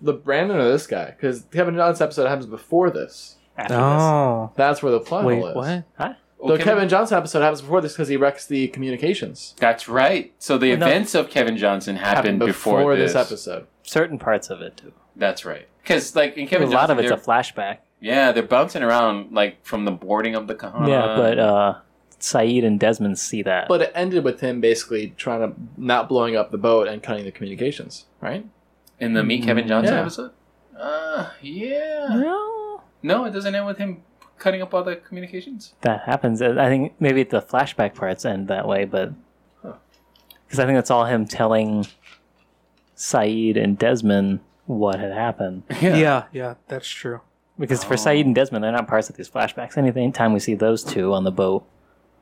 Speaker 4: the Brandon or this guy? Because Kevin Johnson's episode happens before this.
Speaker 1: After
Speaker 3: Oh,
Speaker 4: That's where the plot
Speaker 3: wait,
Speaker 4: hole is.
Speaker 3: what?
Speaker 4: The
Speaker 2: Okay.
Speaker 4: Kevin Johnson episode happens before this because he wrecks the communications.
Speaker 2: That's right. So the
Speaker 1: Well, no.
Speaker 2: events of Kevin Johnson happened,
Speaker 4: Happened
Speaker 2: before, this.
Speaker 4: episode.
Speaker 1: this. Certain parts of it too.
Speaker 2: That's right. Because like in Kevin
Speaker 1: a lot of
Speaker 2: Johnson,
Speaker 1: it's a
Speaker 2: they're-
Speaker 1: flashback.
Speaker 2: yeah, they're bouncing around like from the boarding of the Kahana.
Speaker 1: yeah, but uh Saeed and Desmond see that.
Speaker 4: But it ended with him basically trying to not blowing up the boat and cutting the communications, right?
Speaker 2: in the Meet
Speaker 1: Mm,
Speaker 2: Kevin Johnson
Speaker 4: Yeah.
Speaker 2: episode. Uh, yeah.
Speaker 1: no.
Speaker 2: No, it doesn't end with him cutting up all the communications.
Speaker 1: That happens. Uh, I I think maybe the flashback parts end that way, but because I think that's all him telling Saeed and Desmond what had happened.
Speaker 3: Yeah. yeah, that's true.
Speaker 1: Because for Saeed and Desmond, they're not parts of these flashbacks. Anything time we see those two on the boat,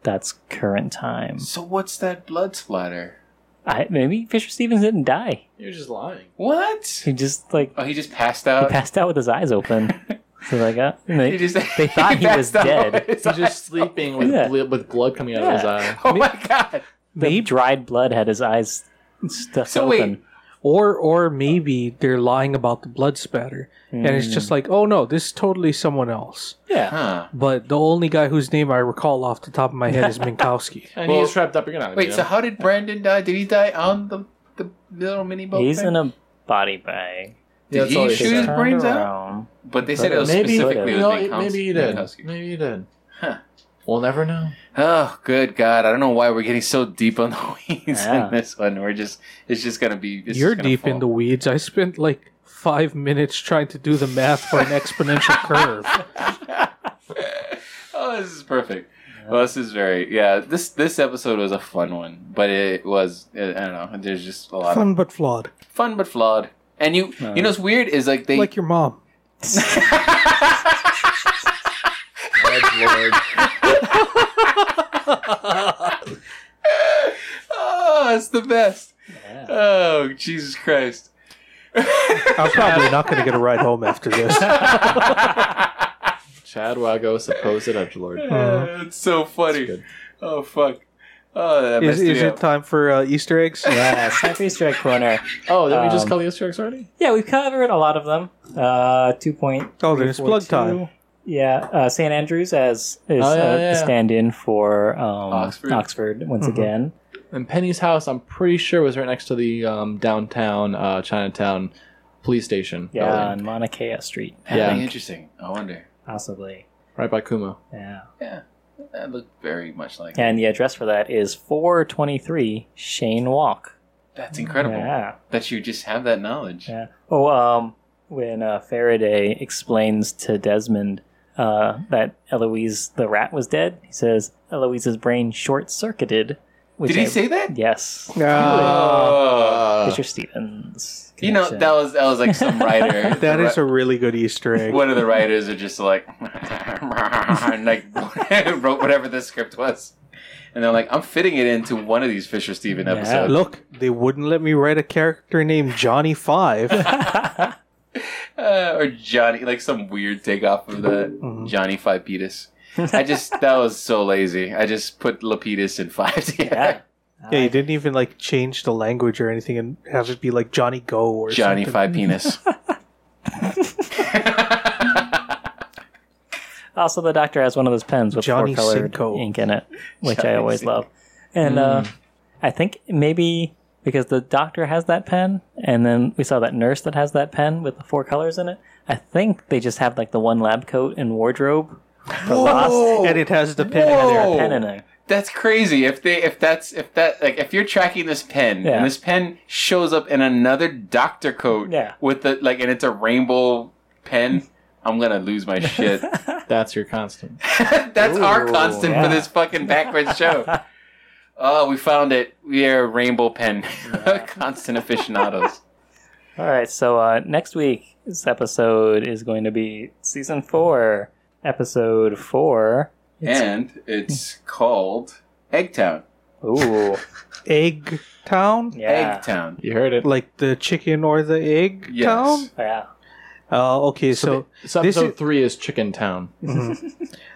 Speaker 1: that's current time.
Speaker 2: So what's that blood splatter?
Speaker 1: I, maybe Fisher Stevens didn't die.
Speaker 4: You're just lying.
Speaker 2: What?
Speaker 1: He just like
Speaker 2: Oh, he just passed
Speaker 1: he
Speaker 2: out.
Speaker 1: passed out with his eyes open. so like, uh, and they-
Speaker 2: *laughs* He just-
Speaker 1: *laughs* they thought he was
Speaker 2: passed out. *laughs*
Speaker 1: dead.
Speaker 2: It's
Speaker 4: He's
Speaker 2: like,
Speaker 4: just sleeping with
Speaker 1: Yeah.
Speaker 4: bl- with blood coming out of his eye.
Speaker 2: oh my god.
Speaker 1: the dried blood had his eyes stuffed
Speaker 2: So wait.
Speaker 1: open.
Speaker 3: Or or maybe they're lying about the blood spatter, and it's just like, oh no, this is totally someone else.
Speaker 1: Yeah,
Speaker 2: Huh.
Speaker 3: But the only guy whose name I recall off the top of my head is Minkowski.
Speaker 4: And
Speaker 2: Well-
Speaker 4: he's trapped up. You're not.
Speaker 2: Wait, so how did Brandon die? Did he die on the the little mini boat?
Speaker 1: he's
Speaker 2: thing?
Speaker 1: in a body bag.
Speaker 2: Did he shoot his
Speaker 1: Turned
Speaker 2: brains out?
Speaker 1: around.
Speaker 2: But they said it was
Speaker 1: Maybe-
Speaker 2: specifically it was
Speaker 4: no,
Speaker 2: Minkowski.
Speaker 4: it- maybe he did.
Speaker 2: Minkowski.
Speaker 4: Maybe he did.
Speaker 2: Huh.
Speaker 4: We'll never *laughs* know.
Speaker 2: Oh, good God! I don't know why we're getting so deep on the *laughs* weeds
Speaker 1: Yeah.
Speaker 2: in this one. We're just—it's just gonna be. It's
Speaker 3: You're
Speaker 2: just gonna
Speaker 3: deep
Speaker 2: fall.
Speaker 3: in the weeds. I spent like five minutes trying to do the math for an exponential
Speaker 2: *laughs*
Speaker 3: curve.
Speaker 2: oh, this is perfect. Well, this is very yeah. This this episode was a fun one, but it was I don't know. There's just a lot
Speaker 3: Fun but flawed.
Speaker 2: of fun but flawed. And you you know what's weird is like they
Speaker 3: Like your mom.
Speaker 2: oh it's the best.
Speaker 1: Yeah.
Speaker 2: Oh Jesus Christ! *laughs*
Speaker 3: I'm probably not going to get a ride home after this.
Speaker 4: Chad Wago supposed edge lord.
Speaker 2: Uh, it's so funny.
Speaker 4: good.
Speaker 2: Oh fuck! Oh, that
Speaker 3: Is,
Speaker 2: messed
Speaker 3: is
Speaker 2: me
Speaker 3: it
Speaker 2: up.
Speaker 3: time for uh, Easter eggs?
Speaker 1: Yeah, Sniper Easter Egg Corner.
Speaker 4: Oh, did we just
Speaker 1: Um,
Speaker 4: call the Easter eggs already?
Speaker 1: Yeah, we've covered a lot of them. Uh, two point.
Speaker 3: Oh, there's plug time.
Speaker 1: Yeah, uh, St. Andrews as is
Speaker 4: Oh, yeah,
Speaker 1: uh,
Speaker 4: yeah,
Speaker 1: the
Speaker 4: yeah.
Speaker 1: stand-in for um,
Speaker 2: Oxford.
Speaker 1: Oxford. once again.
Speaker 4: And Penny's house, I'm pretty sure, was right next to the um, downtown uh, Chinatown police station.
Speaker 1: Yeah,
Speaker 4: building,
Speaker 1: on Mauna Kea Street,
Speaker 2: Yeah,
Speaker 4: Yeah.
Speaker 2: interesting. I wonder.
Speaker 1: possibly.
Speaker 4: right by Kuma.
Speaker 1: Yeah,
Speaker 2: Yeah, that looked very much like.
Speaker 1: and the address for that is four twenty-three Shane Walk.
Speaker 2: That's incredible
Speaker 1: Yeah,
Speaker 2: that you just have that knowledge.
Speaker 1: yeah. Oh, um, when uh, Faraday explains to Desmond uh, that Eloise the rat was dead, he says Eloise's brain short-circuited. which
Speaker 2: Did he
Speaker 1: I-
Speaker 2: say that?
Speaker 1: Yes.
Speaker 2: Oh.
Speaker 1: Mr. Stevens.
Speaker 2: You know, that was that was like
Speaker 1: *laughs*
Speaker 2: some writer.
Speaker 3: That is a really good Easter egg.
Speaker 2: one of the writers are just like *laughs* and like *laughs* wrote whatever the script was. And they're like, I'm fitting it into one of these Fisher Steven
Speaker 1: Yeah.
Speaker 2: episodes.
Speaker 3: Look, they wouldn't let me write a character named
Speaker 2: *laughs*
Speaker 3: Johnny Five.
Speaker 2: Uh, or Johnny, like some weird takeoff of the
Speaker 1: Mm-hmm.
Speaker 2: Johnny
Speaker 1: *laughs*
Speaker 2: Five Petus. I just that was so lazy. I just put Lapidus in five *laughs*
Speaker 1: yeah.
Speaker 2: together.
Speaker 3: yeah, you didn't even like change the language or anything and have it be like Johnny Go or
Speaker 2: Johnny
Speaker 3: something.
Speaker 2: Five
Speaker 1: *laughs*
Speaker 2: Penis.
Speaker 1: Also, the doctor has one of those pens with
Speaker 3: Johnny
Speaker 1: four-colored
Speaker 3: Cinco. Hmm.
Speaker 1: ink in it, which I
Speaker 2: Johnny
Speaker 1: always
Speaker 2: Cinco.
Speaker 1: love. And uh, I think maybe because the doctor has that pen, and then we saw that nurse that has that pen with the four colors in it. I think they just have like the one lab coat and wardrobe. The lost
Speaker 3: And it has the pen in there.
Speaker 2: Whoa.
Speaker 1: pen in there.
Speaker 2: That's crazy. If they, if that's, if that, like, if you're tracking this pen
Speaker 1: Yeah.
Speaker 2: and this pen shows up in another doctor coat,
Speaker 1: Yeah.
Speaker 2: with the like, and it's a rainbow pen, I'm gonna lose
Speaker 1: *laughs*
Speaker 2: my shit. *laughs*
Speaker 4: That's your constant.
Speaker 2: that's our constant for
Speaker 1: yeah.
Speaker 2: this fucking
Speaker 1: *laughs*
Speaker 2: backwards show. oh, we found it. We are a rainbow pen, *laughs* constant aficionados.
Speaker 1: All right, so uh, next week's episode is going to be season four, episode four, *laughs* It's-
Speaker 2: and it's called Eggtown.
Speaker 1: Ooh,
Speaker 3: Egg Town,
Speaker 1: yeah,
Speaker 2: Eggtown.
Speaker 4: You heard it.
Speaker 3: like the chicken or the egg
Speaker 2: Yes.
Speaker 3: town.
Speaker 1: Oh, yeah.
Speaker 3: Uh, okay, so
Speaker 4: So
Speaker 3: This
Speaker 4: episode
Speaker 3: is-
Speaker 4: three is Chicken Town.
Speaker 3: *laughs*
Speaker 1: we know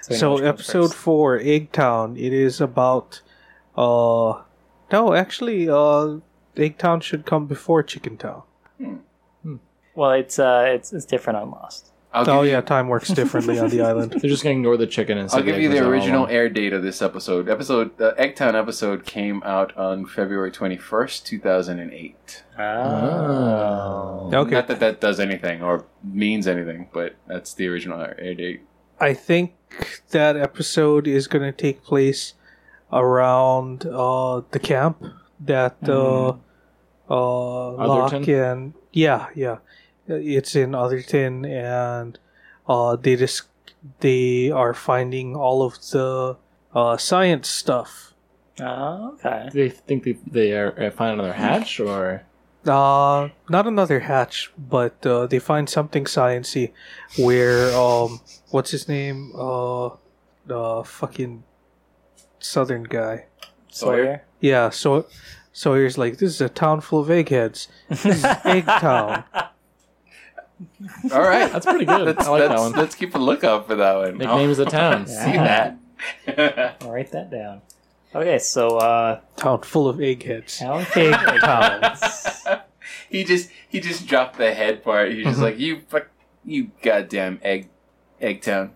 Speaker 3: so
Speaker 1: which comes
Speaker 3: episode
Speaker 1: first.
Speaker 3: four, Egg Town. It is about. Uh, no, actually, uh, Egg Town should come before Chicken Town.
Speaker 1: Well, it's uh, it's it's different on Lost.
Speaker 2: I'll give
Speaker 3: Oh
Speaker 2: you,
Speaker 3: yeah, time works differently on the island.
Speaker 4: They're just gonna ignore the chicken and.
Speaker 2: I'll
Speaker 4: say
Speaker 2: give you
Speaker 4: egg was
Speaker 2: the
Speaker 4: all
Speaker 2: original
Speaker 4: along.
Speaker 2: air date of this episode. Episode the Eggtown episode came out on February twenty first, two thousand and eight.
Speaker 4: Oh.
Speaker 3: Okay,
Speaker 2: Not that that does anything or means anything, but that's the original air air
Speaker 4: *laughs*
Speaker 2: date.
Speaker 3: I think that episode is going to take place around uh, the camp that uh, uh, Locke
Speaker 4: Otherton?
Speaker 3: and yeah, yeah, it's in Otherton, and uh, they just they are finding all of the uh, science stuff.
Speaker 1: Oh, okay.
Speaker 4: Do they think they, they are uh, find another hatch or?
Speaker 3: Uh, not another hatch, but uh, they find something sciency where um, what's his name? Uh, the fucking southern guy.
Speaker 1: Sawyer.
Speaker 3: Yeah, so Sawyer's like, this is a town full of
Speaker 4: *laughs*
Speaker 3: eggheads. This is Egg Town.
Speaker 2: All right,
Speaker 4: That's pretty
Speaker 2: *laughs*
Speaker 4: good.
Speaker 2: That's-
Speaker 4: I like that
Speaker 2: that's-
Speaker 4: one.
Speaker 2: Let's keep a lookout for that one.
Speaker 4: Nicknames of the town.
Speaker 2: I'll
Speaker 4: *laughs*
Speaker 2: see that.
Speaker 1: I'll write that down. Okay, so uh,
Speaker 3: Town full of eggheads.
Speaker 1: town pig towns.
Speaker 2: *laughs* he just he just dropped the head part. He's
Speaker 4: Mm-hmm.
Speaker 2: just like you, fuck, you goddamn egg,
Speaker 4: *laughs*
Speaker 2: Eggtown.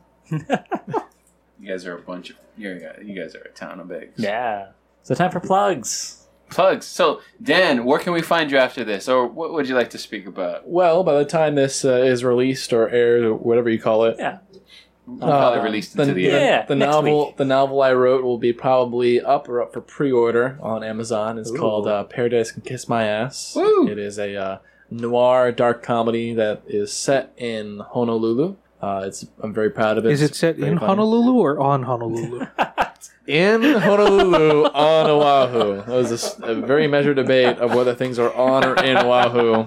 Speaker 2: you guys are a bunch of you're, a- you guys are a town of eggs.
Speaker 1: Yeah. So time for plugs.
Speaker 2: Plugs. So Dan, where can we find you after this, or what would you like to speak about?
Speaker 4: Well, by the time this uh, is released or aired or whatever you call it,
Speaker 1: Yeah.
Speaker 2: We'll probably released into the
Speaker 1: yeah.
Speaker 2: air.
Speaker 4: Uh, The
Speaker 1: next
Speaker 4: novel,
Speaker 1: week.
Speaker 4: the novel I wrote will be probably up or up for pre-order on Amazon. It's
Speaker 1: Ooh.
Speaker 4: called uh, Paradise Can Kiss My Ass.
Speaker 2: Woo.
Speaker 4: It is a uh, noir dark comedy that is set in Honolulu. Uh, it's I'm very proud of it.
Speaker 3: Is it
Speaker 4: It's
Speaker 3: set
Speaker 4: very
Speaker 3: in
Speaker 4: funny.
Speaker 3: Honolulu or on
Speaker 4: *laughs*
Speaker 3: Honolulu?
Speaker 4: In *laughs* Honolulu on Oahu. That was a s- a, very measured debate of whether things are on or in Oahu.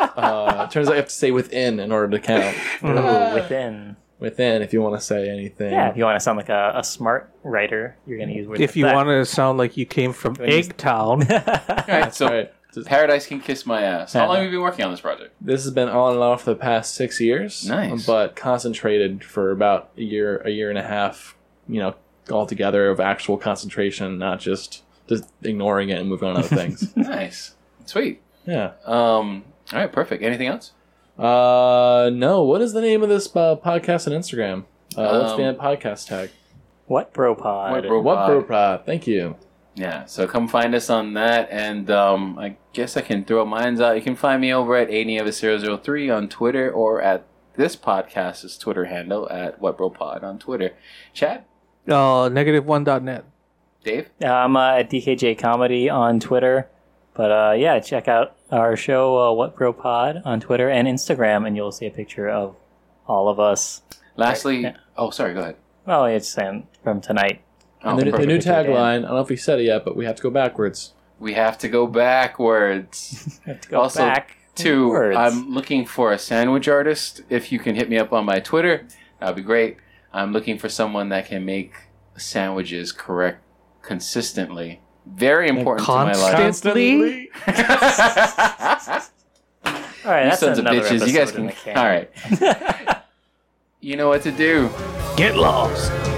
Speaker 4: Uh, it turns out you have to say within in order to count. Ah.
Speaker 1: Ooh, within.
Speaker 4: Within, if you want to say anything.
Speaker 1: Yeah, if you want to sound like a, a smart writer, you're going to use words.
Speaker 3: if you want to sound like you came from Egg Town,
Speaker 1: to.
Speaker 2: All right, so
Speaker 4: Right.
Speaker 2: Paradise can kiss my ass. How long have you been working on this project?
Speaker 4: This has been on and off for the past six years.
Speaker 2: Nice.
Speaker 4: But concentrated for about a year, a year and a half, you know, altogether of actual concentration, not just just ignoring it and moving on to
Speaker 2: *laughs*
Speaker 4: other things.
Speaker 2: Nice, sweet.
Speaker 4: yeah.
Speaker 2: Um, all right, perfect. Anything else?
Speaker 4: Uh, no. What is the name of this uh, podcast on Instagram? Uh, what's the
Speaker 2: Um,
Speaker 4: podcast tag?
Speaker 1: *laughs* what bro pod?
Speaker 2: What bro
Speaker 4: What
Speaker 2: pod?
Speaker 4: bro pod? Thank you.
Speaker 2: Yeah, so come find us on that, and um, I guess I can throw mines out. You can find me over at ADNEVA003 on Twitter or at this podcast's Twitter handle at WhatBroPod on Twitter. Chad,
Speaker 3: uh, negative1.net.
Speaker 2: Dave,
Speaker 1: I'm uh, at DKJ Comedy on Twitter. But uh, yeah, check out our show, uh, What Bro Pod, on Twitter and Instagram, and you'll see a picture of all of us.
Speaker 2: lastly,
Speaker 1: yeah.
Speaker 2: oh, sorry, go ahead.
Speaker 1: Well, it's um, from tonight. *laughs*
Speaker 2: Oh,
Speaker 4: and the, the
Speaker 2: perfect.
Speaker 4: new
Speaker 1: Perfect again.
Speaker 4: tagline. I don't know if we said it yet, but we have to go backwards.
Speaker 2: we have to go backwards.
Speaker 1: We have to go
Speaker 2: Also, um,
Speaker 1: back
Speaker 2: Two,
Speaker 1: words.
Speaker 2: I'm looking for a sandwich artist. If you can hit me up on my Twitter, that'd be great. I'm looking for someone that can make sandwiches correct consistently. Very important to my life.
Speaker 3: Constantly?
Speaker 2: you *laughs* sons
Speaker 1: all right, that's
Speaker 2: of
Speaker 1: another
Speaker 2: bitches. You guys
Speaker 1: episode in *laughs*
Speaker 2: can.
Speaker 1: the can.
Speaker 2: All right. you know what to do.
Speaker 3: Get lost.